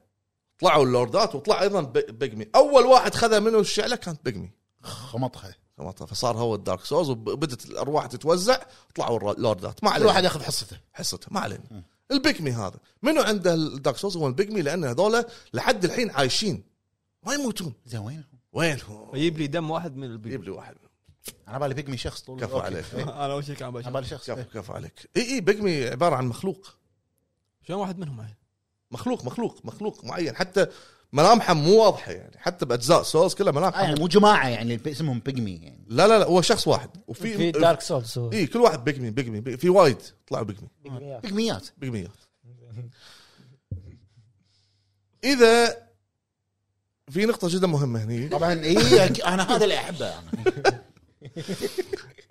C: طلعوا اللوردات وطلع ايضا ب- بيجمي اول واحد خذ منه الشعله كانت بيجمي
B: خمطها
C: فهمت؟ فصار هو الدارك سوز وبدت الارواح تتوزع طلعوا الر- اللوردات ما
B: كل واحد
C: علينا
B: ياخذ حصته
C: حصته ما علينا البيجمي هذا منو عنده الدارك سوز هو البيجمي لان هذول لحد الحين عايشين ما يموتون
B: زين وينهم؟
C: وينهم
A: يجيب لي دم واحد من البيب
C: يجيب لي واحد
B: انا بالي بيجمي شخص طول
C: كفو
B: أوكي.
C: عليك.
B: إيه.
A: انا اول شيء كان
B: انا
A: بشوف
B: بالي شخص
C: كفو
B: إيه.
C: كفو عليك اي اي بيجمي عباره عن مخلوق
A: شلون واحد منهم هاي؟
C: مخلوق مخلوق مخلوق معين حتى ملامحه مو واضحه يعني حتى باجزاء سولز كلها
B: آه،
C: ملامحه
B: يعني مو جماعه يعني الب- اسمهم بيجمي يعني
C: لا لا لا هو شخص واحد وفي
D: في دارك سولز هو.
C: اي كل واحد بيجمي بيجمي بيج- في وايد طلعوا بيجمي
D: بيجميات.
B: بيجميات
C: بيجميات اذا في نقطة جدا مهمة هني
B: طبعا اي انا إيه، هذا اللي احبه انا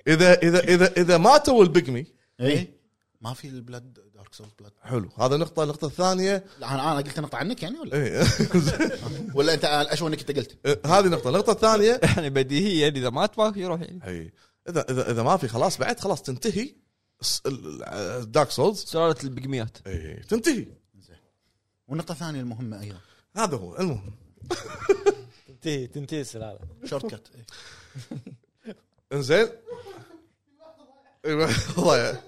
C: إذا إذا إذا إذا ماتوا البيجمي
B: اي إيه؟ ما في البلاد دارك سولز بلاد
C: حلو هذا نقطة النقطة الثانية
B: لا انا انا قلت نقطه عنك يعني ولا
C: إيه،
B: ولا انت اشو انك انت قلت
C: هذه نقطة النقطة الثانية
A: يعني بديهيا اذا مات ما يروح يعني
C: إيه، إذا إذا إذا ما في خلاص بعد خلاص تنتهي الدارك سولز
A: سلالة البقميات
C: إيه، تنتهي
B: والنقطه الثانيه المهمه
C: أيوة.
B: ايضا
C: هذا هو المهم
D: تنتهي تنتهي السلاله
B: شورت كت إيه.
C: انزين ايوه والله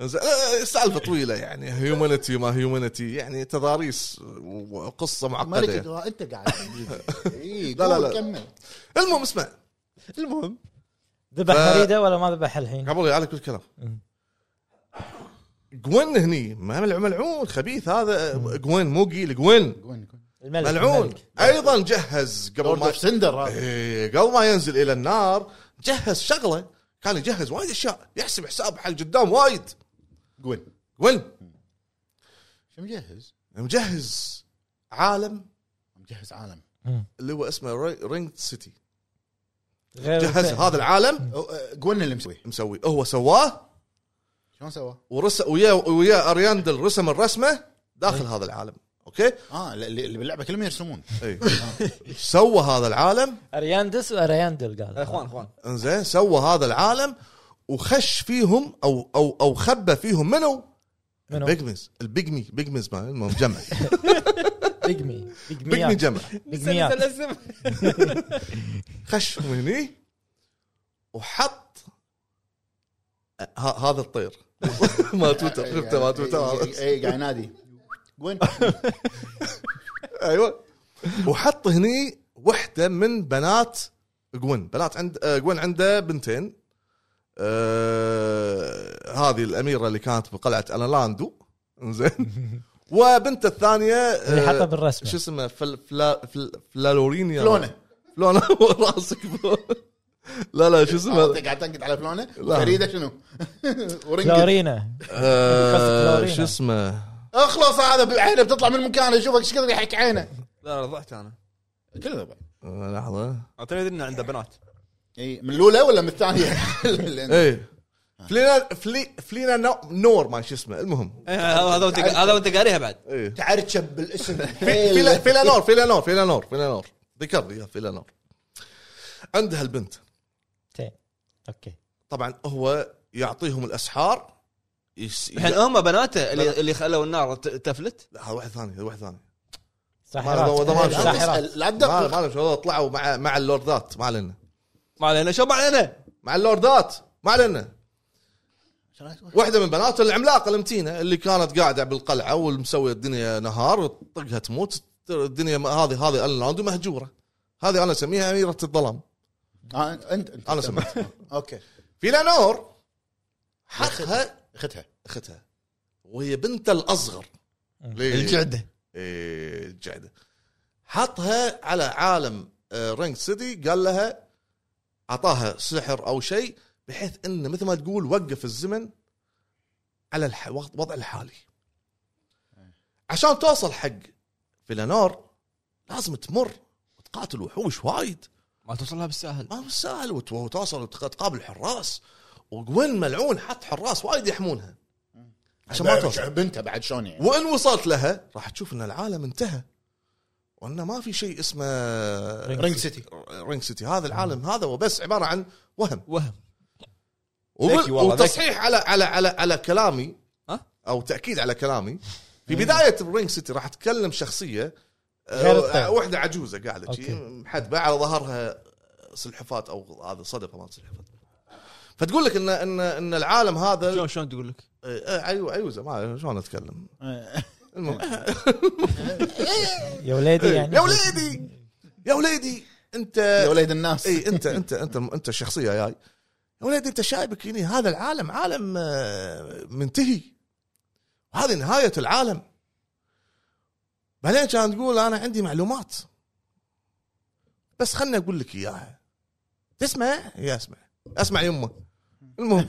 C: انزين آه، سالفه طويله يعني هيومانيتي ما هيومانيتي يعني تضاريس وقصه
B: مالك
C: معقده
B: الدراء، انت قاعد اي
C: لا، لا، لا.
B: كمل
C: المهم اسمع
A: المهم
D: ذبح
C: ف-
D: فريده ولا ما ذبح الحين؟
C: قبل على كل كلام
D: مم.
C: جوين هني ما ملع- ملعون خبيث هذا جوين مو جيل جوين
B: قول- قول.
D: الملك
C: ملعون
D: الملك.
C: ايضا جهز قبل
B: لورد
C: ما
B: اوف سندر هذا
C: إيه، قبل ما ينزل الى النار جهز شغله كان يجهز وايد اشياء يحسب حساب حق قدام وايد
B: قول
C: جوين
B: شو مجهز؟
C: مجهز عالم
B: مجهز عالم
C: اللي هو اسمه رينج سيتي
D: غير
C: جهز هذا العالم
B: أو- آه، جون اللي مسوي
C: مسوي هو سواه
B: شلون سوى؟
C: ورس ويا ويا ارياندل رسم الرسمه داخل هذا العالم اوكي
B: اه اللي اللي باللعبه كلهم يرسمون
C: اي سوى هذا العالم
D: ارياندس وارياندل قال
A: يا اخوان اخوان
C: انزين سوى هذا العالم وخش فيهم او او او خبى فيهم منو؟
D: منو؟
C: بيجمز البيجمي بيجمز ما المهم جمع
D: بيجمي
C: بيجمي
D: بيجميات
C: جمع
D: بيجميات
C: خش من هني وحط ه- هذا الطير ما
B: إيه،
C: تويتر شفته ما تويتر
B: اي إي، إيه، قاعد ينادي جون
C: ايوه وحط هني وحده من بنات جوين بنات عند آه، جوين عنده بنتين آه هذه الاميره اللي كانت بقلعه الالاندو زين وبنت الثانيه
D: اللي
C: آه،
D: حطها
C: شو
D: بالرسمه
C: اسمه فل فلا فل فلالورينيا
B: فلونه
C: فلونا راسك فلونة. لا لا شو
B: آه،
C: اسمه
B: أنت قاعد تنقد على فلونه
C: لا.
B: فريده شنو؟ ورنجة
D: كلورينا
C: آه،
D: فلورينا.
C: شو اسمه
B: اخلص هذا بعينه بتطلع من مكانه يشوفك ايش كثر يحك عينه
A: لا لا ضحت انا
B: كله طبعا
C: آه، لحظه
A: اعتقد انه عنده بنات
B: اي من الاولى ولا من الثانيه؟ لأن-
C: ايه فلينا فلي فلينا نو- نور ما شو اسمه المهم
A: إيه، هذا وانت هذا وانت قاريها بعد
C: ايه
B: تعرشب بالاسم
C: في فيلانور فيلانور فيلانور فيلانور ذكر لي إياه، فيلانور عندها البنت
D: زين. اوكي
C: طبعا هو يعطيهم الاسحار يس...
A: الحين
C: لا
A: هم بناته اللي اللي خلوا النار ت- تفلت
C: هذا واحد ثاني هذا واحد ثاني
D: ساحرات
C: ما- ما-
B: لا
D: ساحرات
B: تسأل، لا
C: ما
B: تدقق
C: ما شو طلعوا مع مع اللوردات ما علينا
A: ما علينا شو ما علينا
C: مع اللوردات ما علينا واحده من بناته العملاقه المتينه اللي كانت قاعده بالقلعه والمسويه الدنيا نهار وطقها تموت الدنيا ما- هذه هذه الاندو مهجوره هذه انا اسميها اميره الظلام
B: آه، انت انت
C: انا سمعت
B: اوكي
C: فيلانور حقها
B: اختها
C: اختها وهي بنت الاصغر
A: الجعده
C: إيه، الجعده حطها على عالم آه، رينج سيتي قال لها اعطاها سحر او شيء بحيث انه مثل ما تقول وقف الزمن على الح... وض- وضع الحالي عشان توصل حق فيلانور لازم تمر وتقاتل وحوش وايد
A: ما توصلها بالساهل
C: ما هو سهل وت- وتوصل وتقابل حراس وجوين ملعون حط حراس وايد يحمونها عشان ما توصل
B: بنتها بعد شلون يعني
C: وان وصلت لها راح تشوف ان العالم انتهى وانه ما في شيء اسمه
B: رينج سيتي
C: رينج سيتي هذا العالم هذا وبس عباره عن وهم
A: وهم
C: وب-
A: ذكي والله، ذكي.
C: وتصحيح على على على على كلامي
A: ها؟
C: او تاكيد على كلامي في بدايه رينج سيتي راح اتكلم شخصيه
D: غير الطيب.
C: آه، واحده عجوزه قاعده شي،
D: أوكي.
C: محدبه على ظهرها سلحفات او هذا صدفه ما سلحفات فتقول لك ان ان ان العالم هذا
A: شلون شلون تقول لك؟
C: آه، عيو- عيوزه ما شلون اتكلم المهم
A: إيه.
D: يا وليدي يعني
C: إيه، يا وليدي يا وليدي انت
B: يا وليد الناس
C: اي انت انت انت انت الشخصيه جاي يا وليدي انت شايبك هني هذا العالم عالم آه، منتهي وهذه نهايه العالم بعدين كانت تقول انا عندي معلومات بس خلني اقول لك اياها تسمع يا اسمع اسمع يمه المهم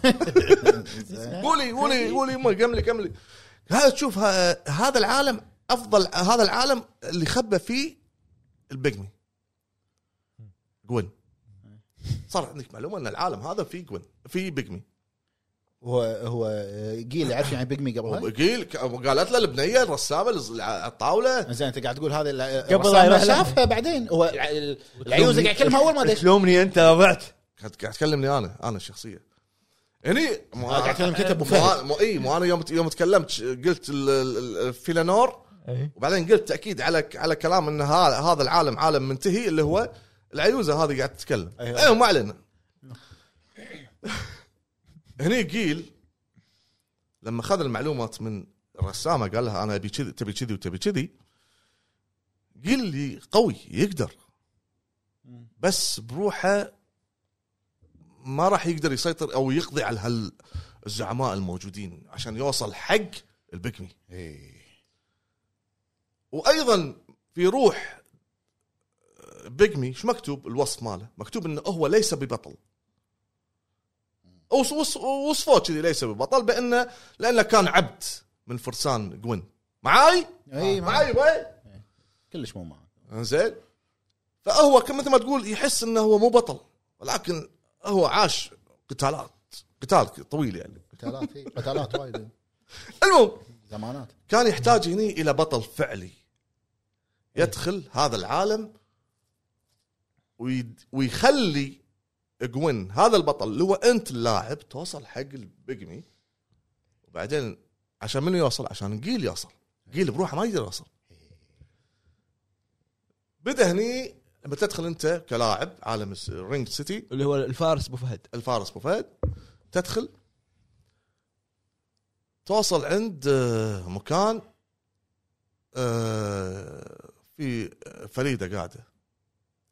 C: قولي قولي قولي يمه كملي كملي هذا تشوف ها- هذا العالم افضل هذا العالم اللي خبى فيه البقمي جوين صار عندك معلومه ان العالم هذا فيه جوين فيه بيجمي
B: هو هو آه، جيل يعرف يعني بيجمي قبلها
C: وقيل ك- قالت له البنيه الرسامه اللي على الطاوله
B: زين انت قاعد تقول هذا الع-
D: قبل
B: الرسام
D: لا يروح
B: ما
D: لها.
B: شافها بعدين هو الع- ال- العيوزه قاعد يكلمها اول ما دش
A: شلومني انت ضعت
C: كانت قاعد تكلمني انا انا الشخصيه هني مو
B: قاعد يتكلم كتب أبو
C: مو-
B: فهد.
C: مو اي مو انا يوم يوم تكلمت قلت ال- ال- ال- فيلانور
D: إيه.
C: وبعدين قلت تاكيد على على كلام ان ها- هذا العالم عالم منتهي اللي هو العيوزه هذه قاعد تتكلم
B: أيوة.
C: ايوه ما علينا هني قيل لما خذ المعلومات من الرسامه قال لها انا ابي كذي تبي كذي وتبي كذي قيل لي قوي يقدر بس بروحه ما راح يقدر يسيطر او يقضي على هال الزعماء الموجودين عشان يوصل حق البكمي وايضا في روح آه، بيجمي شو مكتوب الوصف ماله؟ مكتوب انه هو ليس ببطل. وص- وص- وصفوه كذي ليس ببطل بانه لانه كان عبد من فرسان جوين. معاي؟
B: اي ما
C: معاي باي؟
B: كلش مو معك
C: زين فهو كم- مثل ما تقول يحس انه هو مو بطل ولكن هو عاش قتالات قتال طويل يعني
B: قتالات إيه، قتالات وايد
C: المهم
B: زمانات
C: كان يحتاج هني الى بطل فعلي يدخل هذا العالم ويد- ويخلي جوين هذا البطل اللي هو انت اللاعب توصل حق البيجمي وبعدين عشان منو يوصل؟ عشان جيل يوصل جيل بروحه ما يقدر يوصل بدا هني لما تدخل انت كلاعب عالم الس- رينج سيتي
A: اللي هو الفارس ابو فهد
C: الفارس ابو فهد تدخل توصل عند آه، مكان آه، في فريده قاعده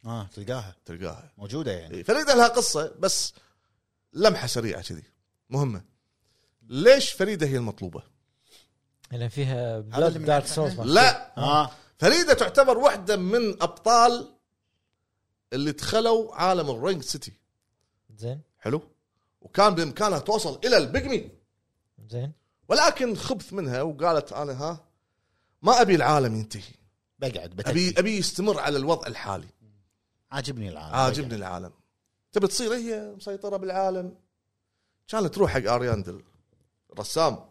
B: اه تلقاها
C: تلقاها
B: موجوده يعني
C: إي، فريده لها قصه بس لمحه سريعه كذي مهمه ليش فريده هي المطلوبه؟
D: لان
B: هذا
D: فيها
B: اللي
D: بلاد
B: من
D: دارك
B: عفسنا.
D: سولز
C: لا
B: اه
C: فريده تعتبر واحده من ابطال اللي دخلوا عالم الرينج سيتي
D: زين
C: حلو وكان بامكانها توصل الى البيجمي
D: زين
C: ولكن خبث منها وقالت انا ها ما ابي العالم ينتهي
B: بقعد بتبي
C: ابي ابي يستمر على الوضع الحالي
B: آه، عاجبني العالم
C: عاجبني العالم تبي تصير هي مسيطره بالعالم كانت تروح حق ارياندل رسام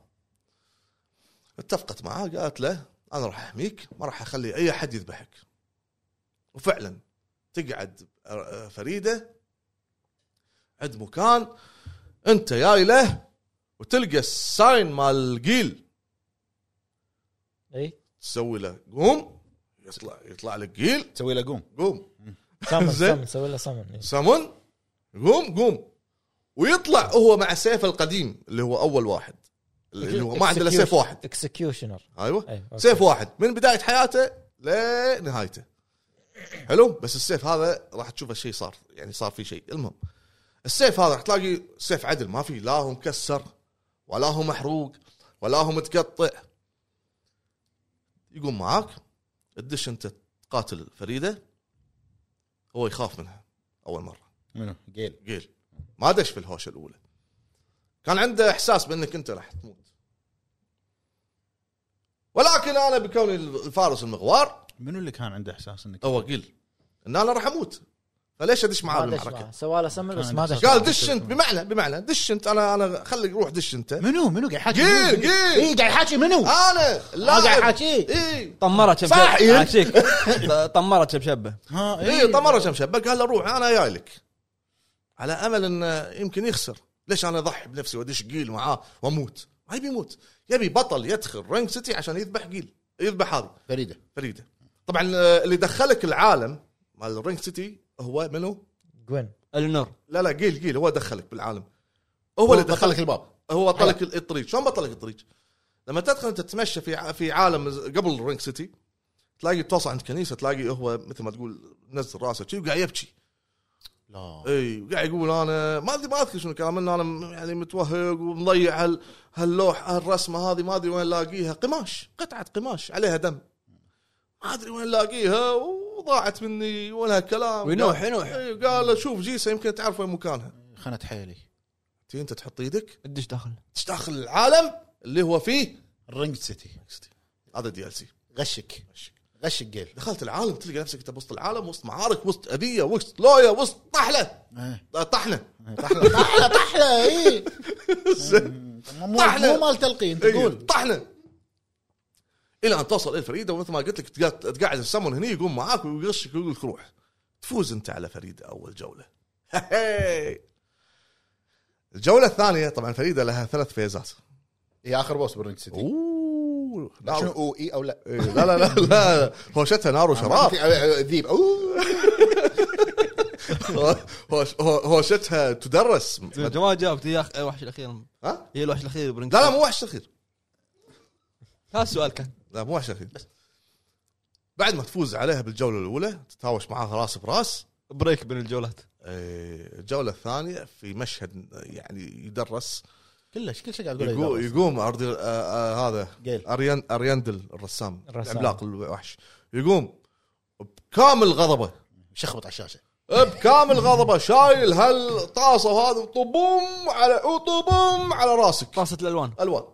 C: اتفقت معاه قالت له انا راح احميك ما راح اخلي اي احد يذبحك وفعلا تقعد آه، فريده عند مكان انت جاي له وتلقى الساين مال الجيل
D: اي
C: تسوي له قوم يطلع يطلع لك جيل
B: تسوي له قوم
C: قوم
D: سامن
C: زين.
D: سامن سوي له إيه. سامن إي.
C: سامون قوم قوم ويطلع هو مع سيفه القديم اللي هو اول واحد اللي هو ما عنده الا سيف واحد
D: اكسكيوشنر
C: ايوه
D: أي، إيه، أوكي.
C: سيف واحد من بدايه حياته لنهايته حلو بس السيف هذا راح تشوف شيء صار يعني صار في شيء المهم السيف هذا راح تلاقي سيف عدل ما في لا هو مكسر ولا هو محروق ولا هو متقطع يقوم معاك تدش انت تقاتل فريده هو يخاف منها اول مره
B: منو جيل
C: قيل ما دش في الهوشه الاولى كان عنده احساس بانك انت راح تموت ولكن انا بكوني الفارس المغوار
B: منو اللي كان عنده احساس انك
C: هو قيل ان انا راح اموت فليش ادش معاه
D: ما دش معه.
C: بالمعركه؟
D: سوى له سامن بس ما دش
C: قال
D: معه.
C: دش انت بمعنى بمعنى دش انت انا انا خلي روح دش انت
B: منو منو قاعد يحاكي
C: جيل،
B: منو؟
C: جيل. إيه.
B: اي قاعد يحاكي منو
C: انا
B: آه، قاعد
C: لاعب
B: يحاكي
C: اي
A: طمرت شبشب
C: صاحي.
A: عاشيك. طمرت شبشبه
B: ها
C: اي طمره شمشب قال له روح انا جاي لك على امل انه يمكن يخسر ليش انا اضحي بنفسي وادش جيل معاه واموت ما يبي يموت يبي بطل يدخل رينج سيتي عشان يذبح جيل يذبح هذا
B: فريده
C: فريده طبعا آه، اللي دخلك العالم مال الرينج سيتي هو منو؟
D: جوين
A: النور
C: لا لا جيل جيل هو دخلك بالعالم هو
B: هو
C: اللي
B: اللي دخلك
C: دخلك
B: الباب
C: هو طلق الطريق شلون بطلق الطريق؟ لما تدخل انت تتمشى في ع- في عالم ز- قبل رينج سيتي تلاقي توصل عند كنيسه تلاقي هو مثل ما تقول نزل راسه شي وقاعد يبكي
B: لا
C: اي وقاعد يقول انا ما ادري ما اذكر شنو الكلام انه انا م- يعني متوهق ومضيع هال هاللوح هالرسمه هذه ما ادري وين لاقيها قماش قطعه قماش عليها دم ما ادري وين لاقيها وضاعت مني ولا كلام
A: وينوح،
C: قال-
A: ينوح.
C: إي، قال له شوف جيسه يمكن تعرف وين مكانها
B: خنت إيه، حيلي
C: تي انت تحط ايدك
A: ادش داخل
C: تدخل العالم اللي هو فيه
B: الرينج سيتي
C: هذا دي ال سي
B: غشك غشك جيل
C: دخلت العالم تلقى نفسك انت بوسط العالم وسط معارك وسط اذيه وسط لويا وسط طحله
B: إيه.
C: آه، طحنه
B: طحله طحله طحله اي مو
C: طحلة.
B: مو مال تلقين
C: تقول
B: تقول
C: طحنه الى ان توصل الى فريده ومثل ما قلت لك تقعد- تقعد السمون هني يقوم معاك ويغشك ويقول لك روح تفوز انت على فريده اول جوله الجوله الثانيه طبعا فريده لها ثلاث فيزات
B: هي اخر إيه، بوس بالرينج سيتي
C: اوه
B: شنو
C: نار
B: او اي او لا
C: إيه، لا لا لا لا هوشتها نار وشراب
B: في- ذيب اوه
C: هوش- هوشتها تدرس لا
A: ما جاوبت يا أخ- الوحش الاخير
C: ها؟
A: هي الوحش الاخير برنجل
C: لا مو وحش الاخير
A: هذا السؤال كان
C: لا مو وحش الاخير بعد ما تفوز عليها بالجوله الاولى تتهاوش معاها راس براس
A: بريك بين الجولات
C: إيه، الجوله الثانيه في مشهد يعني يدرس
B: كلش كل شيء قاعد
C: يقو-
B: اقول
C: يقوم أردي آه آه هذا
B: جيل
C: اريان ارياندل الرسام
D: الرسام.
C: العملاق الوحش يقوم بكامل غضبه
B: شخبط على الشاشه
C: بكامل غضبه شايل هالطاسه وهذا طبوم على طبوم على راسك
A: طاسه الالوان
C: الوان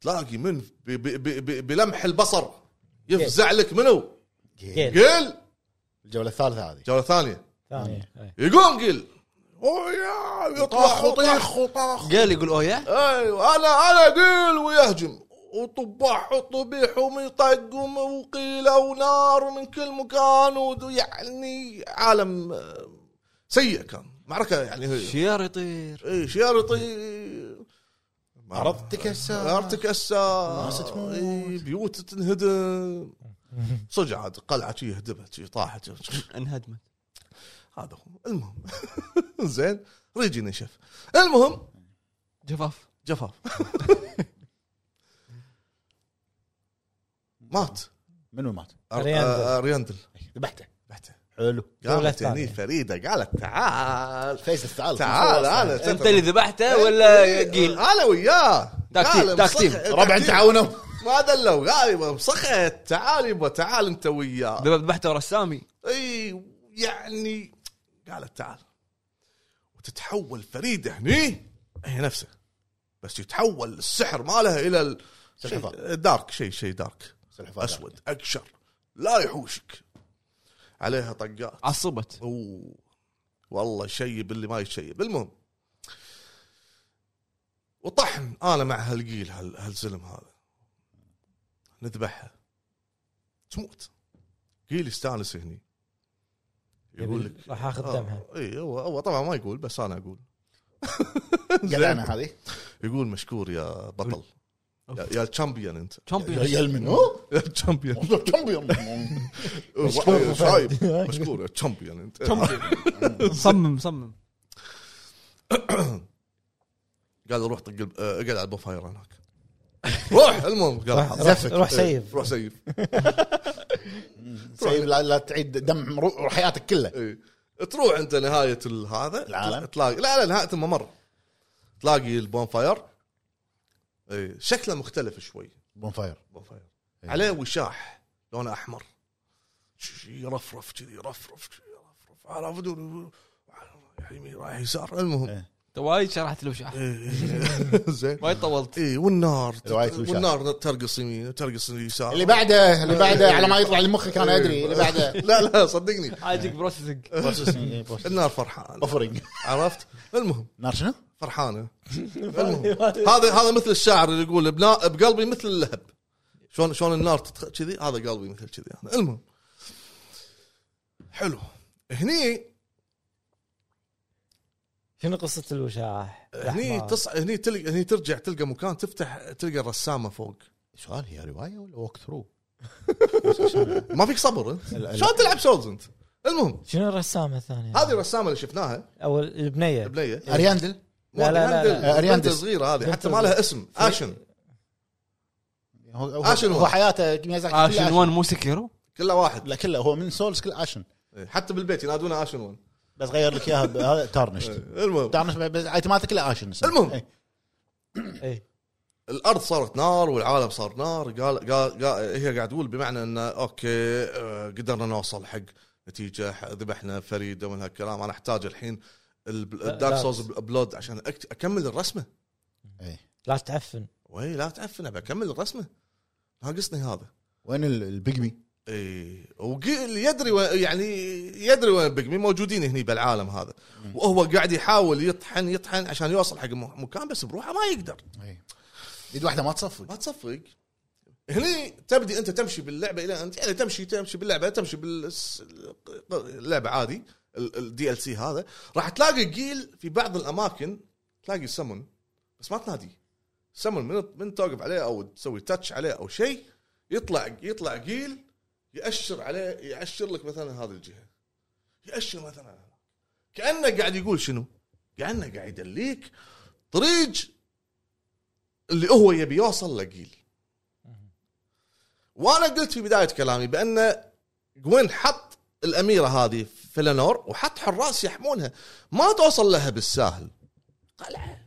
C: تلاقي من ب- ب- ب- ب- بلمح البصر يفزع لك منو؟
D: جيل.
C: قل
B: الجوله الثالثه هذه
C: جوله ثانيه
D: ثانية إيه.
C: يقوم قل اويا يطلع وطخ وطخ
A: قال يقول اويا
C: ايوه انا انا قيل ويهجم وطباح وطبيح ومطق وم- وقيله ونار من كل مكان ود- يعني عالم آه، سيء كان معركه يعني هي-
A: شير يطير
C: اي شيرطي
B: عرض تكسر
C: ارتك
B: ناس
C: اسا
B: تموت.
C: إي، بيوت تنهدم صدق عاد قلعه شي هدمت شي طاحت
A: انهدمت
C: هذا هو المهم زين ريجي نشف المهم
A: جفاف
C: جفاف مات
B: منو مات؟
D: ريندل.
C: آه، آه، ريندل
B: ذبحته
C: بحته
B: حلو
D: دولة
C: قالت
D: ثانية.
C: هني فريده قالت تعال
B: فيصل تعال
C: تعال انا
A: انت اللي ذبحته ولا قيل
C: انا وياه
A: تاك تيم،
C: قال
A: تاك تيم.
C: مسخ-
B: ربع تعاونوا
C: ما دلوا قال يبا مسخت تعال يبا تعال انت وياه
A: ذبحته رسامي
C: اي يعني قالت تعال وتتحول فريده هني هي نفسها بس يتحول السحر مالها الى ال-
B: سلحفاة.
C: شيء- دارك شيء شيء دارك
B: سلحفاة
C: اسود اقشر لا يحوشك عليها طقات
A: عصبت
C: اوه والله شيب اللي ما يشيب المهم وطحن انا مع هالقيل هال- هالزلم هذا نذبحها تموت قيل يستانس هني يقول
D: يبي-
C: لك آه.
D: راح اخذ دمها
C: اي هو هو طبعا ما يقول بس انا اقول
B: قلعنا هذه
C: يقول مشكور يا بطل يا- يا الشامبيون انت
A: شامبيون
B: ريال منو؟
C: يا الشامبيون
B: شامبيون
C: مشكور شايب إيه، مشكور يعني. إيه. يا الشامبيون انت
A: مصمم مصمم
C: قال روح طق الب- آه، اقعد على البوفاير هناك روح المهم قال
D: راح-
C: حاضر.
D: راح-
B: زفت.
D: روح سيف
C: روح سيف
B: سيب لا, لا تعيد دم رو- رو- حياتك كلها
C: إي. إيه. تروح انت نهايه ال- هذا
B: العالم.
C: تلاقي لا لا نهايه الممر تلاقي البونفاير اي شكله مختلف شوي
B: بون فاير
C: بونفاير
B: إي.
C: عليه وشاح لونه احمر ش- يرفرف كذي يرفرف كذي، يرفرف عرفت يمين رايح يسار المهم
B: إي.
A: انت وايد شرحت له شرح
C: إي، إي. زين
A: وايد طولت
C: اي إيه، والنار
B: رواية وشاح.
C: والنار ترقص يمين ترقص يسار
B: اللي بعده اللي بعده على ما يطلع لمخك انا ادري اللي بعده إيه،
C: لا لا صدقني
A: حاجيك بروسيسنج
C: النار فرحانه
B: بفرنج
C: عرفت المهم
B: نار شنو؟
C: فرحانه المهم. هذا هذا مثل الشاعر اللي يقول بنا- بقلبي مثل اللهب شلون شلون النار تتخ- كذي هذا قلبي مثل كذي أنا. المهم حلو هني
D: شنو قصه الوشاح؟
C: هني
D: لحظة.
C: تص... هني تلقى هني ترجع تلقى مكان تفتح تلقى الرسامه فوق
B: سؤال هي روايه ولا ووك ثرو؟
C: ما فيك صبر أنت.
B: لا، لا.
C: شلون تلعب سولز انت المهم
D: شنو الرسامه الثانيه؟
C: هذه الرسامه اللي شفناها
D: او البنيه
C: بنيه
B: ارياندل
D: لا، لا، لا، لا.
C: ارياندس
B: أرياندس.
C: صغيره هذه
D: بنت
C: حتى ما لها اسم اشن
B: هو هو-
C: آشن
B: آه، هو آه،
C: واحد.
B: حياته ميازاكي
C: آه،
B: كلها
A: اشن 1 مو سكيرو
C: كلها واحد
B: لا كله هو من سولز كل اشن
C: حتى بالبيت ينادونها اشن 1
B: بس غير لك اياها ب- هذا تارنشت
C: المهم
B: تارنشت بس ايتماته كلها اشن اسمها.
C: المهم.
B: إي.
D: اي
C: الارض صارت نار والعالم صار نار قال قال, قال هي قاعد تقول بمعنى ان اوكي آه، قدرنا نوصل حق نتيجه ح- ذبحنا فريده ومن هالكلام انا احتاج الحين الدارك
D: لا.
C: سولز بلود عشان أكت- اكمل الرسمه
B: إي.
D: لا تعفن
C: وي لا تعفن ابي اكمل الرسمه ناقصني هذا
B: وين ال- البيجمي؟
C: اي وقيل إيه، يدري و... يعني يدري وين بيجمي موجودين هني بالعالم هذا وهو قاعد يحاول يطحن يطحن عشان يوصل حق م- مكان بس بروحه ما يقدر
B: إي. يد واحده إيه. ما تصفق
C: ما تصفق هني تبدي انت تمشي باللعبه الى انت يعني تمشي تمشي باللعبه تمشي باللعبه عادي الدي ال سي هذا راح تلاقي قيل في بعض الاماكن تلاقي سمون بس ما تنادي سمون من من توقف عليه او تسوي تاتش عليه او شيء يطلع يطلع قيل ياشر عليه ياشر لك مثلا هذه الجهه ياشر مثلا كانه قاعد يقول شنو؟ كانه قاعد يدليك طريق اللي هو يبي يوصل لقيل وانا قلت في بدايه كلامي بان جوين حط الاميره هذه فلانور وحط حراس يحمونها ما توصل لها بالساهل قلعه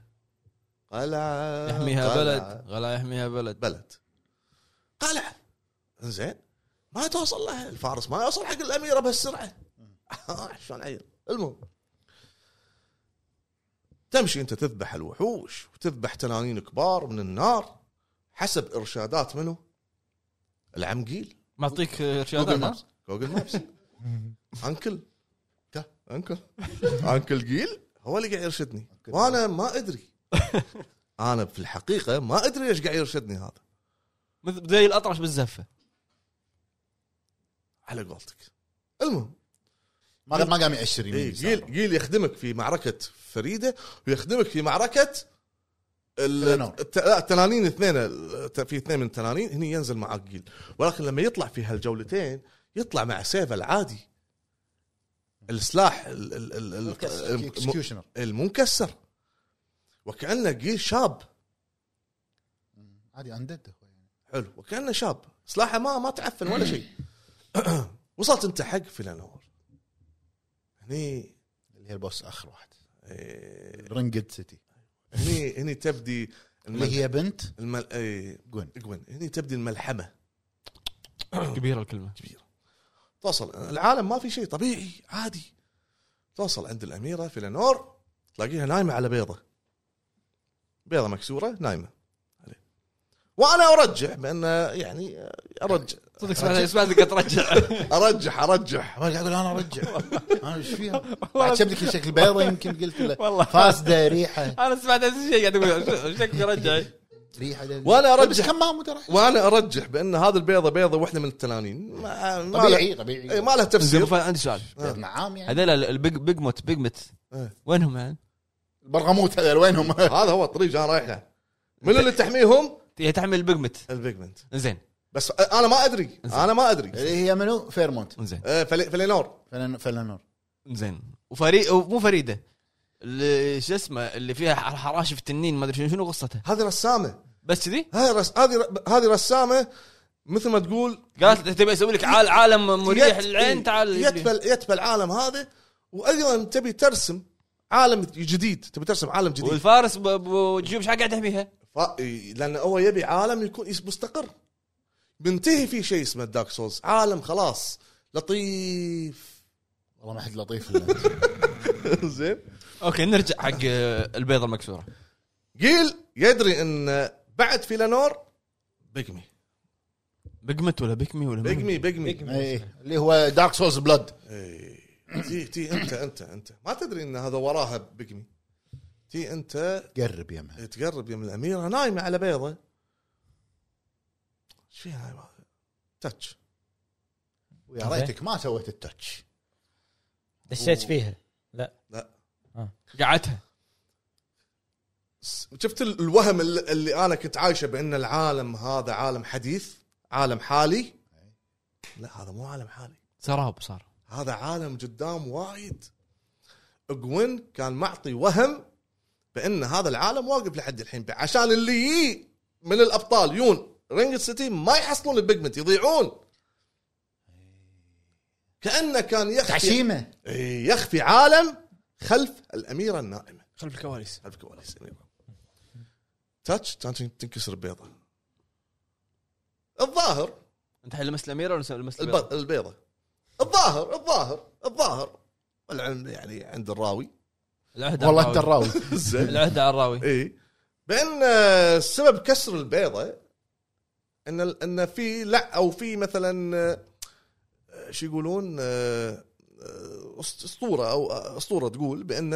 F: آه،
C: قلعه
A: يحميها
C: قلعة.
A: بلد غلا يحميها بلد
C: بلد قلعه زين ما توصل لها الفارس ما يوصل حق الاميره بهالسرعه شلون عيل المهم تمشي انت تذبح الوحوش وتذبح تنانين كبار من النار حسب ارشادات منه العمقيل
F: معطيك آه، ارشادات
B: جوجل
F: ها؟
B: مابس.
C: جوجل مابس انكل ده انكل انكل جيل هو اللي قاعد يرشدني وانا ما ادري انا في الحقيقه ما ادري ايش قاعد يرشدني هذا
F: مثل زي الاطرش بالزفه
C: على قولتك المهم
B: ما ما قام يأشر يمين
C: إيه،
B: يسار.
C: جيل جيل يخدمك في معركه فريده ويخدمك في معركه ال-
B: تلنور.
C: الت- لا التنانين اثنين ال- ت- في اثنين من التنانين هني ينزل معك جيل ولكن لما يطلع في هالجولتين يطلع مع سيف العادي السلاح ال- ال- ال- ال- الم-
B: اكسكيوشنر
C: المنكسر وكانه جيل شاب
B: عادي يعني. اندد
C: حلو وكانه شاب سلاحه ما ما تعفن ولا شيء وصلت انت حق فيلانور هني
B: اللي هي البوس اخر واحد
C: إيه،
B: رنجد سيتي
C: هني هني تبدي المل...
B: اللي هي بنت
C: المل... اي
B: جون
C: جوين هني تبدي الملحمه
F: كبيره الكلمه
C: كبيره توصل العالم ما في شيء طبيعي عادي توصل عند الاميره فيلانور تلاقيها نايمه على بيضه بيضه مكسوره نايمه عليه. وانا ارجح بان يعني ارجح
F: صدق سمعت سمعتك ترجع
C: ارجح ارجح
B: ما قاعد اقول انا ارجع انا ايش فيها؟ بعد شبلك شكل بيضه يمكن قلت له فاسده ريحه
F: انا سمعت نفس الشيء قاعد اقول شكلك ترجع
B: ريحه
C: وأنا أرجح.
B: بس كمام ترى
C: وانا ارجح بان هذا البيضه بيضه واحده من التنانين ما ما له-
B: طبيعي
C: إيه،
B: طبيعي
C: ما لها تفسير آه.
F: زين عندي سؤال
B: بيض نعام يعني
F: هذول البيج بيجمت بيجمت
C: إيه.
F: وينهم يعني؟
B: برغموت هذول وينهم؟
C: هذا هو الطريق انا رايح له من اللي تحميهم
F: هي تحمل البيجمت
C: البيجمنت
F: زين
C: بس انا ما ادري انا ما ادري
F: إيه.
B: اللي إيه، هي منو؟ فيرمونت
F: زين
C: آه، فلي- فلينور
B: فلن- فلنور
F: زين وفريد مو فريده اللي شو اسمه اللي فيها ح- حراشف تنين ما ادري شنو شنو قصتها
C: هذه رسامه
F: بس كذي
C: هاي رس... هذه ر- هذه رسامه مثل ما تقول
F: قالت تبي اسوي لك عال عالم مريح
C: يت- إيه،
F: للعين تعال
C: يتبى يتبى العالم هذا وايضا تبي ترسم عالم جديد تبي ترسم عالم جديد
F: والفارس ب- بجيوب ايش قاعد يحميها؟
C: ف... لان هو يبي عالم يكون يس- مستقر بينتهي في شيء اسمه دارك سولز عالم خلاص لطيف
B: والله ما حد لطيف إلا.
C: زين
F: اوكي نرجع حق آه، البيضه المكسوره
C: جيل يدري ان بعد فيلانور بيجمي
F: بقمت ولا بكمي ولا
C: بيجمي بيجمي
B: إيه، اللي هو دارك سولز بلاد
C: إيه. تي تي انت انت انت ما تدري ان هذا وراها بيجمي تي انت
B: قرب يمها
C: تقرب يم الاميره نايمه على بيضه ايش فيها نايمه تاتش
B: ويا ريتك ما سويت التاتش
D: دشيت فيها
F: قعدتها
C: شفت ال- الوهم اللي, اللي انا كنت عايشه بان العالم هذا عالم حديث عالم حالي لا هذا مو عالم حالي
F: سراب صار
C: هذا عالم قدام وايد جوين كان معطي وهم بان هذا العالم واقف لحد الحين عشان اللي يجي من الابطال يون رينج سيتي ما يحصلون البيجمنت يضيعون كانه كان يخفي
B: تعشيمه
C: إيه، يخفي عالم خلف الاميره النائمه
F: خلف الكواليس
C: خلف الكواليس أيوة. تاتش كانت تنكسر البيضه الظاهر
F: انت الحين لمست الاميره ولا لمست البيضه؟
C: الب- البيضه الظاهر الظاهر الظاهر العلم يعني عند الراوي
F: العهد
B: والله
F: على
B: انت
F: الراوي.
B: الراوي
C: زين
F: العهد على الراوي
C: اي بان آه، سبب كسر البيضه ان ال- ان في لا او في مثلا آه، شو يقولون آه، آه، أس- اسطوره او آه، اسطوره تقول بان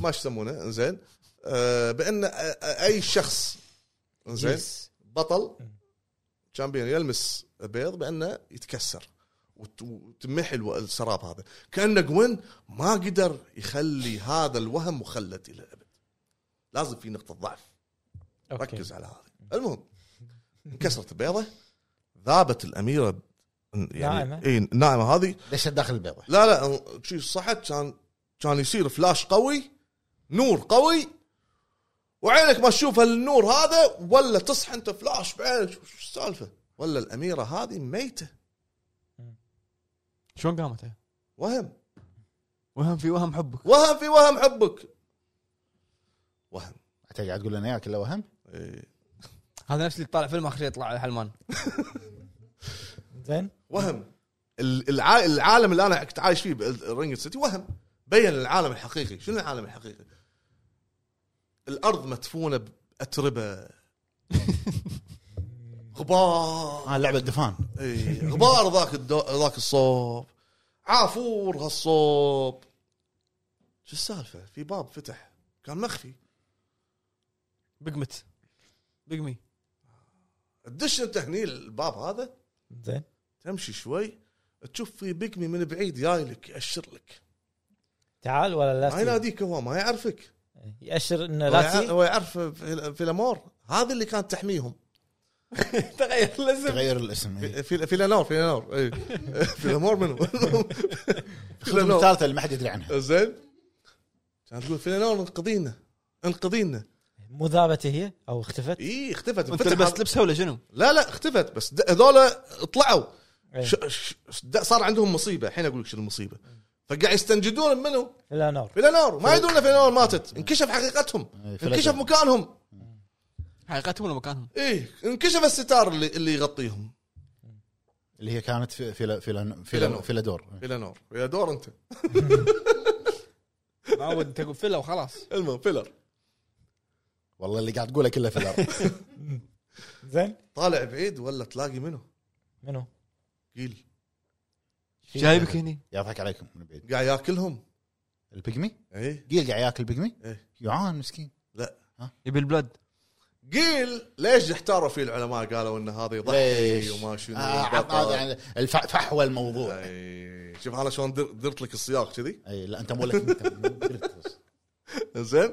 C: ما شو يسمونه انزين آه، بان آه، آه، اي شخص انزين بطل شامبيون يلمس بيض بانه يتكسر وت- وتمحي الو- السراب هذا كانه جوين ما قدر يخلي هذا الوهم مخلد الى الابد لازم في نقطه ضعف
D: أوكي.
C: ركز على هذا المهم انكسرت البيضه ذابت الاميره يعني
D: ناعمة.
C: اي ناعمه هذه
B: دشت داخل البيضه
C: لا لا شي صحت كان كان يصير فلاش قوي نور قوي وعينك ما تشوف النور هذا ولا تصحى انت فلاش بعينك شو شو السالفه ولا الاميره هذه ميته
F: شلون قامت هي؟
C: وهم
F: وهم في وهم حبك
C: وهم في وهم حبك وهم
B: انت قاعد تقول لنا اياه كله وهم
C: إيه.
F: هذا نفس اللي طالع فيلم اخر شيء يطلع حلمان
D: زين
C: وهم ال- الع- العالم اللي انا كنت عايش فيه بالرينج سيتي وهم بين العالم الحقيقي شنو العالم الحقيقي الارض مدفونه باتربه غبار
B: ها لعبه دفان
C: اي غبار ذاك الدو... ذاك الصوب عافور هالصوب شو السالفه في باب فتح كان مخفي
F: بقمت بقمي
C: تدش انت هني الباب هذا
D: زين
C: تمشي شوي تشوف في بيكمي من بعيد جاي لك ياشر لك
D: تعال ولا
C: ما
D: لا
C: يناديك هو ما يعرفك
D: ياشر انه
C: هو
D: لا
C: يع-
D: تسي.
C: هو يعرف في الامور هذا اللي كانت تحميهم
F: تغير لازم
B: تغير الاسم
C: في
B: إيه.
C: في في الانور في الانور اي في الامور منو
B: الخدمه الثالثه اللي ما حد يدري عنها
C: زين كانت تقول فيلانور انقذينا انقذينا
D: مو ذابت هي او اختفت
C: اي إيه، اختفت
F: انت
C: فتح
F: لبست
C: هذا-
F: لبسه ولا شنو؟
C: لا لا اختفت بس د- هذول طلعوا
D: إيه.
C: ش- ش- د- صار عندهم مصيبه الحين اقول لك شنو المصيبه فقاعد يستنجدون منو؟
D: لا نور
C: فيلانور ما يدرون ان فيلانور ماتت انكشف حقيقتهم
B: إيه، فلتر.
C: انكشف مكانهم
F: حقيقتهم ولا مكانهم؟
C: ايه انكشف الستار اللي اللي يغطيهم
B: اللي هي كانت في في في
C: فيلانور.
B: في إيه. فيلادور
C: فيلانور يا دور انت
F: ما ودي تقول فيلا وخلاص
C: المهم فيلر
B: والله اللي قاعد تقوله كله فيلر
D: زين
C: طالع بعيد ولا تلاقي منه
D: منو؟
C: قيل
F: جايبك هني
B: يضحك عليكم من بعيد
C: قاعد ياكلهم
B: البيجمي
C: ايه
B: قيل قاعد ياكل بيجمي
C: إيه.
B: يعان مسكين
F: يبي البلد
C: قيل ليش احتاروا فيه العلماء قالوا ان هذا يضحي
B: ليش؟
C: وما أيوة، شنو
B: آه،
C: بطل.
B: هذا يعني الف- فحوى الموضوع
C: إيه. شوف انا شلون در- درت لك السياق كذي
B: اي لا انت مو لك أنت مو-
C: زين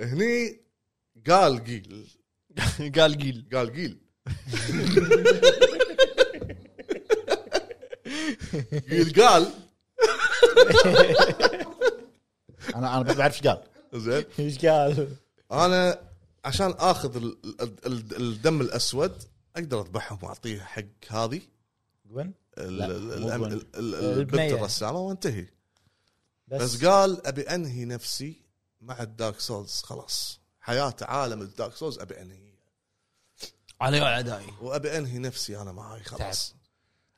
C: هني قال قيل
F: قال قيل
C: قال قيل قيل قال
B: انا انا بعرف ايش قال
C: زين
D: ايش قال؟
C: انا عشان اخذ ال- ال- ال- الدم الاسود اقدر اذبحهم واعطيه حق هذه
D: جوين
C: ال-
B: لا،
C: ال-
B: مو آه،
C: ال-
B: بن.
C: ال- ال- البنت
D: البنية.
C: الرسامه وانتهي
D: بس,
C: بس قال ابي انهي نفسي مع الدارك سولز خلاص حياه عالم الدارك سولز ابي انهي
F: علي اعدائي
C: وابي انهي نفسي انا معاي خلاص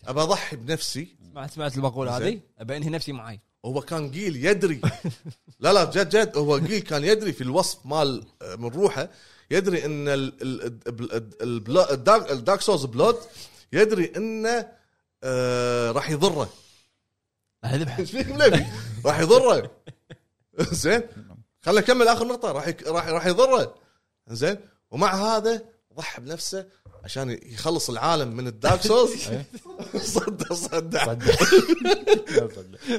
C: ابى اضحي بنفسي
F: سمعت سمعت المقوله
C: زين.
F: هذه ابي انهي نفسي معاي
C: هو كان قيل يدري لا لا جد جد هو قيل كان يدري في الوصف مال من روحه يدري ان ال- ال- ال- ال- البلا- الدارك- الدارك سولز بلود يدري انه آه، راح يضره
F: اذبحه
C: ايش فيك مليفي راح يضره زين خلنا نكمل اخر نقطه راح يك- راح راح يضره زين ومع هذا ضحى بنفسه عشان يخلص العالم من الدارك سولز صدع صدع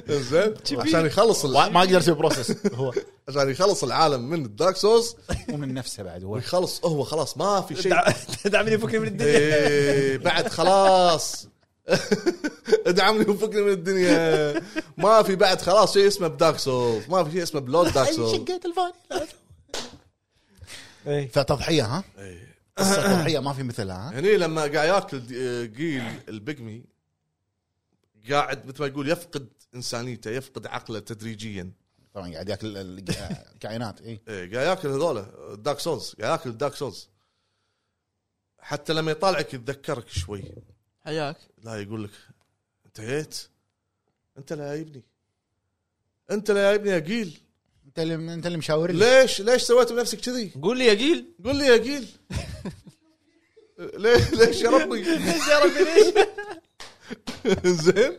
C: زين عشان يخلص ال-
B: ما اقدر اسوي بروسس هو
C: عشان يخلص العالم من الدارك سولز
B: ومن نفسه بعد هو
C: ويخلص هو خلاص ما في شيء
F: دعمني فكني من الدنيا
C: إيه، بعد خلاص ادعمني وفكني من الدنيا ما في بعد خلاص شيء اسمه بدارك سولز ما في شيء اسمه بلود دارك سولز
D: إيه.
B: فتضحيه ها؟
C: إيه.
B: قصة تضحيه ما في مثلها ها؟
C: هني يعني لما قاعد ياكل دي- آه، قيل البقمي قاعد مثل ما يقول يفقد انسانيته يفقد عقله تدريجيا
B: طبعا قاعد ياكل ال- الكائنات اي
C: إيه، قاعد ياكل هذول دارك سولز قاعد ياكل دارك سولز حتى لما يطالعك يتذكرك شوي
F: حياك
C: لا يقول لك انت جيت انت لا جايبني انت لا جايبني يا قيل
B: انت اللي انت اللي مشاور لي
C: ليش ليش سويت بنفسك كذي؟
F: قول لي يا قيل
C: قول لي يا قيل ليش ليش يا ربي؟ ليش يا ربي ليش؟ زين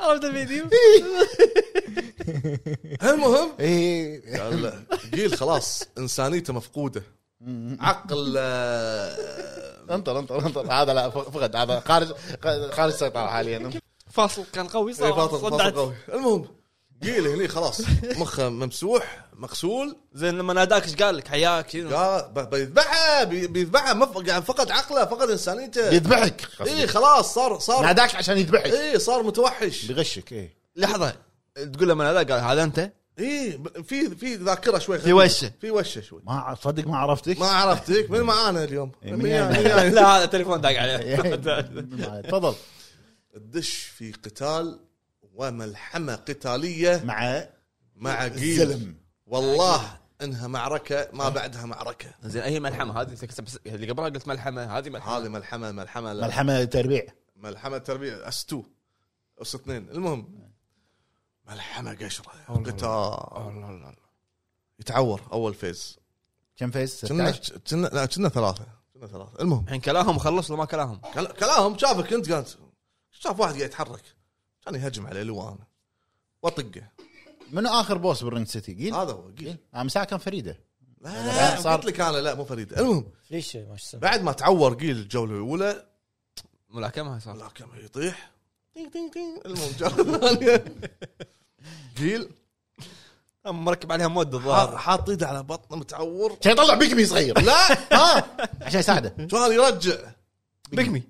F: عرفت الفيديو
C: المهم
B: اي
C: قال لا، قيل خلاص انسانيته مفقوده عقل آه،
B: انطر انطر انطر هذا لا فقد هذا خارج خارج السيطره حاليا
F: فاصل كان قوي
C: إيه،
F: صار
C: فاطل- فاطل
F: صدعت.
C: قوي. المهم قيل هني خلاص مخه ممسوح مغسول
F: زين لما ناداك ايش قال لك حياك شنو؟
C: قا- ب- بيذبحه بي- بيذبحه مف- قاعد فقد عقله فقد انسانيته
B: يذبحك
C: اي إيه، خلاص صار صار
B: ناداك عشان يذبحك
C: اي صار متوحش
B: بغشك اي
F: لحظه تقول لما ناداك قال هذا انت
C: اي إيه، في في ذاكره شوي
F: في وشه
C: في وشه شوي
B: ما ع- صدق ما عرفتك
C: ما عرفتك من معانا اليوم
B: إيه،
C: من
B: من
C: يعني-
B: يعني.
C: يعني.
F: لا هذا تليفون داق عليه
B: إيه. تفضل
C: الدش في قتال وملحمه قتاليه
B: مع
C: مع جيل
B: الزلم
C: والله انها معركه ما بعدها معركه
F: زين اي ملحمه هذه سك- سك- سك- اللي قبلها قلت ملحمه هذه ملحمه
C: هذه ملحمه ملحمه لا.
B: ملحمه تربيع
C: ملحمه تربيه اس 2 اس 2 المهم ملحمه قشره قتال يتعور اول فيز
B: كم فيز؟
C: كنا
B: 16
C: كنا لا كنا ثلاثه كنا ثلاثه المهم
A: الحين كلاهم خلص ولا ما كلاهم؟
C: كل- كلامهم شافك انت قالت شاف واحد قاعد يتحرك كان يهجم عليه لوان واطقه
B: منو اخر بوس بالرينج سيتي قيل؟
C: هذا هو قيل
B: آه، مساء كان فريده
C: إيه. لا
B: صار-
C: قلت لك انا لا مو فريد المهم
D: ليش ما شو اسمه
C: بعد ما تعور قيل الجوله الاولى
A: ملاكمها صار
C: لا كم يطيح تين تين تين المهم جوله الثانيه قيل
A: مركب عليها مود
C: حاط-
A: الظاهر
C: حاط ايده على بطنه متعور
B: كان يطلع بيكمي صغير
C: لا
B: ها آه. عشان يساعده
C: كان يرجع
A: بقمي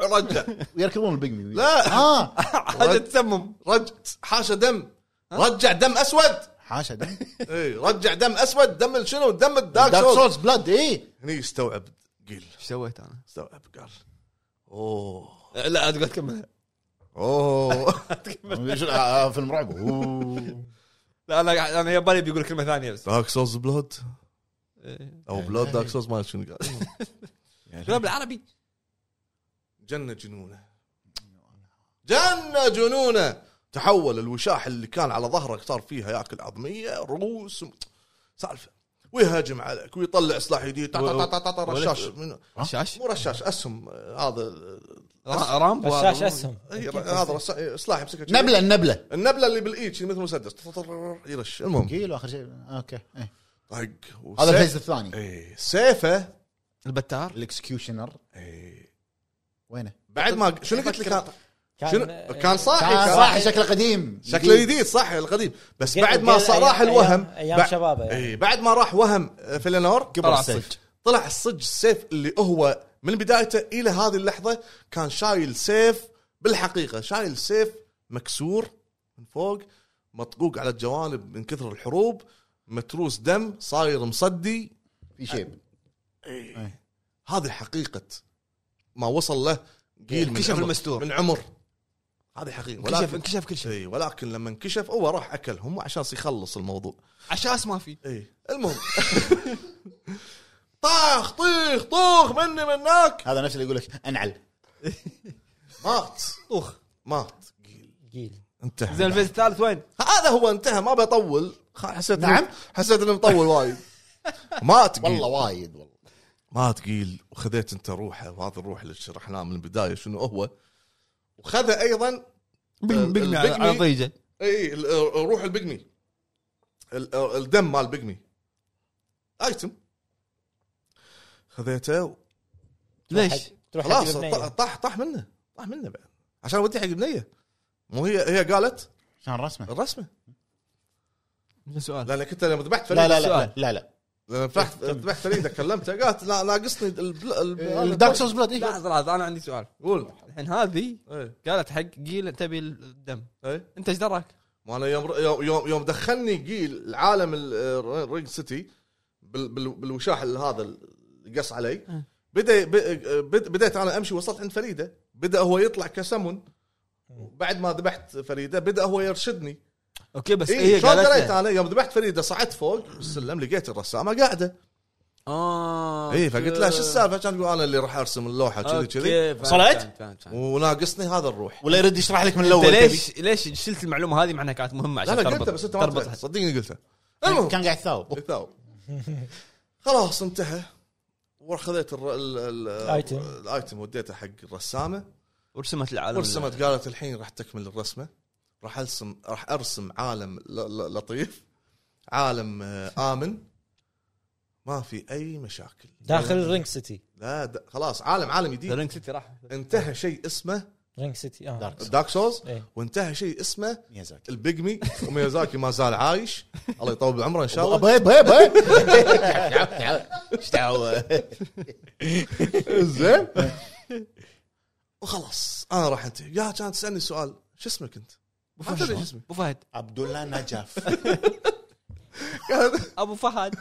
C: رجع
B: ويركبون آه. البيكمي
C: لا.
B: ها
A: حاجه تسمم
C: رجع حاشه دم رجع دم اسود
B: حاشا دم
C: اي رجع دم اسود دم شنو دم الدارك
B: دارك
C: سولز
B: سولز بلاد اي
C: هني استوعب قيل
A: ايش سويت انا؟
C: استوعب قال اوه
A: إيه، لا تقول تكمل
C: اوه
B: آه، فيلم رعب أوه.
A: لا لا انا يبالي بيقول كلمه ثانيه بس
C: دارك سولز بلود
F: إيه.
C: او بلود دارك سولز ما ادري شنو قال
A: لا بالعربي
C: جنة جنونه جنة جنونه تحول الوشاح اللي كان على ظهرك صار فيها ياكل عظميه رؤوس سالفه ويهاجم عليك ويطلع سلاح جديد تا- تا- تا- تا- تا- رشاش من-
F: شاش
C: مو رشاش اسم آه، هذا
A: را- رامبو
D: رشاش
A: هذا.
D: اسهم
C: هي- إيه، هذا رشا- سلاح يمسكه جديد.
B: نبله النبله
C: النبله اللي بالايد شي مثل مسدس تا- تا- تا- يرش المهم
B: قيل اخر شيء اوكي إيه.
C: طق
B: هذا
C: وسيف-
B: الفيز الثاني
C: إيه، سيفه
F: البتار
B: الاكسكيوشنر
C: إيه.
B: وينه؟
C: بعد ما شنو قلت لك كان- شنو كان صاحي
B: كان
C: كان-
B: صراحه شكله قديم
C: شكله جديد صح القديم بس بعد ما صار راح الوهم
D: ايام
C: بع-
D: شبابه يعني
C: اي بعد إيه. ما راح وهم آه، فيلينور
A: طلع
C: طلع
A: الصج
C: طلع الصج السيف اللي هو من بدايته الى هذه اللحظه كان شايل سيف بالحقيقه شايل سيف مكسور من فوق مطقوق على الجوانب من كثر الحروب متروس دم صاير مصدي
B: في شيب
C: إيه.
B: إيه.
C: هذه حقيقه ما وصل له قيل من
F: انكشف
C: عمر
F: المستور.
C: من عمر هذه حقيقه
F: انكشف
C: ولكن
F: انكشف كل شيء
C: إيه، ولكن لما انكشف هو راح اكلهم عشان يخلص الموضوع
F: عشاش ما في
C: ايه المهم طاخ طيخ طوخ مني منك
B: هذا نفس اللي يقول لك انعل
C: مات
A: طوخ
C: مات
D: قيل
A: زين
C: انتهى
A: الفيز الثالث وين؟
C: هذا هو انتهى ما بطول خ- حسيت إنه-
B: نعم؟
C: حسيت انه مطول وايد مات
B: والله
C: قيل
B: وايد والله
C: مات قيل وخذيت انت روحه وهذا الروح اللي شرحناه من البدايه شنو هو وخذ ايضا آه،
F: بقمي على
C: البقمي.
F: على ضيجه
C: اي إيه، ال- آه، روح البقمي ال- آه، الدم مال البقمي ايتم خذيته
B: طيب،
F: ليش؟
D: تروح
C: خلاص
D: تجيب
C: ط-
D: بنية.
C: طاح طاح منه طاح منه بعد عشان ودي حق بنيه مو هي هي قالت
B: عشان رسمه
C: الرسمه
F: شنو سؤال
C: لانك انت لما ذبحت
B: لا
C: فريد
B: لا لا لا لا
C: لما ذبحت ذبحت فريده كلمته قالت لا ناقصني البل... البل...
B: الدارك سولز بلاد إيه.
A: لحظه لحظه انا عندي سؤال
C: قول إيه،
A: الحين هذه
C: اي
A: قالت حق قيل تبي الدم
C: اي
A: انت ايش دراك؟
C: ما انا يوم يوم يوم, يوم دخلني قيل عالم الرينج سيتي بال... بال... بالوشاح ال- هذا اللي قص
F: آه.
C: علي بدا ب- بد- بديت انا امشي وصلت عند فريده بدا هو يطلع كسمن بعد ما ذبحت فريده بدا هو يرشدني
F: اوكي بس
A: إيه،
C: اي
F: هي
C: شلون دريت
F: قالت له.
C: انا يوم ذبحت فريده صعدت فوق السلم لقيت الرسامه قاعده
F: آه.
A: اه
C: اي إيه، فقلت لها شو السالفه كان تقول انا اللي راح ارسم اللوحه كذي كذي
E: وصلت؟
C: وناقصني هذا الروح
B: ولا يرد يشرح لك من
A: انت
B: الاول
A: ليش ليش شلت المعلومه هذه مع انها كانت مهمه
C: لا
A: عشان
C: لا
A: تربط
C: قلتها بس انت ما
A: تربط
C: انتبهت. صدقني قلتها
B: تبي.
C: المهم
B: كان قاعد يتثاوب
C: ثاوب. خلاص انتهى وخذيت الر- ال- ال-
D: الايتم.
C: الايتم وديته حق الرسامه
A: ورسمت العالم
C: ورسمت قالت الحين راح تكمل الرسمه راح ارسم راح ارسم عالم ل- ل- لطيف عالم آه، امن ما في اي مشاكل
D: داخل الرينج سيتي
C: لا د- خلاص عالم عالم
A: ذا
C: جديد
A: رينج سيتي راح
C: انتهى شيء اسمه
D: رينج سيتي اه
B: دارك سولز.
C: دارك سولز
D: إيه.
C: وانتهى شيء اسمه
B: ميازاكي
C: البيجمي وميازاكي ما زال عايش الله يطول بعمره ان شاء الله
B: ابا ابا ابا ايش دعوه
C: زين وخلاص انا راح انتهي يا كانت تسالني سؤال شو اسمك انت؟ ما تدري شو اسمي
F: ابو فهد
B: عبد الله نجف
C: قالت-
F: ابو فهد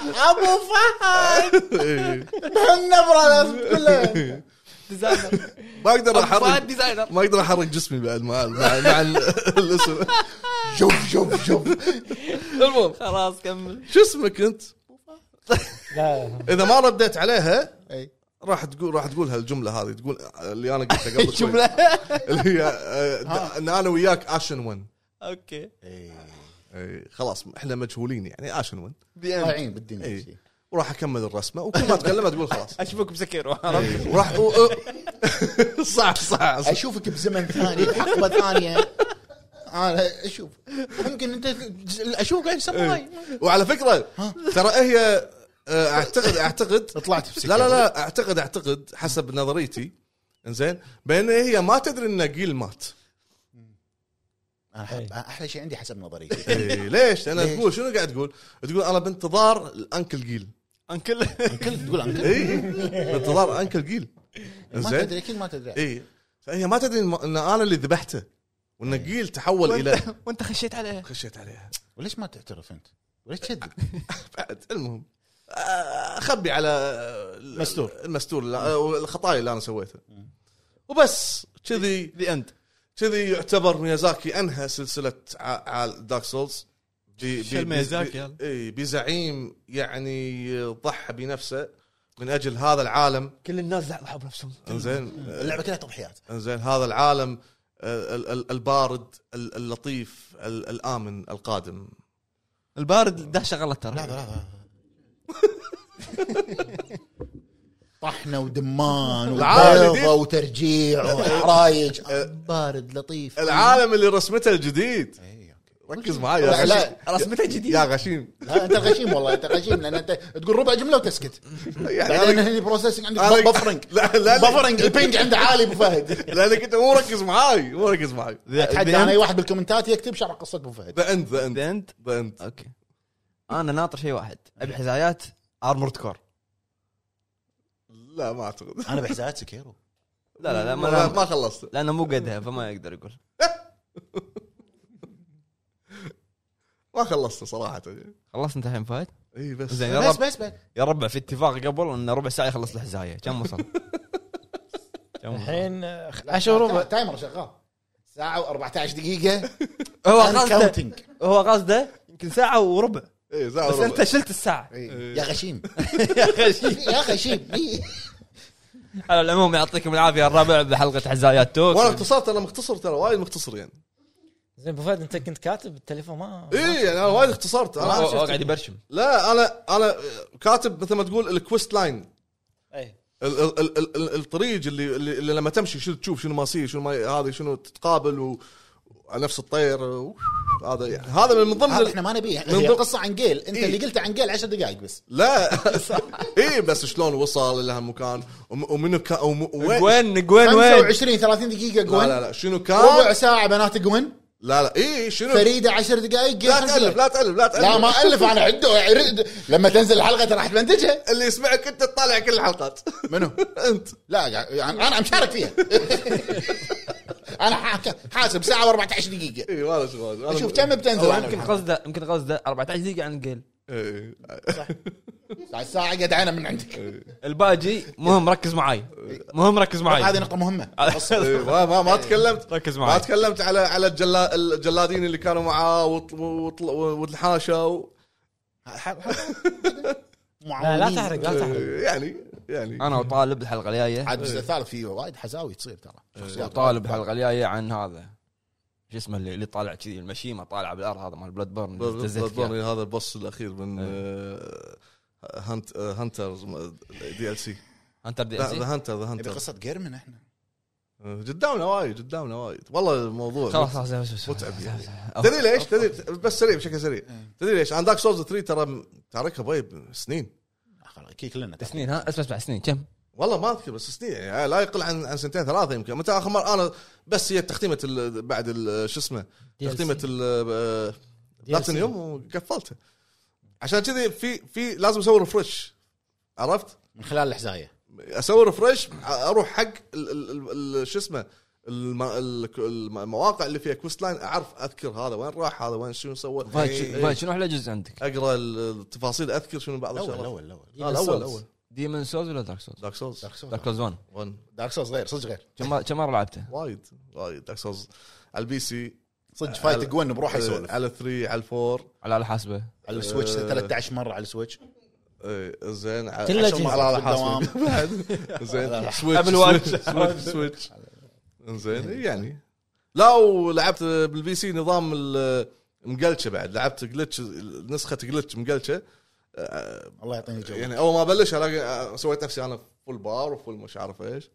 B: ابو فهد النبره كلها
F: ديزاينر
C: ما اقدر
F: ابو فهد
C: احرك
F: ديزاينر
C: ما اقدر احرك جسمي بعد مع مع, مع ال- الاسم
B: شوف شوف شوف
F: المهم خلاص كمل
C: شو اسمك انت؟
D: لا
C: اذا ما رديت عليها
B: أي.
C: راح تقول راح تقول هالجمله هذه تقول اللي انا قلتها قبل شوي اللي هي آه، د- ان انا وياك اشن ون
F: اوكي
C: إي، خلاص احنا مجهولين يعني اشن وين
B: طالعين بالدنيا
C: إي.
B: شي.
C: وراح اكمل الرسمه وكل ما اتكلم تقول خلاص
A: اشوفك بسكيرو
C: إيه. إي، وراح و- و- صح صح صح.
B: اشوفك بزمن ثاني بحقبه ثانيه انا اشوف يمكن انت اشوفك قاعد ساموراي
C: وعلى فكره ترى هي آه، اعتقد اعتقد
B: طلعت بسكة
C: لا لا لا اعتقد اعتقد حسب نظريتي انزين بان هي ما تدري ان جيل مات
B: أنا أحب- احلى شيء عندي حسب نظريتي
C: إيه، ليش؟ لان
B: ليش؟
C: تقول شنو قاعد تقول؟ تقول انا بانتظار الانكل جيل
F: انكل
B: كل تقول عن كل
C: اي بانتظار انكل جيل
B: ما
C: زين
B: تدري اكيد ما تدري
C: اي فهي ما تدري ان إن انا اللي ذبحته وان
B: إيه.
C: جيل تحول الى
F: وانت خشيت عليها
C: خشيت عليها
B: وليش ما تعترف انت؟ وليش تكذب؟
C: بعد المهم آه، اخبي على
B: مستور.
C: المستور لا- الخطايا اللي انا سويتها وبس كذي
F: ذي اند
C: كذي يعتبر ميازاكي انهى سلسله دارك سولز
F: شال ميازاكي يلا.
C: اي بزعيم يعني ضحى بنفسه من اجل هذا العالم
F: كل الناس ضحوا بنفسهم
C: انزين آه،
B: اللعبه كلها تضحيات
C: انزين هذا العالم آه، ال- ال- البارد ال- اللطيف ال- الامن القادم
F: البارد دهشه غلط ترى
B: لحظه لحظه طحنه ودمان
C: العالم
B: وبلغه وترجيع وحرايج بارد لطيف
C: العالم اللي رسمته الجديد
B: إي، أوكي.
C: ركز معي يا
B: لا، لا،
C: غشيم
F: رسمتها جديد
C: يا غشيم
B: لا انت غشيم والله انت غشيم لان انت تقول ربع جمله وتسكت
C: يعني
B: بعدين
C: أنا-
B: هني بروسيسنج عندك
C: أنا-
B: بفرنج
C: لا لا لا
B: بفرنج البينج عنده عالي ابو فهد
C: لانك انت مو مركز معاي مو مركز معاي
B: اتحدى انا اي واحد بالكومنتات يكتب شرح قصه ابو فهد
C: ذا اند ذا اند
F: ذا اند
C: ذا اند
F: اوكي انا ناطر شيء واحد ابي حزايات ارمورد كور
C: لا ما اعتقد
B: انا بحسابات سكيرو
F: لا لا لا
C: ما,
F: ما
C: ما خلصت
F: لانه مو قدها فما يقدر يقول
C: ما خلصت صراحه
F: خلصت انت الحين فايت
C: اي بس
F: زين يا
B: بس
F: رب
B: بس بس
F: يا ربع في اتفاق قبل ان ربع ساعه يخلص الحزايه كم وصل؟ كم وصل؟
D: الحين آه، 10 وربع
B: تايمر شغال ساعه و14 دقيقه
F: هو
B: I'm
F: قصده
B: counting.
F: هو قصده يمكن ساعه وربع
C: اي
F: بس انت شلت الساعه
C: إيه.
B: يا غشيم
F: يا غشيم
B: يا غشيم إي.
F: على العموم يعطيكم العافيه الربع بحلقه حزايات
C: وانا
F: توك
C: اختصرت انا مختصر ترى وايد مختصر يعني
D: زين ابو فهد انت كنت كاتب التليفون ما
C: اي يعني انا وايد اختصرت
F: هو
C: انا
F: هو قاعد يبرشم
C: لا انا انا كاتب مثل ما تقول الكويست لاين
D: إيه.
C: ال- ال- ال- ال- ال- الطريق اللي, اللي اللي لما تمشي شنو تشوف شنو ماصير شنو ما هذه شنو تتقابل و... على نفس الطير و... هذا يعني هذا من ضمن
B: هذا
C: ال...
B: احنا ما نبيه
C: من
B: هي
C: ضمن-
B: قصه عن جيل انت
C: إي.
B: اللي قلته عن جيل 10 دقائق بس
C: لا اي بس شلون وصل لهالمكان وم- ومنو كان وم... وين
F: وين وين وين
B: 25 30 دقيقه
C: لا لا
B: جون
C: لا شنو
B: ربع
C: كان
B: ساعه بنات جون
C: لا لا اي شنو لا
B: فريده 10 دقائق جيل خمس
C: تالف
B: دقايق.
C: لا تالف لا تالف
B: لا ما الف انا عده يعني لما تنزل الحلقه ترى راح تمنتجها
C: اللي يسمعك انت تطالع كل الحلقات
B: منو؟
C: انت
B: لا يعني انا مشارك فيها انا حاك- حاسب ساعه و14 دقيقه
C: اي إيه، ما له شغل أنا-
B: شوف كم بتنزل
F: هو
B: أنا
F: يمكن
B: بالحلقة.
F: قصده يمكن قصده 14 دقيقه عن قيل
C: إي. إيه.
B: الساعه جدعانه من عندك
F: الباجي مهم ركز معاي مهم ركز
A: طيب.
B: هذه
F: معاي
B: نقطه مهمه
C: إي، إيه، ما ما
B: إيه.
C: ما تكلمت
F: ركز
C: ما
F: معاي
C: تكلمت على على الجلا... الجلادين اللي كانوا معاه وطل... وطل... والحاشا و...
D: لا لا تحرق لا تحرق
C: يعني يعني
F: انا وطالب الحلقه الجايه
B: عاد الجزء الثالث فيه وايد حزاوي تصير ترى شخصيات
F: وطالب الحلقه الجايه عن هذا شو اسمه اللي, اللي طالع كذي المشيمه طالعه بالارض هذا مال بلاد بيرن
C: بالضبط هذا البص الاخير من آه، هانت آه، هانتر دي ال سي
F: هانتر دي
C: لا،
F: اس
C: ذا هانتر ذا
B: نبي
C: هانتر
B: قصه جيرمن احنا
C: آه، قدامنا وايد قدامنا وايد والله الموضوع
F: خلاص خلاص خلاص
C: متعب يعني.
F: خلاص.
C: تدري ليش؟ تدري بس سريع بشكل سريع تدري ليش؟ انا دارك سولز 3 ترى م- تاركها بايب سنين
B: خلاص كي كلنا ترى.
F: سنين ها اسمع اسمع سنين كم؟
C: والله ما اذكر بس سنين يعني لا يقل عن عن سنتين ثلاثه يمكن متى اخر مره انا بس هي تختيمه ال- بعد ال- شو اسمه تختيمه ال- بلاتينيوم وقفلته عشان كذي في في لازم اسوي ريفرش عرفت؟
B: من خلال الحزايه
C: اسوي ريفرش اروح حق ال- ال- ال- ال- شو اسمه الم- ال- المواقع اللي فيها كويست لاين اعرف اذكر هذا وين راح هذا وين شنو سوى
F: فهد، شو-
C: إيه.
F: فهد، شنو احلى جزء عندك؟
C: اقرا التفاصيل اذكر شنو بعض
B: الاول
C: الشغلات
B: الاول الاول
C: لا، الاول الاول
F: ديمن سولز ولا دارك سولز؟
C: دارك سولز
B: دارك سولز
F: دارك سولز 1
C: 1
B: دارك سولز غير صدق غير
F: كم مرة- كم مره لعبته؟
C: وايد وايد دارك سولز على البي سي
B: صدق فايت
C: على-
B: جون بروحه يسولف
C: آه، على 3 على 4
F: على الحاسبه
B: على السويتش 13 مره على السويتش
C: آه، زين على-
D: كل
C: عشان
D: الأجهزة.
C: ما- على حاسبي.
B: بالدوام.
C: بعد. زين سويتش
F: قبل وايد.
C: سويتش سويتش- سويتش زين يعني لا ولعبت بالبي سي نظام ال- مقلشه بعد لعبت جلتش نسخه جلتش مقلشه آه،
B: الله يعطيني جو
C: يعني اول ما بلش الاقي آه، سويت نفسي انا فول بار وفول مش عارف ايش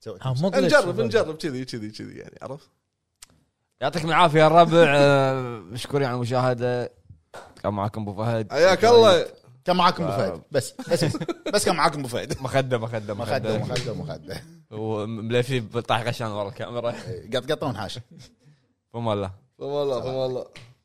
B: سويت
D: آه، مو glitch.
C: نجرب نجرب كذي كذي كذي يعني عرفت
A: يعطيكم العافيه يا الربع آه، مشكورين على المشاهده كان معاكم ابو فهد
C: حياك الله
B: كان معاكم ابو فهد بس بس بس كان معاكم ابو فهد
A: مخده مخده
B: مخده
A: مخده
B: مخده مخده
A: وملفي طاح غشان ورا الكاميرا
B: قط قطون حاشه
A: فما الله
C: والله والله